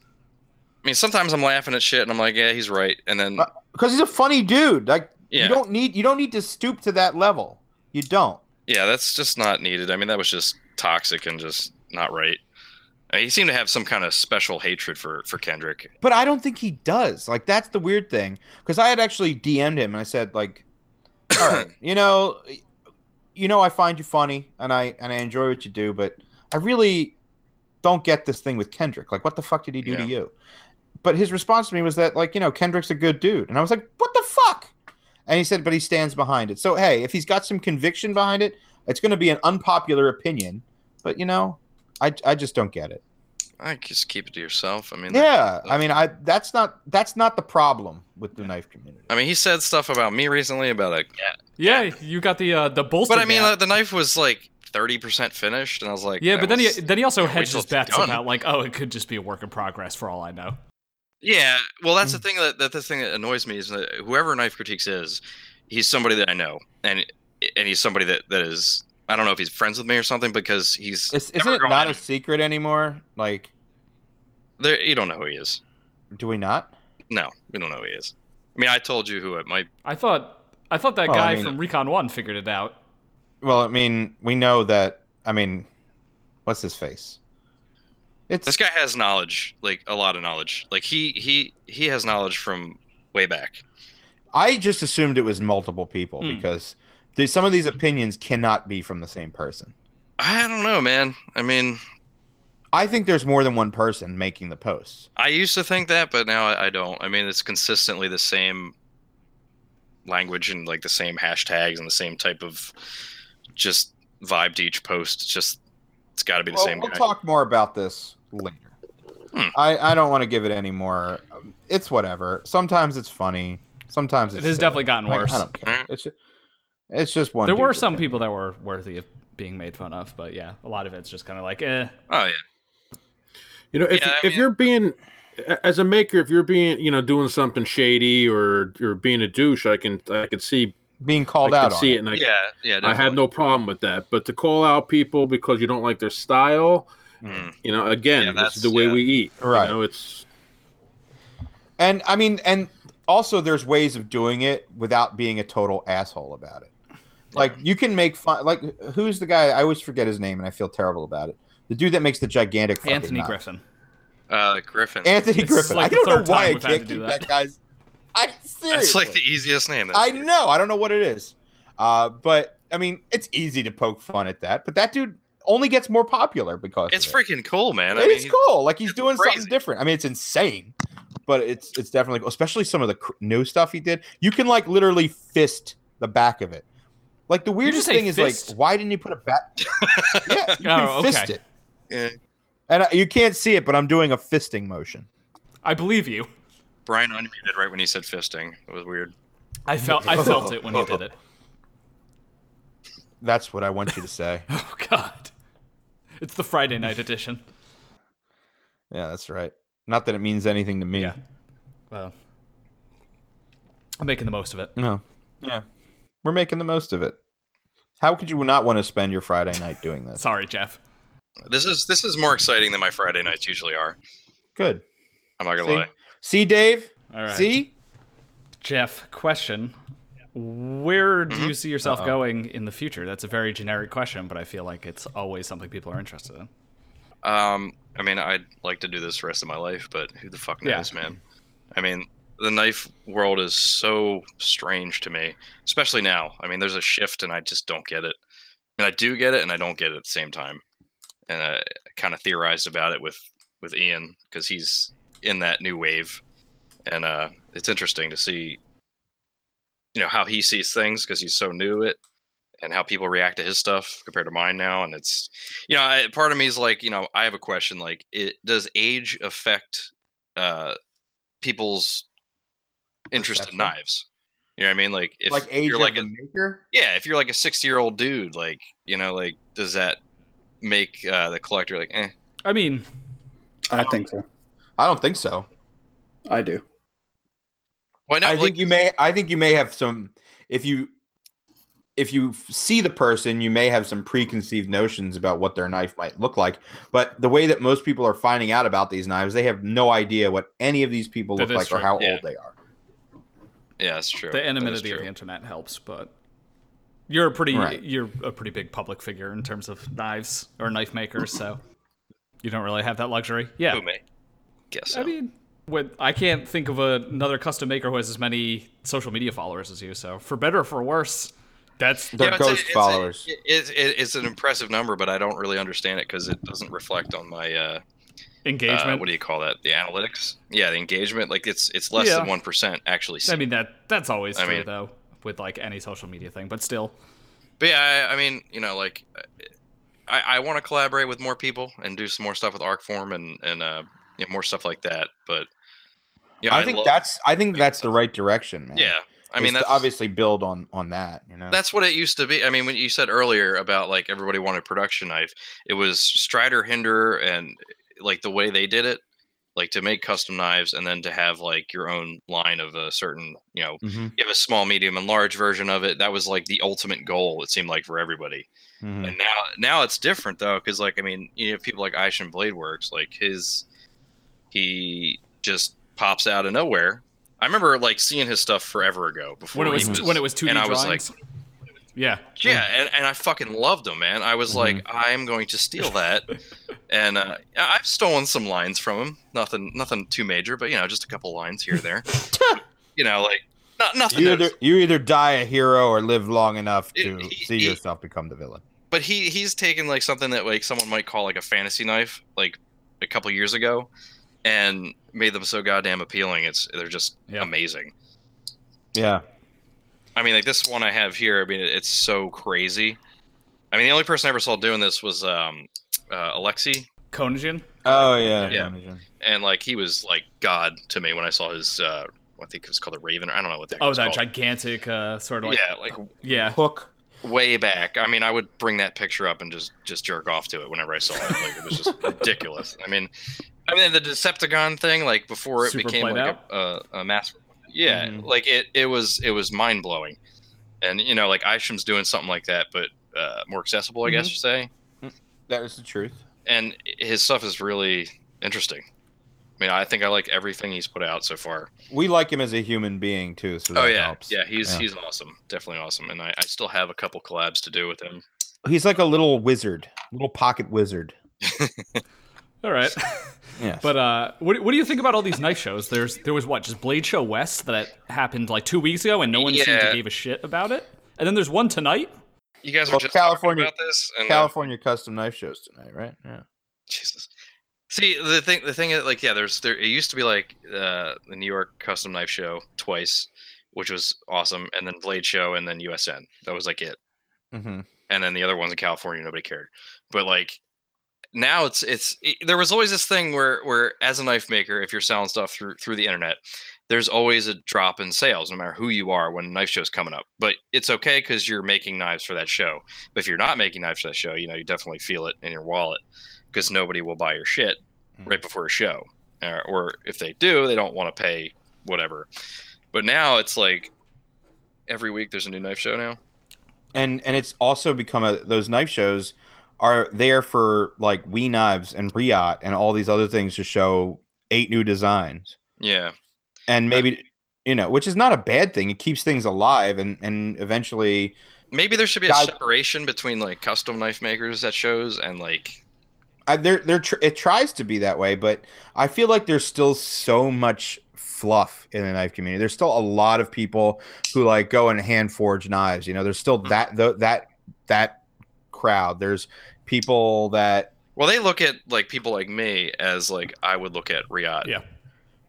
Speaker 4: I mean sometimes I'm laughing at shit and I'm like, yeah, he's right. And then
Speaker 1: Uh, because he's a funny dude. Like
Speaker 4: Yeah.
Speaker 1: you don't need you don't need to stoop to that level. You don't.
Speaker 4: yeah, that's just not needed. I mean, that was just toxic and just not right. I mean, he seemed to have some kind of special hatred for for Kendrick.
Speaker 1: But I don't think he does. Like that's the weird thing. Because I had actually DM'd him and I said like, all right, you know, you know I find you funny and I and I enjoy what you do, but I really don't get this thing with Kendrick. Like, what the fuck did he do to
Speaker 4: Yeah.
Speaker 1: you? But his response to me was that, like, you know, Kendrick's a good dude. And I was like, what the fuck? And he said, but he stands behind it. So, hey, if he's got some conviction behind it, it's going to be an unpopular opinion. But, you know, I, I just don't get it.
Speaker 4: I just keep it to yourself. I mean, uh,
Speaker 1: Yeah. I mean, I that's not that's not the problem with the knife community.
Speaker 4: I mean, he said stuff about me recently about like,
Speaker 2: Yeah, you got the uh, the bolster.
Speaker 4: but I mean,
Speaker 2: gap.
Speaker 4: like, the knife was like thirty percent finished, and I was like,
Speaker 2: yeah,
Speaker 4: that
Speaker 2: but then he
Speaker 4: was-
Speaker 2: then he also
Speaker 4: yeah, wait
Speaker 2: hedged
Speaker 4: till
Speaker 2: his
Speaker 4: it's
Speaker 2: bets
Speaker 4: done.
Speaker 2: about like, oh, it could just be a work in progress for all I know.
Speaker 4: Yeah, well, that's the
Speaker 1: Mm.
Speaker 4: thing that, that the thing that annoys me is that whoever Knife Critiques is, he's somebody that I know, and and he's somebody that that is I don't know if he's friends with me or something because he's
Speaker 1: Is, isn't
Speaker 4: never
Speaker 1: it
Speaker 4: gone
Speaker 1: not
Speaker 4: in.
Speaker 1: a secret anymore? Like,
Speaker 4: there. You don't know who he is.
Speaker 1: do we not?
Speaker 4: No, we don't know who he is. I mean, I told you who it might.
Speaker 2: I thought I thought that
Speaker 1: Well,
Speaker 2: guy
Speaker 1: I mean-
Speaker 2: from Recon One figured it out.
Speaker 1: Well, I mean, we know that. I mean, what's his face? It's
Speaker 4: This guy has knowledge, like a lot of knowledge. Like he he he has knowledge from way back.
Speaker 1: I just assumed it was multiple people
Speaker 2: Hmm.
Speaker 1: because the, some of these opinions cannot be from the same person.
Speaker 4: I don't know, man. I mean,
Speaker 1: I think there's more than one person making the posts.
Speaker 4: I used to think that, but now I, I don't. I mean, it's consistently the same language and like the same hashtags and the same type of just vibe to each post. It's just it's got to be the
Speaker 1: Well,
Speaker 4: same
Speaker 1: we'll
Speaker 4: guy.
Speaker 1: talk more about this later.
Speaker 4: Hmm.
Speaker 1: I, I don't want to give it any more. um, It's whatever. Sometimes it's funny. Sometimes it's
Speaker 2: It has
Speaker 1: silly.
Speaker 2: definitely gotten
Speaker 1: Like,
Speaker 2: worse.
Speaker 1: I don't care. It's just, it's just one.
Speaker 2: There were
Speaker 1: dude's
Speaker 2: some
Speaker 1: opinion.
Speaker 2: people that were worthy of being made fun of, but yeah, a lot of it's just kind of like, eh.
Speaker 4: Oh yeah,
Speaker 5: You know, if,
Speaker 4: Yeah, I
Speaker 5: if
Speaker 4: mean-
Speaker 5: you're being a- as a maker, if you're being you know doing something shady or you're being a douche, I can I can see
Speaker 1: being called
Speaker 5: I can
Speaker 1: out.
Speaker 5: see
Speaker 1: on
Speaker 5: it, and I,
Speaker 4: yeah, yeah.
Speaker 5: I have no problem with that. But to call out people because you don't like their style,
Speaker 4: definitely. Mm.
Speaker 5: you know, again,
Speaker 4: Yeah,
Speaker 5: this
Speaker 4: that's-
Speaker 5: is the way
Speaker 4: yeah.
Speaker 5: we eat.
Speaker 1: Hmm. Right.
Speaker 5: You know, it's
Speaker 1: And I mean, and also there's ways of doing it without being a total asshole about it. Like you can make fun. Like who's the guy? I always forget his name, and I feel terrible about it. The dude that makes the gigantic fucking
Speaker 2: Anthony
Speaker 1: knot.
Speaker 2: Griffin.
Speaker 4: Uh, Griffin.
Speaker 1: Anthony
Speaker 2: It's
Speaker 1: Griffin.
Speaker 2: like
Speaker 1: I
Speaker 2: the
Speaker 1: don't know
Speaker 2: third
Speaker 1: why I
Speaker 2: time we've had to
Speaker 1: can't
Speaker 2: do
Speaker 1: keep that.
Speaker 2: that.
Speaker 1: guy's. I seriously.
Speaker 4: That's like the easiest name. That's
Speaker 1: I know. I don't know what it is. Uh, but I mean, it's easy to poke fun at that. But that dude only gets more popular because
Speaker 4: It's
Speaker 1: of it.
Speaker 4: freaking cool, man. I mean,
Speaker 1: It's
Speaker 4: he-
Speaker 1: cool. Like he's doing something
Speaker 4: crazy.
Speaker 1: different. I mean, it's insane, but it's it's definitely cool. Especially some of the cr- new stuff he did. You can like literally fist the back of it. Like the weirdest
Speaker 2: say
Speaker 1: thing is
Speaker 2: fist?
Speaker 1: like, why didn't you put a bat? yeah, you can
Speaker 2: Oh,
Speaker 1: fist
Speaker 2: okay.
Speaker 1: it,
Speaker 4: yeah.
Speaker 1: and I, you can't see it, but I'm doing a fisting motion.
Speaker 2: I believe you.
Speaker 4: Brian unmuted right when he said fisting. It was weird.
Speaker 2: I felt I felt it when he did it.
Speaker 1: That's what I want you to say.
Speaker 2: Oh God, it's the Friday night edition.
Speaker 1: yeah, that's right. Not that it means anything to me.
Speaker 2: Yeah. Well, I'm making the most of it.
Speaker 1: No. Yeah. We're making the most of it. How could you not want to spend your Friday night doing this?
Speaker 2: Sorry, Jeff.
Speaker 4: This is this is more exciting than my Friday nights usually are.
Speaker 1: Good.
Speaker 4: I'm not gonna
Speaker 1: See,
Speaker 4: lie.
Speaker 1: see Dave.
Speaker 2: All right.
Speaker 1: See.
Speaker 2: Jeff, question. Where do
Speaker 4: Mm-hmm.
Speaker 2: you see yourself going in the future? That's a very generic question, but I feel like it's always something people are interested in.
Speaker 4: Um, I mean, I'd like to do this the rest of my life, but who the fuck
Speaker 2: Yeah.
Speaker 4: knows, man? I mean, the knife world is so strange to me, especially now. I mean, there's a shift, and I just don't get it. And I do get it, and I don't get it at the same time. And I kind of theorized about it with with Ian because he's in that new wave, and uh, it's interesting to see, you know, how he sees things because he's so new to it, and how people react to his stuff compared to mine now. And it's you know, I, part of me is like, you know, I have a question. Like, it does age affect uh people's interest
Speaker 1: Perception?
Speaker 4: in knives? You know what I mean? Like, if
Speaker 1: like age
Speaker 4: you're
Speaker 1: of
Speaker 4: like
Speaker 1: the
Speaker 4: a,
Speaker 1: maker.
Speaker 4: yeah, if you're like a sixty year old dude, like, you know, like, does that make uh the collector like, eh?
Speaker 2: I mean,
Speaker 3: I think so.
Speaker 1: I don't think so.
Speaker 3: I do.
Speaker 4: Why
Speaker 1: I
Speaker 4: not?
Speaker 1: think
Speaker 4: Like,
Speaker 1: you may. I think you may have some. If you, if you f- see the person, you may have some preconceived notions about what their knife might look like. But the way that most people are finding out about these knives, they have no idea what any of these people
Speaker 2: That
Speaker 1: look
Speaker 2: is
Speaker 1: like or
Speaker 2: true,
Speaker 1: how
Speaker 4: yeah.
Speaker 1: old they are.
Speaker 4: yeah, that's true.
Speaker 2: the
Speaker 4: That is
Speaker 2: anonymity of
Speaker 4: true.
Speaker 2: the internet helps, but you're a pretty
Speaker 1: Right.
Speaker 2: you're a pretty big public figure in terms of knives or knife makers, so you don't really have that luxury. Yeah.
Speaker 4: Who may? Guess so.
Speaker 2: I mean, when, I can't think of another custom maker who has as many social media followers as you. So for better or for worse, That's
Speaker 1: They're
Speaker 4: Yeah, it's a-
Speaker 1: ghost
Speaker 4: it's a-
Speaker 1: followers.
Speaker 4: it- it- it- it's an impressive number, but I don't really understand it because it doesn't reflect on my uh,
Speaker 2: engagement.
Speaker 4: uh, what do you call that? The analytics? Yeah, the engagement. Like it's it's less
Speaker 2: Yeah.
Speaker 4: than one percent actually.
Speaker 2: I
Speaker 4: seen.
Speaker 2: mean that that's always
Speaker 4: I
Speaker 2: true
Speaker 4: mean-
Speaker 2: though with like any social media thing, but still.
Speaker 4: But yeah, I, I mean, you know, like I, I want to collaborate with more people and do some more stuff with Arcform and and uh, you know, more stuff like that. But yeah,
Speaker 1: I think
Speaker 4: love-
Speaker 1: that's I think that's the right direction, man.
Speaker 4: yeah. I
Speaker 1: Is
Speaker 4: mean,
Speaker 1: to
Speaker 4: that's
Speaker 1: obviously build on on that. You know,
Speaker 4: that's what it used to be. I mean, when you said earlier about like everybody wanted a production knife, it was Strider Hinder and eh, like the way they did it, like to make custom knives and then to have like your own line of a certain, you know,
Speaker 1: Mhm,
Speaker 4: you have a small, medium, and large version of it. That was like the ultimate goal. It seemed like for everybody.
Speaker 2: Hmm.
Speaker 1: mhm.
Speaker 4: And now, now it's different though, because like I mean, you have people like Aishin Blade Works, like his, he just pops out of nowhere. I remember like seeing his stuff forever ago before
Speaker 2: When it was,
Speaker 4: he
Speaker 2: when it was 2D
Speaker 4: and I was
Speaker 2: drawings. yeah.
Speaker 4: yeah, and, and I fucking loved him, man. I was like, I'm going to steal that, and uh, I- I've stolen some lines from him. Nothing, nothing too major, but you know, just a couple lines here and there. you know, like not nothing.
Speaker 1: you
Speaker 4: noticeable.
Speaker 1: either you either die a hero or live long enough
Speaker 4: It-
Speaker 1: to
Speaker 4: he-
Speaker 1: see
Speaker 4: he-
Speaker 1: yourself become the villain.
Speaker 4: but he he's taken like something that like someone might call like a fantasy knife like a couple years ago and made them so goddamn appealing it's they're just
Speaker 2: Yeah.
Speaker 4: amazing
Speaker 1: Yeah,
Speaker 4: i mean like this one i have here i mean it's so crazy i mean the only person i ever saw doing this was um uh, alexi
Speaker 2: Konjin.
Speaker 1: Oh yeah,
Speaker 4: Yeah.
Speaker 1: Dungeon.
Speaker 4: and like he was like god to me when i saw his uh i think it was called the raven or i don't know what the heck it
Speaker 2: Oh,
Speaker 4: was
Speaker 2: that
Speaker 4: called.
Speaker 2: gigantic uh, sort of like
Speaker 4: yeah like
Speaker 2: yeah.
Speaker 1: Hook.
Speaker 4: way back. I mean, I would bring that picture up and just just jerk off to it whenever I saw it. Like it was just ridiculous. I mean, I mean the Decepticon thing, like before it
Speaker 2: Super
Speaker 4: became
Speaker 2: played Mm-hmm.
Speaker 4: like a, a, a mass. Yeah,
Speaker 1: Mhm.
Speaker 4: like it it was it was mind blowing, and you know like Isham's doing something like that, but uh, more accessible, I guess you
Speaker 2: Mm-hmm.
Speaker 4: say.
Speaker 1: That is the truth.
Speaker 4: And his stuff is really interesting. I mean, I think I like everything he's put out so far.
Speaker 1: We like him as a human being too, so that
Speaker 4: oh yeah,
Speaker 1: helps.
Speaker 4: yeah, he's
Speaker 1: Yeah.
Speaker 4: he's awesome, definitely awesome, and I, I still have a couple collabs to do with him.
Speaker 1: He's like a little wizard, little pocket wizard.
Speaker 2: All right.
Speaker 1: Yeah,
Speaker 2: But uh, what, what do you think about all these knife shows? There's there was what just Blade Show West that happened like two weeks ago, and no one seemed to
Speaker 4: Yeah.
Speaker 2: give a shit about it. And then there's one tonight.
Speaker 4: You guys were
Speaker 1: Well,
Speaker 4: just talking
Speaker 1: California-
Speaker 4: about this, and uh,
Speaker 1: California custom knife shows tonight, right? Yeah.
Speaker 4: Jesus. See the thing. The thing is, like, yeah, there's there. It used to be like uh, the New York Custom Knife Show twice, which was awesome, and then Blade Show, and then USN. That was like it.
Speaker 1: Mm-hmm.
Speaker 4: And then the other ones in California, nobody cared. But like now, it's it's it- there was always this thing where where as a knife maker, if you're selling stuff through through the internet, there's always a drop in sales, no matter who you are, when a knife show's coming up. But it's okay because you're making knives for that show. But if you're not making knives for that show, you know you definitely feel it in your wallet because nobody will buy your shit
Speaker 1: Mm.
Speaker 4: right before a show, or, or if they do, they don't want to pay whatever. But now it's like every week there's a new knife show now.
Speaker 1: And and it's also become a those knife shows are there for like Wee Knives and Riot and all these other things to show eight new designs
Speaker 4: Yeah,
Speaker 1: and maybe you know, which is not a bad thing. It keeps things alive and and eventually
Speaker 4: maybe there should be a
Speaker 1: Guys-
Speaker 4: separation between like custom knife makers at shows and like
Speaker 1: I, they're they're tr- it tries to be that way, but I feel like there's still so much fluff in the knife community. There's still a lot of people who like go and hand forge knives. You know, there's
Speaker 4: Mm-hmm.
Speaker 1: still that tho- that that crowd. There's people that
Speaker 4: well they look at like people like me as like I would look at Riot.
Speaker 2: Yeah.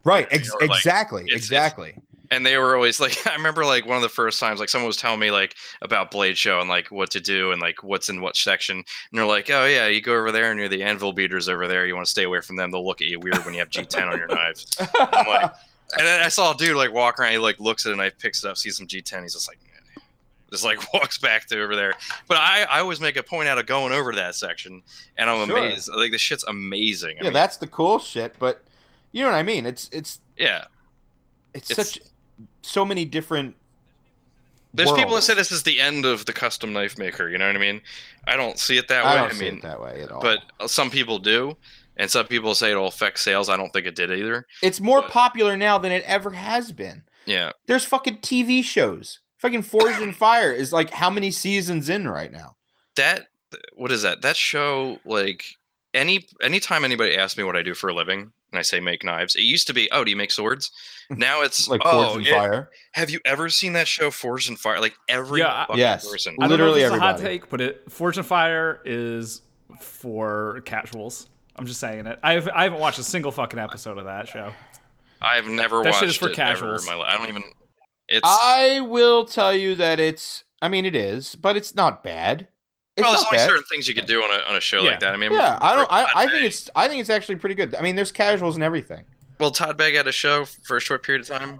Speaker 1: right ex-
Speaker 4: Or, like,
Speaker 1: exactly
Speaker 4: it's- it's-
Speaker 1: exactly.
Speaker 4: and they were always like i remember like one of the first times like someone was telling me like about blade show and like what to do and like what's in what section and they're like oh yeah you go over there and you're the anvil beaters over there you want to stay away from them they'll look at you weird when you have g10 on your knives I'm like, and then i saw a dude like walk around he like looks at a knife picks it up sees some g10 he's just like "Eh." just like walks back to over there but i i always make a point out of going over to that section and i'm
Speaker 1: Sure.
Speaker 4: amazed like this shit's amazing I
Speaker 1: yeah,
Speaker 4: mean,
Speaker 1: that's the cool shit. But you know what I mean? It's it's
Speaker 4: yeah
Speaker 1: it's,
Speaker 4: It's-
Speaker 1: such so many different.
Speaker 4: There's people that
Speaker 1: worlds.
Speaker 4: say this is the end of the custom knife maker. You know what I mean? I don't see it that
Speaker 1: I
Speaker 4: way.
Speaker 1: don't
Speaker 4: I,
Speaker 1: see
Speaker 4: mean,
Speaker 1: it that way at all.
Speaker 4: but some people do, and some people say it'll affect sales. I don't think it did either.
Speaker 1: it's more
Speaker 4: but-
Speaker 1: popular now than it ever has been.
Speaker 4: Yeah,
Speaker 1: There's fucking TV shows. Fucking Forged in Fire is like how many seasons in right now?
Speaker 4: that. What is that? That show like any anytime anybody asks me what I do for a living, and I say make knives, it used to be, oh, do you make swords? Now it's
Speaker 1: like
Speaker 4: like
Speaker 1: Forge
Speaker 4: oh,
Speaker 1: and
Speaker 4: yeah,
Speaker 1: Fire.
Speaker 4: have you ever seen that show Forge and Fire? Like every
Speaker 2: Yeah, I-
Speaker 4: fucking
Speaker 1: Yes.
Speaker 4: person.
Speaker 1: I- Literally
Speaker 2: I don't know if this is a hot
Speaker 1: everybody.
Speaker 2: take, but it Fortune Fire is for casuals. I'm just saying it. I've I haven't watched a single fucking episode of that show.
Speaker 4: I've never
Speaker 2: That
Speaker 4: watched
Speaker 2: shit is for
Speaker 4: it ever in
Speaker 2: casuals.
Speaker 4: my life. I don't even. It's
Speaker 1: Uh, I will tell you that it's. I mean, it is, but it's not bad. It's
Speaker 4: well, there's
Speaker 1: not
Speaker 4: only
Speaker 1: bad.
Speaker 4: certain things you could do on a on a show
Speaker 2: Yeah.
Speaker 4: like that. I mean,
Speaker 1: yeah, I don't. I, I
Speaker 4: Todd
Speaker 1: think
Speaker 4: Begg-
Speaker 1: it's. I think it's actually pretty good. I mean, there's casuals and everything.
Speaker 4: well, Todd Begg had a show for a short period of time,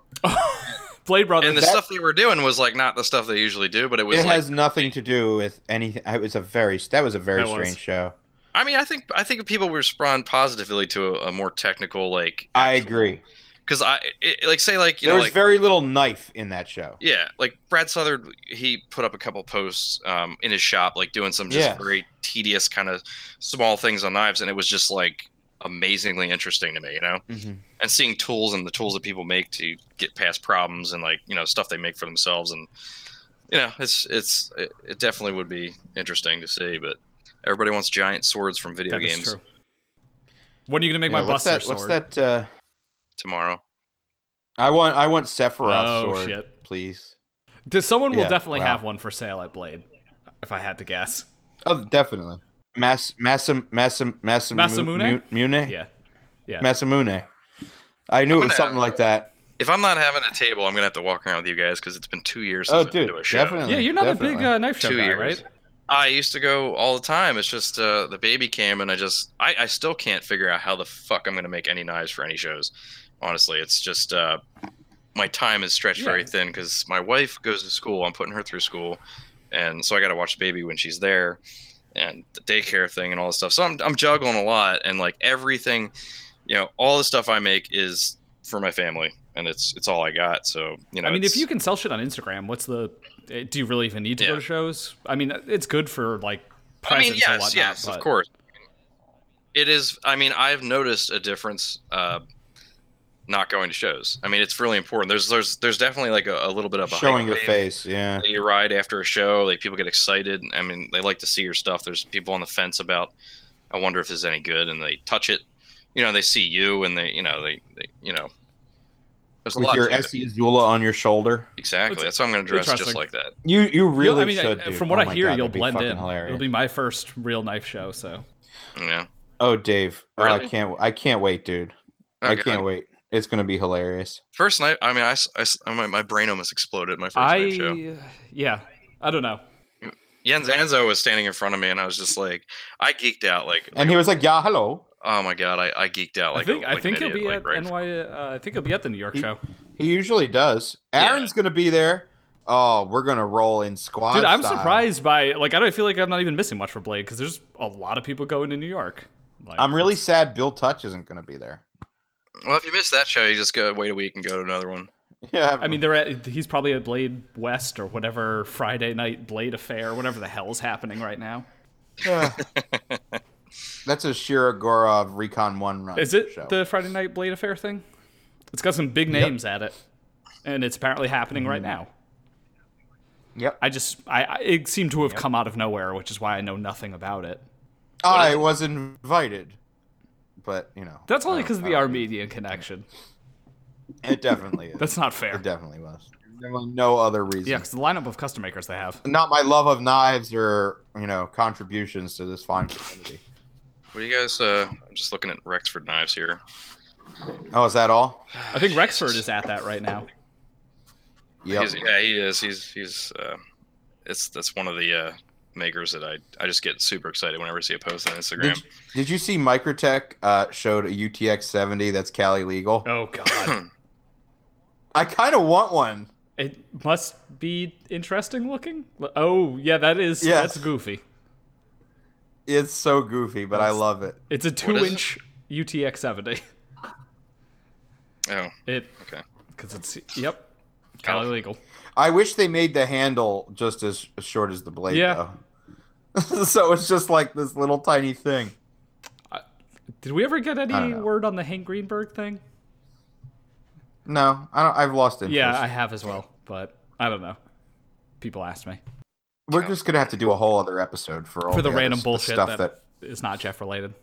Speaker 2: Blade Brothers.
Speaker 4: and the
Speaker 1: that-
Speaker 4: stuff they were doing was like not the stuff they usually do, but it was
Speaker 1: It
Speaker 4: like
Speaker 1: has nothing to do with anything. It was a very. That was a very
Speaker 2: That was.
Speaker 1: strange show.
Speaker 4: I mean, I think I think people respond positively to a, a more technical like
Speaker 1: I agree.
Speaker 4: because I it, like say like you
Speaker 1: There
Speaker 4: know
Speaker 1: was
Speaker 4: like
Speaker 1: very little knife in that show.
Speaker 4: yeah like Brad Southard he put up a couple posts um, in his shop like doing some just
Speaker 1: Yeah.
Speaker 4: very tedious kind of small things on knives and it was just like amazingly interesting to me you know
Speaker 1: Mm-hmm.
Speaker 4: and seeing tools and the tools that people make to get past problems and like you know stuff they make for themselves and you know it's it's it, it definitely would be interesting to see but everybody wants giant swords from video
Speaker 2: That is
Speaker 4: games
Speaker 2: true. When are you gonna make
Speaker 1: Yeah,
Speaker 2: my
Speaker 1: what's
Speaker 2: Buster
Speaker 1: that?
Speaker 2: sword?
Speaker 1: What's that? Uh,
Speaker 4: tomorrow
Speaker 1: I want. I want Sephiroth
Speaker 2: Oh,
Speaker 1: sword,
Speaker 2: shit.
Speaker 1: please.
Speaker 2: Does- someone will
Speaker 1: Yeah,
Speaker 2: definitely
Speaker 1: wow.
Speaker 2: have one for sale at Blade, if I had to guess.
Speaker 1: Oh, definitely. Mass. Massam. Massam. Massam.
Speaker 2: Masamune?
Speaker 1: Mune.
Speaker 2: Yeah.
Speaker 1: Masamune. I knew it was
Speaker 4: gonna-
Speaker 1: something like that.
Speaker 4: If I'm not having a table, I'm gonna have to walk around with you guys because it's been two years. Since
Speaker 1: Oh,
Speaker 4: I've been
Speaker 1: dude,
Speaker 4: to a show.
Speaker 1: definitely.
Speaker 2: Yeah, you're not a big
Speaker 1: definitely.
Speaker 2: uh, knife show
Speaker 4: Two
Speaker 2: guy,
Speaker 4: years.
Speaker 2: right?
Speaker 4: I used to go all the time. It's just uh, the baby came, and I just I, I still can't figure out how the fuck I'm gonna make any knives for any shows. Honestly, it's just uh, my time is stretched very
Speaker 2: Yeah.
Speaker 4: thin because my wife goes to school. I'm putting her through school, and so I got to watch the baby when she's there, and the daycare thing and all this stuff. So I'm I'm juggling a lot, and like everything, you know, all the stuff I make is for my family, and it's it's all I got. So you know,
Speaker 2: I mean, if
Speaker 4: it's-
Speaker 2: you can sell shit on Instagram, what's the? eh, Do you really even need to go
Speaker 4: Yeah.
Speaker 2: to shows? I mean, it's good for like
Speaker 4: I
Speaker 2: presence
Speaker 4: mean, yes,
Speaker 2: and whatnot.
Speaker 4: yes,
Speaker 2: but-
Speaker 4: of course. It is. I mean, I've noticed a difference. Uh, not going to shows. I mean, it's really important. There's there's there's definitely like a, a little
Speaker 2: uh,
Speaker 4: bit of a
Speaker 1: Showing
Speaker 4: hype
Speaker 1: your
Speaker 4: wave
Speaker 1: face. Yeah.
Speaker 4: that you ride after a show. Like people get excited. I mean, they like to see your stuff. There's people on the fence about. I wonder if this is any good, and they touch it. You know, they see you, and they you know they, they you know. There's a
Speaker 1: With
Speaker 4: lot
Speaker 1: your E
Speaker 4: to it.
Speaker 1: SE Zula on your shoulder.
Speaker 4: exactly.
Speaker 2: It's
Speaker 4: That's why I'm going to dress just
Speaker 2: interesting.
Speaker 4: like that.
Speaker 1: You you
Speaker 2: You'll-
Speaker 1: really
Speaker 2: I mean,
Speaker 1: should.
Speaker 2: eh,
Speaker 1: dude.
Speaker 2: from what
Speaker 1: Oh
Speaker 2: I
Speaker 1: my
Speaker 2: hear,
Speaker 1: God,
Speaker 2: you'll
Speaker 1: that'd be
Speaker 2: blend
Speaker 1: fucking
Speaker 2: in.
Speaker 1: Hilarious.
Speaker 2: It'll be my first real knife show, so
Speaker 4: You know.
Speaker 1: oh, Dave, oh, I
Speaker 4: Really?
Speaker 1: can't. I can't wait, dude. I
Speaker 4: Okay,
Speaker 1: can't wait. It's gonna be hilarious.
Speaker 4: First night, I mean, I, s- I s- my, my brain almost exploded at my first
Speaker 2: I,
Speaker 4: night show.
Speaker 2: yeah, I don't know.
Speaker 4: Jens Anzo was standing in front of me, and I was just like, I geeked out, like,
Speaker 1: And he was like, "Yeah, hello."
Speaker 4: oh my god, I, I geeked out,
Speaker 2: I
Speaker 4: like,
Speaker 2: think
Speaker 4: a,
Speaker 2: I
Speaker 4: like
Speaker 2: think
Speaker 4: an
Speaker 2: he'll
Speaker 4: idiot,
Speaker 2: be
Speaker 4: like,
Speaker 2: at
Speaker 4: right in front-
Speaker 2: NY. Uh, I think he'll be at the New York
Speaker 1: He-
Speaker 2: show.
Speaker 1: He usually does.
Speaker 4: Yeah.
Speaker 1: Aaron's gonna be there. Oh, we're gonna roll in squad.
Speaker 2: Dude, I'm
Speaker 1: style.
Speaker 2: surprised by like I don't feel like I'm not even missing much for Blade because there's a lot of people going to New York. Like,
Speaker 1: I'm really sad. Bill Touch isn't gonna be there.
Speaker 4: Well, if you missed that show, you just go wait a week and go to another one.
Speaker 1: Yeah.
Speaker 2: I mean, they're at, he's probably at Blade West or whatever Friday night Blade affair, whatever the hell's happening right now.
Speaker 1: yeah. that's a Shirogorov Recon One run.
Speaker 2: Is it
Speaker 1: show.
Speaker 2: the Friday Night Blade Affair thing? It's got some big names at it, and it's apparently happening right now.
Speaker 1: Yep.
Speaker 2: I just, I, I it seemed to have come out of nowhere, which is why I know nothing about it.
Speaker 1: Ah, I was invited, but you know
Speaker 2: That's only
Speaker 1: I don't-
Speaker 2: because of
Speaker 1: I
Speaker 2: the
Speaker 1: don't-
Speaker 2: Armenian connection.
Speaker 1: It definitely is.
Speaker 2: That's not fair.
Speaker 1: It definitely was. Definitely no other reason.
Speaker 2: Yeah, because the lineup of custom makers they have.
Speaker 1: Not my love of knives or you know contributions to this fine community.
Speaker 4: What do you guys? Uh, I'm just looking at Rexford knives here.
Speaker 1: Oh, is that all?
Speaker 2: I think Rexford is at that right now.
Speaker 1: Yep.
Speaker 4: He's- yeah, he is. He's he's. Uh, it's that's one of the uh, makers that I I just get super excited whenever I see a post on Instagram.
Speaker 1: Did, did you see Microtech uh, showed a UTX 70 that's Cali legal?
Speaker 2: Oh God,
Speaker 1: I kind of want one.
Speaker 2: it must be interesting looking. Oh yeah, that is.
Speaker 1: Yes.
Speaker 2: That's goofy.
Speaker 1: It's so goofy, but I
Speaker 2: That's-
Speaker 1: love it.
Speaker 2: It's a
Speaker 4: is it?
Speaker 2: two-inch UTX seventy.
Speaker 4: Oh,
Speaker 2: It
Speaker 4: okay.
Speaker 2: because it's yep, kind of legal.
Speaker 1: I wish they made the handle just as, as short as the blade,
Speaker 2: Yeah.
Speaker 1: though. so it's just like this little tiny thing.
Speaker 2: Did we ever get
Speaker 1: don't
Speaker 2: any
Speaker 1: know.
Speaker 2: word on the Hank Greenberg thing?
Speaker 1: No, I don't, I've lost interest.
Speaker 2: Yeah, I have as well, but I don't know. People asked me
Speaker 1: We're just gonna have to do a whole other episode for all
Speaker 2: for the
Speaker 1: other
Speaker 2: random
Speaker 1: s-
Speaker 2: bullshit
Speaker 1: stuff that,
Speaker 2: that is not Jeff related.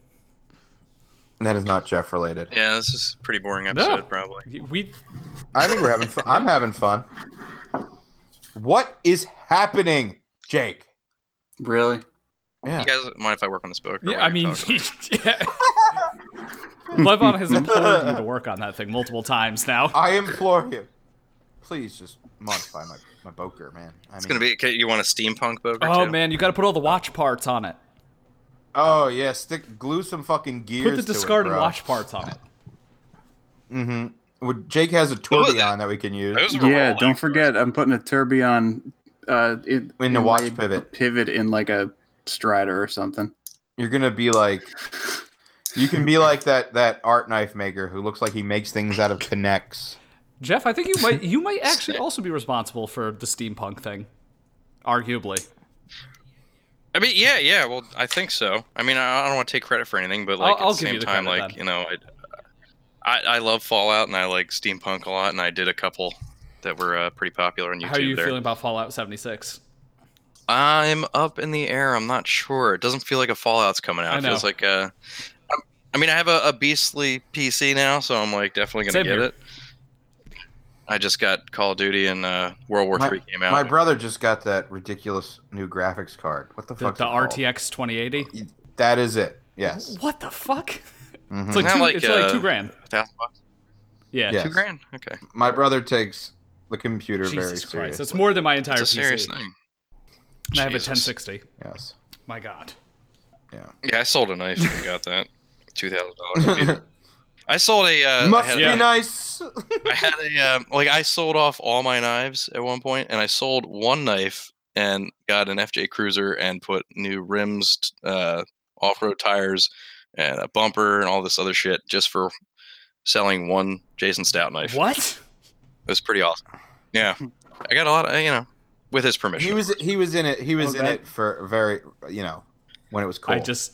Speaker 1: That is not Jeff related.
Speaker 4: Yeah, this is a pretty boring episode, probably.
Speaker 2: We
Speaker 1: I think we're having fun. I'm having fun. What is happening, Jake?
Speaker 3: Really?
Speaker 1: Yeah.
Speaker 4: You guys mind if I work on this book? or
Speaker 2: Yeah,
Speaker 4: what
Speaker 2: I
Speaker 4: you're
Speaker 2: mean,
Speaker 4: talking about?
Speaker 2: yeah. Levon has implored me to work on that thing multiple times now.
Speaker 1: I implore you. Please just modify my, my boker, man. I mean,
Speaker 4: it's gonna be. okay, You want a steampunk book?
Speaker 2: Oh
Speaker 4: too?
Speaker 2: man, you got to put all the watch parts on it.
Speaker 1: Oh yeah, stick glue some fucking gears.
Speaker 2: Put the discarded watch parts on it.
Speaker 1: Would Jake has a
Speaker 4: was that?
Speaker 1: tourbillon that we can use.
Speaker 4: Those were
Speaker 3: Yeah,
Speaker 4: all
Speaker 3: don't
Speaker 4: extras.
Speaker 3: forget, I'm putting a tourbillon uh, in,
Speaker 1: In the watch
Speaker 3: like-
Speaker 1: pivot.
Speaker 3: Pivot in like a strider or something.
Speaker 1: You're gonna be like, you can be like that that art knife maker who looks like he makes things out of connects.
Speaker 2: Jeff, I think you might you might actually also be responsible for the steampunk thing, arguably.
Speaker 4: I mean, yeah, yeah. Well, I think so. I mean, I, I don't want to take credit for anything, but like
Speaker 2: I'll- I'll
Speaker 4: at
Speaker 2: give
Speaker 4: the
Speaker 2: you
Speaker 4: same
Speaker 2: the
Speaker 4: time,
Speaker 2: credit
Speaker 4: like
Speaker 2: then.
Speaker 4: you know, I, I I love Fallout and I like steampunk a lot, and I did a couple that were uh, pretty popular on YouTube.
Speaker 2: How are you
Speaker 4: there.
Speaker 2: feeling about Fallout 76?
Speaker 4: I'm up in the air. I'm not sure. It doesn't feel like a Fallout's coming out.
Speaker 2: I
Speaker 4: It feels
Speaker 2: know.
Speaker 4: like uh, I'm- I mean, I have a, a beastly PC now, so I'm like definitely gonna
Speaker 2: Same
Speaker 4: get
Speaker 2: here.
Speaker 4: it. I just got Call of Duty and uh, World War
Speaker 1: My,
Speaker 4: Three came out.
Speaker 1: my brother just got that ridiculous new graphics card. What the
Speaker 2: The,
Speaker 1: fuck?
Speaker 2: the RTX 2080.
Speaker 1: That is it. Yes.
Speaker 2: What the fuck?
Speaker 1: Mhm.
Speaker 2: It's like
Speaker 4: Not
Speaker 2: two,
Speaker 4: like,
Speaker 2: it's like
Speaker 4: uh,
Speaker 2: two grand.
Speaker 4: Thousand bucks?
Speaker 2: Yeah.
Speaker 1: Yeah.
Speaker 4: Two grand. Okay.
Speaker 1: My brother takes the computer very
Speaker 2: Jesus
Speaker 1: seriously.
Speaker 2: Christ, it's more than my entire
Speaker 4: It's a
Speaker 2: PC.
Speaker 4: serious thing.
Speaker 2: And I have a
Speaker 4: Jesus.
Speaker 2: 1060.
Speaker 1: Yes.
Speaker 2: My God.
Speaker 4: Yeah, I sold a knife and got that. Two thousand dollars. I sold a. Uh, I
Speaker 1: Must
Speaker 4: had
Speaker 1: be
Speaker 4: a-
Speaker 1: nice.
Speaker 4: I had a um, like I sold off all my knives at one point, and I sold one knife and got an FJ Cruiser and put new rims, t- uh, off-road tires, and a bumper and all this other shit just for selling one Jason Stout knife.
Speaker 2: What?
Speaker 4: It was pretty awesome. Yeah,
Speaker 1: Hmm.
Speaker 4: I got a lot. Of, you know, with his permission.
Speaker 1: he was he was in it. He was
Speaker 3: Oh,
Speaker 1: in
Speaker 3: that-
Speaker 1: it for very you know when it was cool.
Speaker 2: I just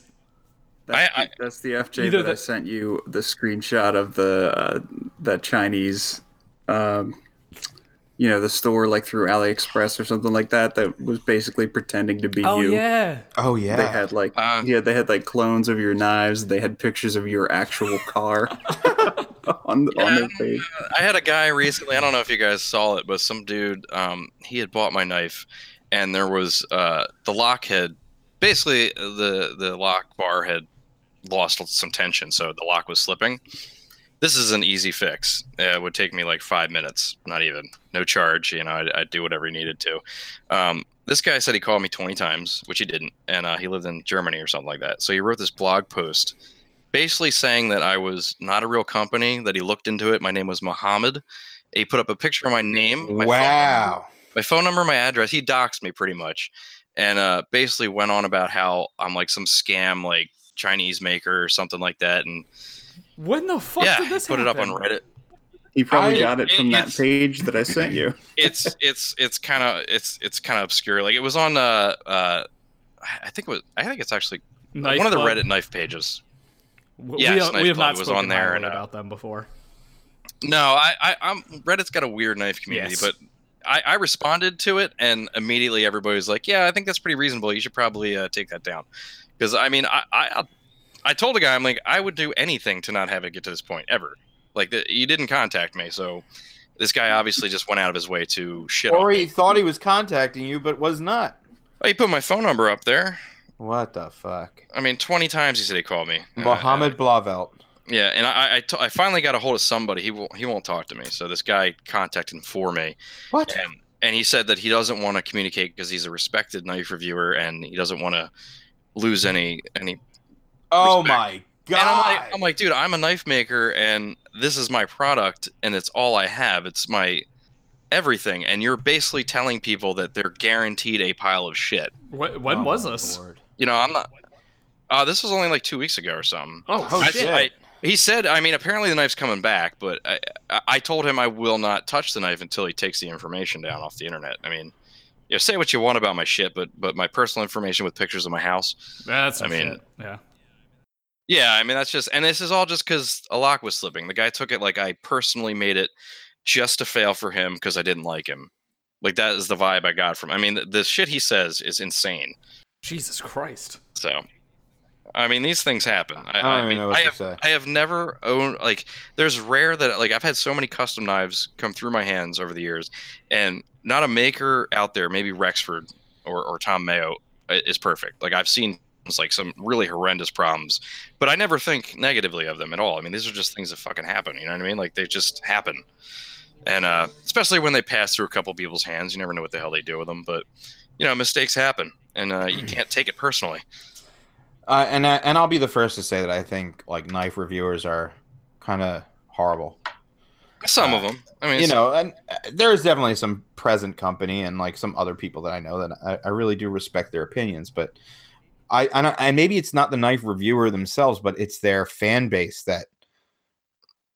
Speaker 3: That's,
Speaker 4: I-
Speaker 3: the- that's the FJ
Speaker 2: Either
Speaker 3: that I
Speaker 2: that-
Speaker 3: sent you the screenshot of the uh, the Chinese, um, you know, the store like through AliExpress or something like that that was basically pretending to be
Speaker 2: Oh
Speaker 3: you.
Speaker 2: yeah.
Speaker 1: oh yeah.
Speaker 3: They had like
Speaker 4: Uh,
Speaker 3: yeah, they had like clones of your knives. They had pictures of your actual car on on their page.
Speaker 4: I had a guy recently. I don't know if you guys saw it, but some dude, um, he had bought my knife, and there was uh, the lock had basically the the lock bar had lost some tension, so the lock was slipping. This is an easy fix. Uh, It would take me like five minutes, not even, no charge. You know, I'd, I'd do whatever he needed to. Um, this guy said he called me 20 times, which he didn't, and uh, he lived in Germany or something like that. So he wrote this blog post basically saying that I was not a real company, that he looked into it. My name was Mohammed. He put up a picture of my name. My Phone number,
Speaker 1: wow.
Speaker 4: my phone number, my address. He doxed me pretty much. And uh, basically went on about how I'm like some scam, like Chinese maker or something like that. And
Speaker 2: When the fuck
Speaker 4: yeah,
Speaker 2: did this
Speaker 4: put it up on
Speaker 2: happen?
Speaker 4: Reddit.
Speaker 3: You probably
Speaker 1: I-
Speaker 3: got it from that
Speaker 4: it's-
Speaker 3: page that I sent you.
Speaker 4: It's it's it's kind of it's it's kind of obscure. Like it was on uh uh I think it was I think it's actually uh,
Speaker 2: Knife
Speaker 4: one of the
Speaker 2: Club?
Speaker 4: Reddit knife pages.
Speaker 2: W-
Speaker 4: Yes,
Speaker 2: we, uh,
Speaker 4: Knife
Speaker 2: we have
Speaker 4: Club
Speaker 2: not
Speaker 4: was
Speaker 2: spoken
Speaker 4: on there,
Speaker 2: highly
Speaker 4: and, uh,
Speaker 2: about them before.
Speaker 4: No, I, I I'm Reddit's got a weird knife community,
Speaker 2: Yes.
Speaker 4: but I, I responded to it and immediately everybody was like, "Yeah, I think that's pretty reasonable. You should probably uh, take that down." Because I mean, I, I I told a guy, I'm like, I would do anything to not have it get to this point ever. Like the, you didn't contact me, so this guy obviously just went out of his way to shit. on
Speaker 1: Or
Speaker 4: me.
Speaker 1: he thought he was contacting you, but was not.
Speaker 4: He put my phone number up there.
Speaker 1: What the fuck?
Speaker 4: I mean, 20 times he said he called me. And I-
Speaker 1: Mohammed Blavelt.
Speaker 4: Yeah, and I, I, t- I finally got a hold of somebody. He won't, he won't talk to me. So this guy contacted him for me,
Speaker 1: What?
Speaker 4: and and he said that he doesn't want to communicate because he's a respected knife reviewer and he doesn't want to lose any any.
Speaker 1: Oh my god.
Speaker 4: And I'm like, I'm like, dude, I'm a knife maker and this is my product and it's all I have. It's my everything, and you're basically telling people that they're guaranteed a pile of shit.
Speaker 2: Wh- when
Speaker 1: Oh
Speaker 2: was
Speaker 1: my
Speaker 2: this?
Speaker 1: lord.
Speaker 4: You know, I'm not. Uh, this was only like two weeks ago or something.
Speaker 2: Oh,
Speaker 1: Oh
Speaker 4: I-
Speaker 1: shit.
Speaker 4: I- He said, I mean, apparently the knife's coming back, but I, I- I told him I will not touch the knife until he takes the information down off the internet. I mean, you know, say what you want about my shit, but but my personal information with pictures of my house.
Speaker 2: that's
Speaker 4: I
Speaker 2: I
Speaker 4: mean-
Speaker 2: mean, yeah.
Speaker 4: Yeah, I mean that's just, and this is all just because a lock was slipping. The guy took it like I personally made it just to fail for him because I didn't like him. Like that is the vibe I got from. I mean, the, the shit he says is insane.
Speaker 2: Jesus Christ.
Speaker 4: So I mean, these things happen.
Speaker 1: I
Speaker 4: I, I
Speaker 1: don't even
Speaker 4: mean,
Speaker 1: know what
Speaker 4: I
Speaker 1: to
Speaker 4: have,
Speaker 1: say.
Speaker 4: I have never owned like. There's rare that like I've had so many custom knives come through my hands over the years, and not a maker out there, maybe Rexford or or Tom Mayo i- is perfect. Like I've seen it's like some really horrendous problems, but I never think negatively of them at all. I mean, these are just things that fucking happen. You know what I mean? Like they just happen, and uh, especially when they pass through a couple people's hands, you never know what the hell they do with them. But you know, mistakes happen, and uh,
Speaker 1: Hmm.
Speaker 4: you can't take it personally.
Speaker 1: Uh, and I, and I'll be the first to say that I think like knife reviewers are kind of horrible.
Speaker 4: Some
Speaker 1: Uh,
Speaker 4: of them, I mean,
Speaker 1: You
Speaker 4: it's-
Speaker 1: know, and uh, there is definitely some present company and like some other people that I know that I, I really do respect their opinions, but I and, I and maybe it's not the knife reviewer themselves, but it's their fan base that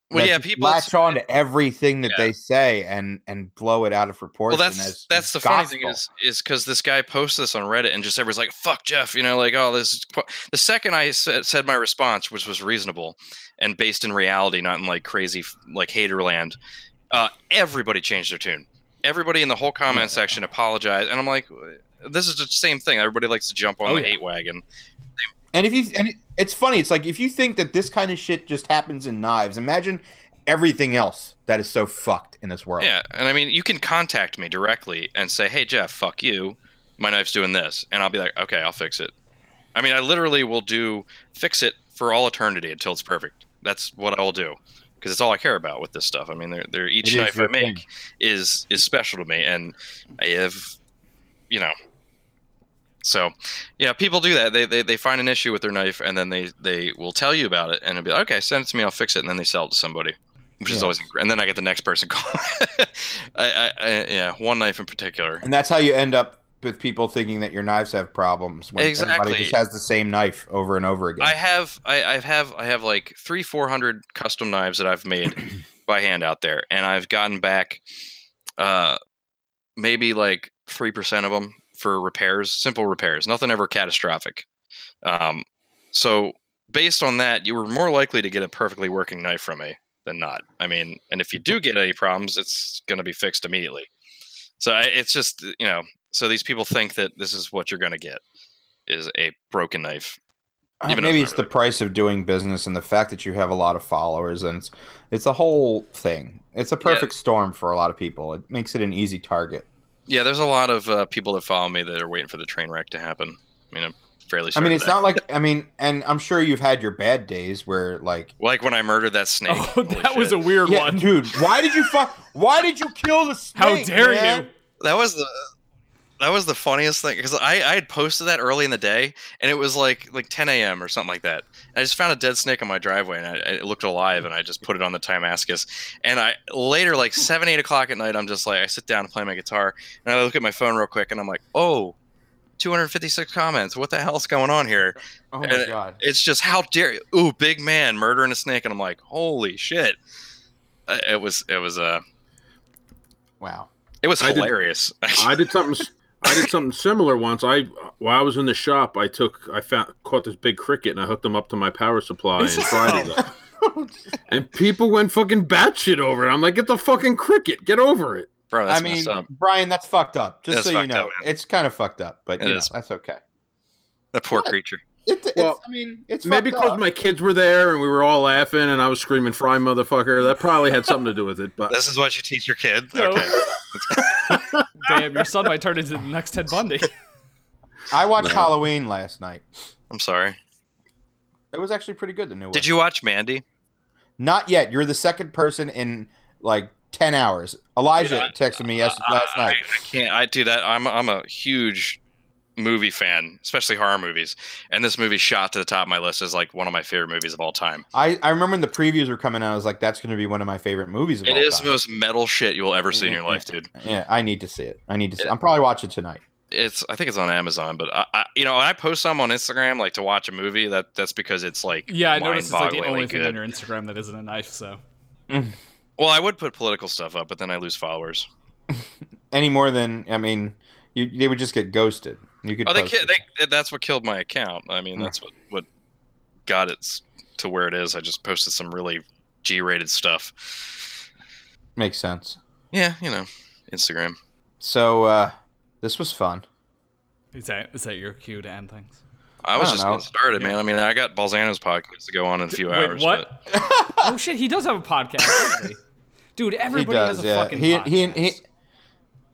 Speaker 4: well,
Speaker 1: that
Speaker 4: yeah,
Speaker 1: just
Speaker 4: people
Speaker 1: latch on to everything that
Speaker 4: Yeah.
Speaker 1: they say and and blow it out of proportion.
Speaker 4: Well, that's
Speaker 1: as
Speaker 4: that's the funny thing
Speaker 1: gospel.
Speaker 4: is is because this guy posts this on Reddit and just everyone's like, "Fuck Jeff," you know, like, "Oh, this." Is qu-" The second I said, said my response, which was reasonable and based in reality, not in like crazy f- like haterland, uh, everybody changed their tune. Everybody in the whole comment section apologized, and I'm like, "This is the same thing." Everybody likes to jump on
Speaker 2: Oh,
Speaker 4: the
Speaker 2: yeah.
Speaker 4: hate wagon.
Speaker 1: And if you and it- it's funny, it's like if you think that this kind of shit just happens in knives, imagine everything else that is so fucked in this world.
Speaker 4: Yeah, and I mean, you can contact me directly and say, "Hey, Jeff, fuck you. My knife's doing this," and I'll be like, "Okay, I'll fix it." I mean, I literally will do fix it for all eternity until it's perfect. That's what I will do because it's all I care about with this stuff. I mean, they're, they're
Speaker 1: It
Speaker 4: each
Speaker 1: is
Speaker 4: knife I
Speaker 1: your
Speaker 4: make
Speaker 1: thing.
Speaker 4: is is special to me, and I have, you know. So, yeah, people do that. They, they they find an issue with their knife, and then they they will tell you about it, and it'll be like, okay, send it to me, I'll fix it, and then they sell it to somebody, which is
Speaker 1: Yeah.
Speaker 4: always. And then I get the next person call. I, I, I yeah, one knife in particular.
Speaker 1: And that's how you end up with people thinking that your knives have problems when
Speaker 4: Exactly.
Speaker 1: everybody just has the same knife over and over again.
Speaker 4: I have I, I have I have like three four hundred custom knives that I've made by hand out there, and I've gotten back uh maybe like three percent of them for repairs, simple repairs, nothing ever catastrophic. Um, so based on that, you were more likely to get a perfectly working knife from me than not. I mean, and if you do get any problems, it's going to be fixed immediately. So I, it's just you know, so these people think that this is what you're going to get is a broken knife
Speaker 1: Uh,
Speaker 4: even though
Speaker 1: Maybe
Speaker 4: it's
Speaker 1: it's the price of doing business and the fact that you have a lot of followers, and it's it's a whole thing. It's a perfect storm for a lot of people. It makes it an easy target.
Speaker 4: Yeah, there's a lot of uh, people that follow me that are waiting for the train wreck to happen. I mean, I'm fairly.
Speaker 1: I
Speaker 4: Certain
Speaker 1: mean,
Speaker 4: of
Speaker 1: it's
Speaker 4: that.
Speaker 1: not like I mean, and I'm sure you've had your bad days where like
Speaker 4: like when I murdered that snake.
Speaker 2: Oh,
Speaker 4: Holy
Speaker 2: that was a
Speaker 4: shit.
Speaker 2: weird
Speaker 1: Yeah,
Speaker 2: one.
Speaker 1: dude. Why did you fuck? Why did you kill the snake?
Speaker 2: How dare
Speaker 1: man?
Speaker 2: you?
Speaker 4: that was the that was the funniest thing because I I had posted that early in the day and it was like like 10 a.m. or something like that. I just found a dead snake on my driveway and I, it looked alive and I just put it on the time askus. And I later like seven eight o'clock at night I'm just like I sit down and play my guitar and I look at my phone real quick and I'm like oh. 256 comments. What the hell's going on here?
Speaker 1: Oh my
Speaker 4: Uh,
Speaker 1: god.
Speaker 4: it's just how dare you ooh big man murdering a snake and i'm like holy shit Uh, it was it was uh
Speaker 1: Wow.
Speaker 4: it was
Speaker 5: I did-
Speaker 4: hilarious
Speaker 5: I did something. s- I did something similar once. I while I was in the shop, I took I found caught this big cricket and I hooked him up to my power supply and fried it. up. and people went fucking batshit over it. I'm like, get the fucking cricket, get over it.
Speaker 4: bro that's
Speaker 1: I mean,
Speaker 4: messed up.
Speaker 1: Brian, that's fucked up. Just
Speaker 4: That's
Speaker 1: so you
Speaker 4: fucked
Speaker 1: know,
Speaker 4: up, man.
Speaker 1: it's kind of fucked up, but
Speaker 4: It
Speaker 1: you know,
Speaker 4: is.
Speaker 1: that's okay.
Speaker 4: that poor
Speaker 1: what?
Speaker 4: creature
Speaker 1: It, it's,
Speaker 5: Well,
Speaker 1: I mean, it's
Speaker 5: Maybe
Speaker 1: fucked
Speaker 5: because
Speaker 1: up.
Speaker 5: my kids were there and we were all laughing and I was screaming "fry motherfucker." That probably had something to do with it. But
Speaker 4: this is what you teach your kid
Speaker 2: No.
Speaker 4: okay
Speaker 2: Damn, your son might turn into the next Ted Bundy.
Speaker 1: I watched
Speaker 4: No.
Speaker 1: Halloween last night.
Speaker 4: i'm sorry
Speaker 1: It was actually pretty good. The new one.
Speaker 4: did you watch mandy
Speaker 1: Not yet. You're the second person in like ten hours. Elijah
Speaker 4: Yeah, Uh,
Speaker 1: texted me yes, last
Speaker 4: I,
Speaker 1: night.
Speaker 4: I can't i do that i'm i'm a huge movie fan especially horror movies and this movie shot to the top of my list as like one of my favorite movies of all time
Speaker 1: I, I remember when the previews were coming out. I was like, "That's going to be one of my favorite movies." Of
Speaker 4: it
Speaker 1: all
Speaker 4: is the
Speaker 1: time.
Speaker 4: most metal shit you'll ever see in your life dude
Speaker 1: Yeah, I need to see it. I need to. see I'm probably watching tonight.
Speaker 4: it's I think it's on Amazon, but I, I you know when I post some on Instagram like to watch a movie that that's because it's like
Speaker 2: Yeah, I noticed it's like the
Speaker 4: mind-bogglingly
Speaker 2: only thing on
Speaker 4: good.
Speaker 2: your Instagram that isn't a knife. So
Speaker 4: Well, I would put political stuff up, but then I lose followers.
Speaker 1: Any more than I mean, you, they would just get ghosted. You could.
Speaker 4: Oh, they,
Speaker 1: post
Speaker 4: ki-
Speaker 1: it.
Speaker 4: they that's what killed my account. I mean,
Speaker 1: Hmm.
Speaker 4: that's what what got it s- to where it is. I just posted some really G-rated stuff.
Speaker 1: Makes sense.
Speaker 4: Yeah, you know, Instagram.
Speaker 1: So uh, this was fun.
Speaker 2: is that is that your cue to end things?
Speaker 4: I
Speaker 1: I
Speaker 4: was
Speaker 1: don't
Speaker 4: just
Speaker 1: know.
Speaker 4: getting started, man. I mean, I got Balzano's podcast to go on in a few hours. but-
Speaker 2: what? oh shit, he does have a podcast. doesn't he? Dude,
Speaker 1: He
Speaker 2: everybody
Speaker 1: does,
Speaker 2: has a
Speaker 1: yeah.
Speaker 2: fucking
Speaker 1: He,
Speaker 2: podcast.
Speaker 1: he, he,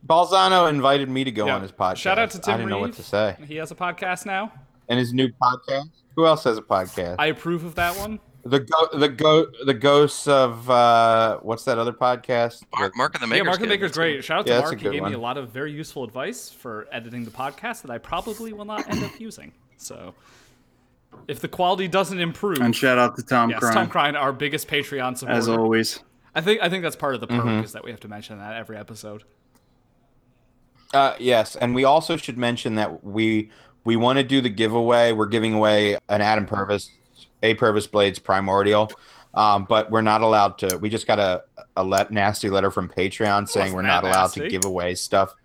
Speaker 1: Balzano invited me to go
Speaker 2: Yeah.
Speaker 1: on his podcast.
Speaker 2: Shout out to Tim
Speaker 1: I didn't know what
Speaker 2: Reeve.
Speaker 1: to say.
Speaker 2: He has a podcast now.
Speaker 1: And his new podcast. Who else has a podcast?
Speaker 2: I approve of that one.
Speaker 1: the go, the go, the ghosts of uh, what's that other podcast?
Speaker 4: Mark, Mark and the Maker's
Speaker 2: yeah, Mark the
Speaker 4: Kid.
Speaker 2: Maker's great. Shout out
Speaker 1: Yeah,
Speaker 2: to
Speaker 1: that's a
Speaker 2: Mark. He
Speaker 1: good
Speaker 2: gave
Speaker 1: one.
Speaker 2: me a lot of very useful advice for editing the podcast that I probably will not end up using. So, if the quality doesn't improve,
Speaker 3: And shout out to Tom
Speaker 2: yes,
Speaker 3: Crine,
Speaker 2: Tom Crine, our biggest Patreon supporter.
Speaker 3: as always.
Speaker 2: I think I think that's part of the perk
Speaker 1: Mm-hmm.
Speaker 2: is that we have to mention that every episode.
Speaker 1: Uh, yes, and we also should mention that we we want to do the giveaway. We're giving away an Adam Purvis, a Purvis Blades Primordial, um, but we're not allowed to. We just got a a let, nasty letter from Patreon saying
Speaker 2: wasn't
Speaker 1: we're
Speaker 2: that
Speaker 1: not allowed
Speaker 2: nasty.
Speaker 1: to give away stuff.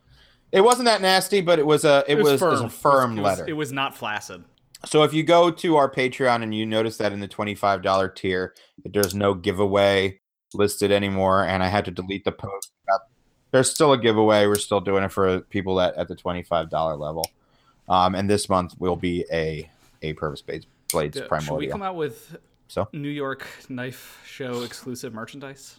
Speaker 1: It wasn't that nasty, but it was a it, was, it was a firm
Speaker 2: It was-
Speaker 1: letter.
Speaker 2: It was not flaccid.
Speaker 1: So if you go to our Patreon and you notice that in the twenty-five dollar tier, there's no giveaway listed anymore, and I had to delete the post. About, there's still a giveaway. We're still doing it for people that at the twenty-five dollar level. Um, and this month will be a a purpose blades blades
Speaker 2: Yeah, Should we
Speaker 1: primordial.
Speaker 2: come out with
Speaker 1: So?
Speaker 2: New York knife show exclusive merchandise?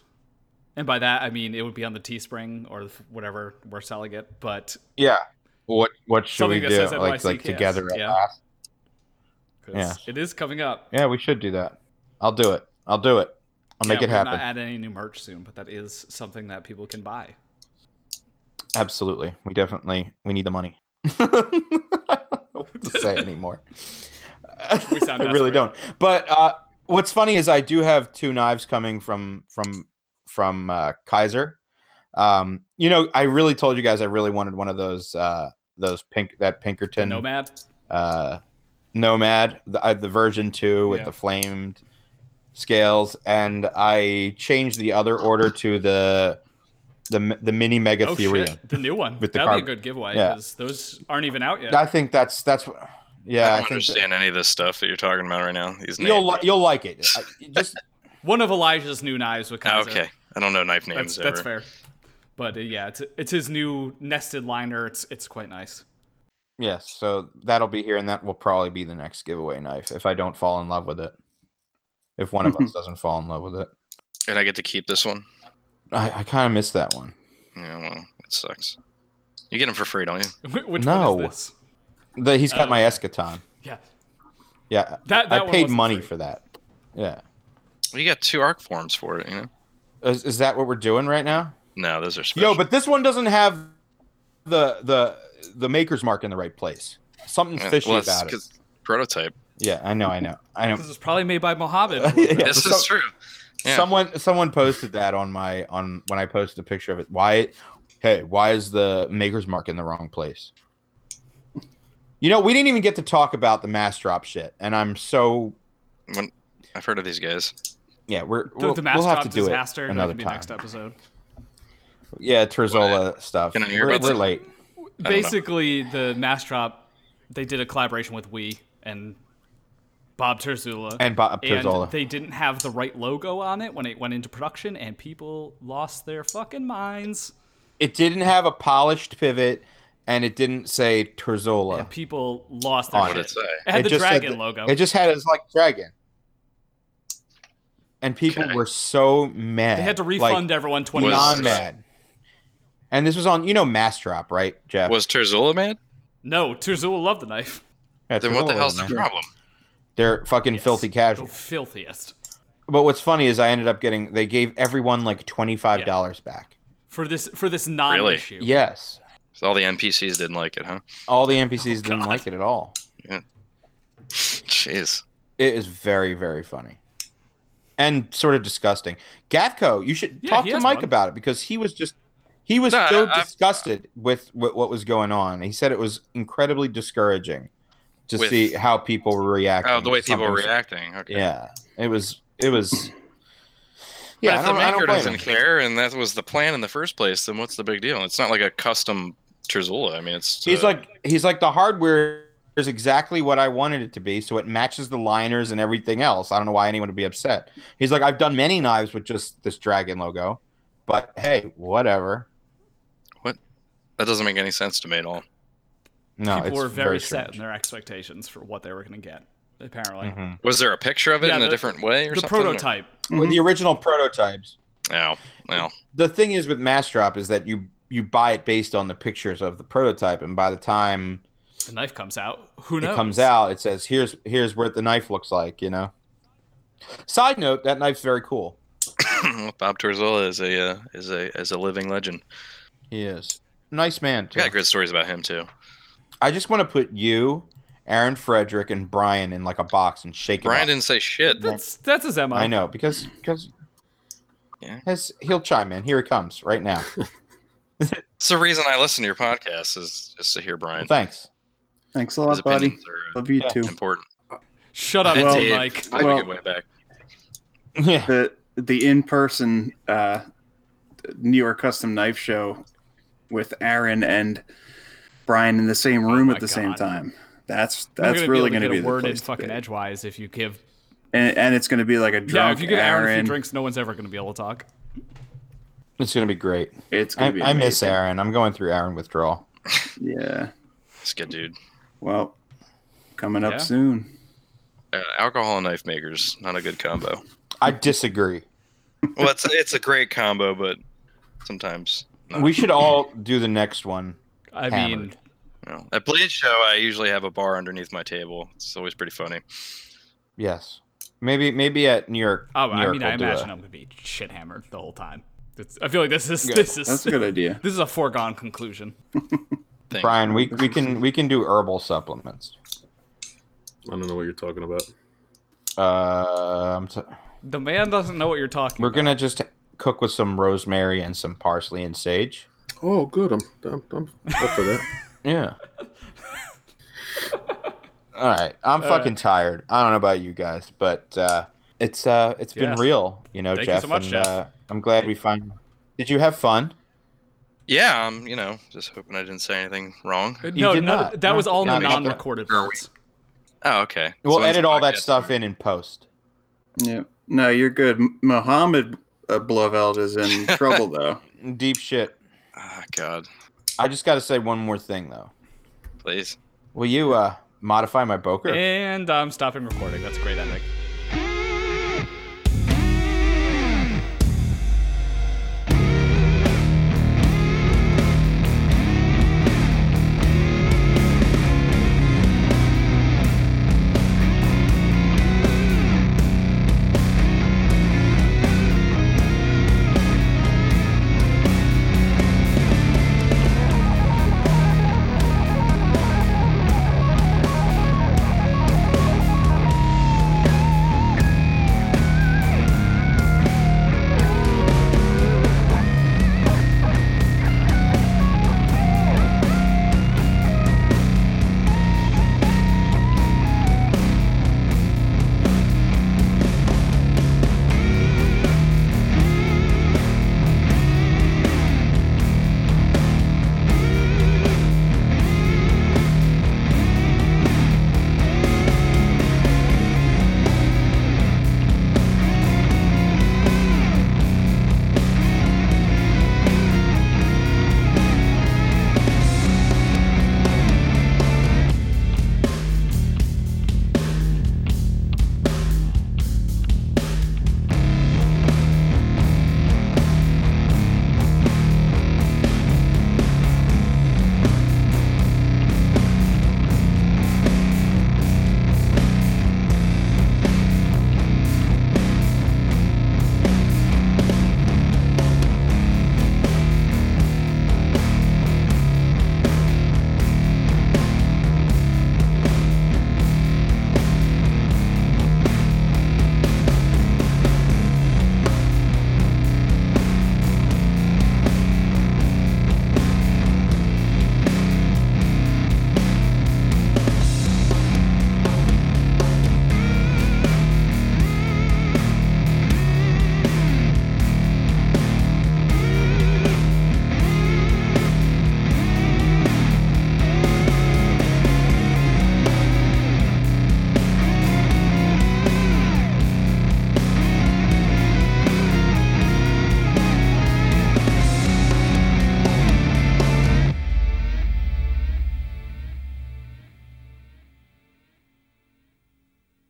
Speaker 2: And by that I mean it would be on the Teespring or whatever we're selling it. But
Speaker 1: yeah. What what should
Speaker 2: Something
Speaker 1: we
Speaker 2: that
Speaker 1: do?
Speaker 2: says
Speaker 1: Like like
Speaker 2: NYCKS,
Speaker 1: together at
Speaker 2: yeah.
Speaker 1: last.
Speaker 2: 'cause
Speaker 1: Yeah.
Speaker 2: it is coming up.
Speaker 1: Yeah, we should do that. I'll do it. I'll do it. I'll make
Speaker 2: Yeah,
Speaker 1: it
Speaker 2: we're Not
Speaker 1: happen.
Speaker 2: add any new merch soon, but that is something that people can buy.
Speaker 1: Absolutely. We definitely we need the money. I don't know what to say anymore.
Speaker 2: We sound
Speaker 1: I really
Speaker 2: desperate.
Speaker 1: don't. But uh, what's funny is I do have two knives coming from from from uh, Kaiser. Um, you know, I really told you guys I really wanted one of those uh, those pink that Pinkerton
Speaker 2: Nomad.
Speaker 1: uh, Nomad, the, uh, the version two with
Speaker 2: Yeah.
Speaker 1: the flamed scales, and I changed the other order to the the m- the mini mega
Speaker 2: Oh
Speaker 1: Therium.
Speaker 2: shit, the new one.
Speaker 1: With the
Speaker 2: That'd
Speaker 1: carb-
Speaker 2: be a good giveaway
Speaker 1: Yeah.
Speaker 2: because those aren't even out yet.
Speaker 1: I think that's that's what- yeah. I
Speaker 4: I don't
Speaker 1: think that-
Speaker 4: understand any of this stuff that you're talking about right now. These names.
Speaker 1: you'll li- you'll like it. I, just
Speaker 2: one of Elijah's new knives with
Speaker 4: Ah,
Speaker 2: Kaiser.
Speaker 4: okay, I don't know knife
Speaker 2: that's,
Speaker 4: names.
Speaker 2: that's
Speaker 4: ever.
Speaker 2: fair. But uh, yeah, it's it's his new nested liner. It's it's quite nice.
Speaker 1: yes. So that'll be here, and that will probably be the next giveaway knife if I don't fall in love with it. If one of us doesn't fall in love with it,
Speaker 4: And I get to keep this one.
Speaker 1: I, I kind of missed that one.
Speaker 4: Yeah, well, it sucks. You get them for free, don't you?
Speaker 2: Wh- Which
Speaker 1: No.
Speaker 2: one is this?
Speaker 1: The, he's got my
Speaker 4: Oh,
Speaker 1: eschaton.
Speaker 2: Yeah,
Speaker 1: Yeah,
Speaker 2: That- that
Speaker 1: I
Speaker 2: one
Speaker 1: paid
Speaker 2: wasn't
Speaker 1: money
Speaker 2: free.
Speaker 1: for that. Yeah,
Speaker 4: Well, you got two arc forms for it. You know?
Speaker 1: is, is that what we're doing right now?
Speaker 4: No, those are special.
Speaker 1: Yo, but this one doesn't have the the the maker's mark in the right place. Something's
Speaker 4: Yeah,
Speaker 1: fishy
Speaker 4: well, it's
Speaker 1: about it.
Speaker 4: 'cause prototype.
Speaker 1: Yeah, I know, I know, I know.
Speaker 2: this is probably made by Mohammed.
Speaker 1: Yeah,
Speaker 4: this
Speaker 1: so-
Speaker 4: is true. Yeah.
Speaker 1: Someone someone posted that on my on when I posted a picture of it. Why hey, why is the maker's mark in the wrong place? You know, we didn't even get to talk about the mass drop shit, and I'm so
Speaker 4: When, I've heard of these guys.
Speaker 1: yeah, we're
Speaker 2: The,
Speaker 1: we'll,
Speaker 2: the mass
Speaker 1: we'll have
Speaker 2: drop
Speaker 1: to do
Speaker 2: disaster.
Speaker 1: it
Speaker 2: that
Speaker 1: another
Speaker 2: could be
Speaker 1: time.
Speaker 2: next episode.
Speaker 1: Yeah, Terzola stuff.
Speaker 4: Can I hear
Speaker 1: we're,
Speaker 4: about
Speaker 1: we're
Speaker 4: that?
Speaker 1: late.
Speaker 4: know.
Speaker 2: Basically, the mass drop, they did a collaboration with Wii and Bob Terzula.
Speaker 1: And Bob
Speaker 2: and
Speaker 1: Terzola.
Speaker 2: they didn't have the right logo on it when it went into production, and people lost their fucking minds.
Speaker 1: it didn't have a polished pivot, and it didn't say Terzola.
Speaker 2: And people lost their
Speaker 1: On
Speaker 4: What
Speaker 2: shit.
Speaker 4: did it say?
Speaker 2: had the
Speaker 1: said
Speaker 2: dragon
Speaker 1: that-
Speaker 2: logo.
Speaker 1: It just had his like dragon. And people
Speaker 4: Okay.
Speaker 1: were so mad.
Speaker 2: they had to refund everyone twenty
Speaker 1: beyond
Speaker 2: dollars.
Speaker 4: Was-
Speaker 1: mad. And this was on, you know, Mass Drop, right, Jeff?
Speaker 4: Was Terzola mad?
Speaker 2: No, Terzula loved the knife.
Speaker 1: Yeah,
Speaker 4: Then what the
Speaker 1: Terzola,
Speaker 4: hell's the
Speaker 1: man.
Speaker 4: problem?
Speaker 1: They're fucking filthy
Speaker 2: The
Speaker 1: casual.
Speaker 2: filthiest.
Speaker 1: But what's funny is I ended up getting. They gave everyone like twenty five dollars back.
Speaker 2: for this for this non-issue.
Speaker 1: Yes,
Speaker 4: So all the NPCs didn't like it, huh?
Speaker 1: all the
Speaker 2: Oh,
Speaker 1: NPCs didn't like it at all.
Speaker 4: Jeez.
Speaker 1: It is very, very funny. And sort of disgusting. Gathco, you should
Speaker 2: Yeah,
Speaker 1: talk
Speaker 2: he
Speaker 1: to
Speaker 2: has
Speaker 1: Mike
Speaker 2: one.
Speaker 1: about it because he was just he was
Speaker 4: No,
Speaker 1: so
Speaker 4: I- I've-
Speaker 1: disgusted with, with what was going on. He said it was incredibly discouraging to
Speaker 4: With-
Speaker 1: see how people were reacting.
Speaker 4: Oh, the way
Speaker 1: to
Speaker 4: people were
Speaker 1: something-
Speaker 4: reacting. Okay.
Speaker 1: Yeah. It was it was
Speaker 4: Yeah,
Speaker 1: Yeah, I
Speaker 4: if the
Speaker 1: don't, I
Speaker 4: maker
Speaker 1: don't blame
Speaker 4: doesn't
Speaker 1: him.
Speaker 4: care, and that was the plan in the first place, then what's the big deal? It's not like a custom Terzula. I mean, it's
Speaker 1: He's
Speaker 4: uh,
Speaker 1: like he's like the hardware is exactly what I wanted it to be, so it matches the liners and everything else. I don't know why anyone would be upset. He's like, I've done many knives with just this dragon logo, but hey, whatever.
Speaker 4: that doesn't make any sense to me at all.
Speaker 1: No,
Speaker 2: people
Speaker 1: it's
Speaker 2: were very, set
Speaker 1: strange. Mm-hmm.
Speaker 2: in their expectations for what they were going to get. Apparently,
Speaker 4: Was there a picture of it
Speaker 2: Yeah,
Speaker 4: in
Speaker 2: the-
Speaker 4: a different way or
Speaker 2: the
Speaker 4: something? or-
Speaker 2: prototype.
Speaker 1: Well, the original prototypes.
Speaker 4: Oh, well,
Speaker 1: The thing is with Mass Drop is that you you buy it based on the pictures of the prototype, and by the time
Speaker 2: The knife comes out. Who
Speaker 1: it
Speaker 2: knows?
Speaker 1: comes out, it says here's here's what the knife looks like. You know. Side note: that knife's very cool.
Speaker 4: Bob Torzola is a uh, is a is a living legend.
Speaker 1: He is nice man.
Speaker 4: I
Speaker 1: Too.
Speaker 4: got good stories about him too.
Speaker 1: I just want to put you, Aaron Frederick, and Brian in like a box and shake
Speaker 4: Brian
Speaker 1: it. up.
Speaker 4: didn't say shit.
Speaker 2: That's that's his MO.
Speaker 1: I know because because
Speaker 4: Yeah.
Speaker 1: his- he'll chime in. Here he comes right now.
Speaker 4: That's the reason I listen to your podcast is just to hear Brian.
Speaker 1: Thanks.
Speaker 3: Thanks a
Speaker 4: His
Speaker 3: lot, buddy.
Speaker 4: opinions are uh,
Speaker 3: Love you
Speaker 1: Yeah.
Speaker 3: too.
Speaker 4: important.
Speaker 2: Shut up,
Speaker 4: Well,
Speaker 2: Tim,
Speaker 4: Dave.
Speaker 2: Mike.
Speaker 4: I think
Speaker 3: Well-
Speaker 4: it went back.
Speaker 1: Yeah.
Speaker 3: the the in person uh, New York Custom Knife Show with Aaron and Brian in the same room
Speaker 2: Oh my
Speaker 3: at the same
Speaker 2: God.
Speaker 3: time. That's
Speaker 2: You're
Speaker 3: that's really
Speaker 2: able
Speaker 3: going to be
Speaker 2: get a
Speaker 3: the
Speaker 2: word in
Speaker 3: place to
Speaker 2: fucking
Speaker 3: be.
Speaker 2: edgewise if you give.
Speaker 3: and, and it's going to be like a
Speaker 2: Yeah,
Speaker 3: drunk
Speaker 2: if you give Aaron,
Speaker 3: Aaron.
Speaker 2: a few drinks, no one's ever going to be able to talk.
Speaker 1: It's gonna be great.
Speaker 3: It's
Speaker 1: I,
Speaker 3: going to be.
Speaker 1: I miss
Speaker 3: amazing.
Speaker 1: Aaron. I'm going through Aaron withdrawal.
Speaker 3: Yeah.
Speaker 4: It's good, dude.
Speaker 3: Well, coming up
Speaker 2: Yeah.
Speaker 3: soon.
Speaker 4: Uh, alcohol and knife makers, not a good combo.
Speaker 1: I disagree.
Speaker 4: well, it's it's a great combo, but sometimes not.
Speaker 1: We should all do the next one.
Speaker 2: I mean,
Speaker 1: Hammered.
Speaker 4: You know, at Blade Show, I usually have a bar underneath my table. It's always pretty funny.
Speaker 1: Yes. Maybe maybe at New York.
Speaker 2: oh,
Speaker 1: New
Speaker 2: I
Speaker 1: York
Speaker 2: mean, I
Speaker 1: we'll do
Speaker 2: imagine
Speaker 1: a-
Speaker 2: I'm going to be shit hammered the whole time. It's, I feel like this is
Speaker 1: Good.
Speaker 2: this is
Speaker 3: That's a good idea.
Speaker 2: this is a foregone conclusion.
Speaker 4: Thing.
Speaker 1: Brian, we, we can we can do herbal supplements.
Speaker 5: I don't know what you're talking about.
Speaker 1: Uh, I'm t-
Speaker 2: The man doesn't know what you're talking.
Speaker 1: we're gonna just cook with some rosemary and some parsley and sage.
Speaker 5: Oh, good. I'm I'm, I'm up for that.
Speaker 1: Yeah. All right. I'm fucking tired. I don't know about you guys, but uh, it's uh, it's been
Speaker 2: Yeah.
Speaker 1: real, you know,
Speaker 2: Thank you
Speaker 1: Jeff.
Speaker 2: so much,
Speaker 1: and,
Speaker 2: Jeff.
Speaker 1: Uh, I'm glad we finally. Did you have fun?
Speaker 4: Yeah, I'm. You know, just hoping I didn't say anything wrong.
Speaker 2: about.
Speaker 1: You
Speaker 2: No,
Speaker 1: did
Speaker 2: no,
Speaker 1: not.
Speaker 2: that
Speaker 1: No,
Speaker 2: was all in
Speaker 1: no,
Speaker 2: the
Speaker 1: you did not.
Speaker 2: non-recorded
Speaker 4: Are we-
Speaker 2: parts.
Speaker 4: Oh, okay.
Speaker 1: We'll
Speaker 4: Someone's
Speaker 1: edit all that
Speaker 4: podcast.
Speaker 1: stuff in in post.
Speaker 3: Yeah. No, you're good. M- Mohammed uh, Blofeld is in trouble though.
Speaker 1: Deep shit.
Speaker 4: Ah, God,
Speaker 1: I just got to say one more thing though.
Speaker 4: please.
Speaker 1: Will you uh, modify my boker?
Speaker 2: And I'm stopping recording. That's a great ending.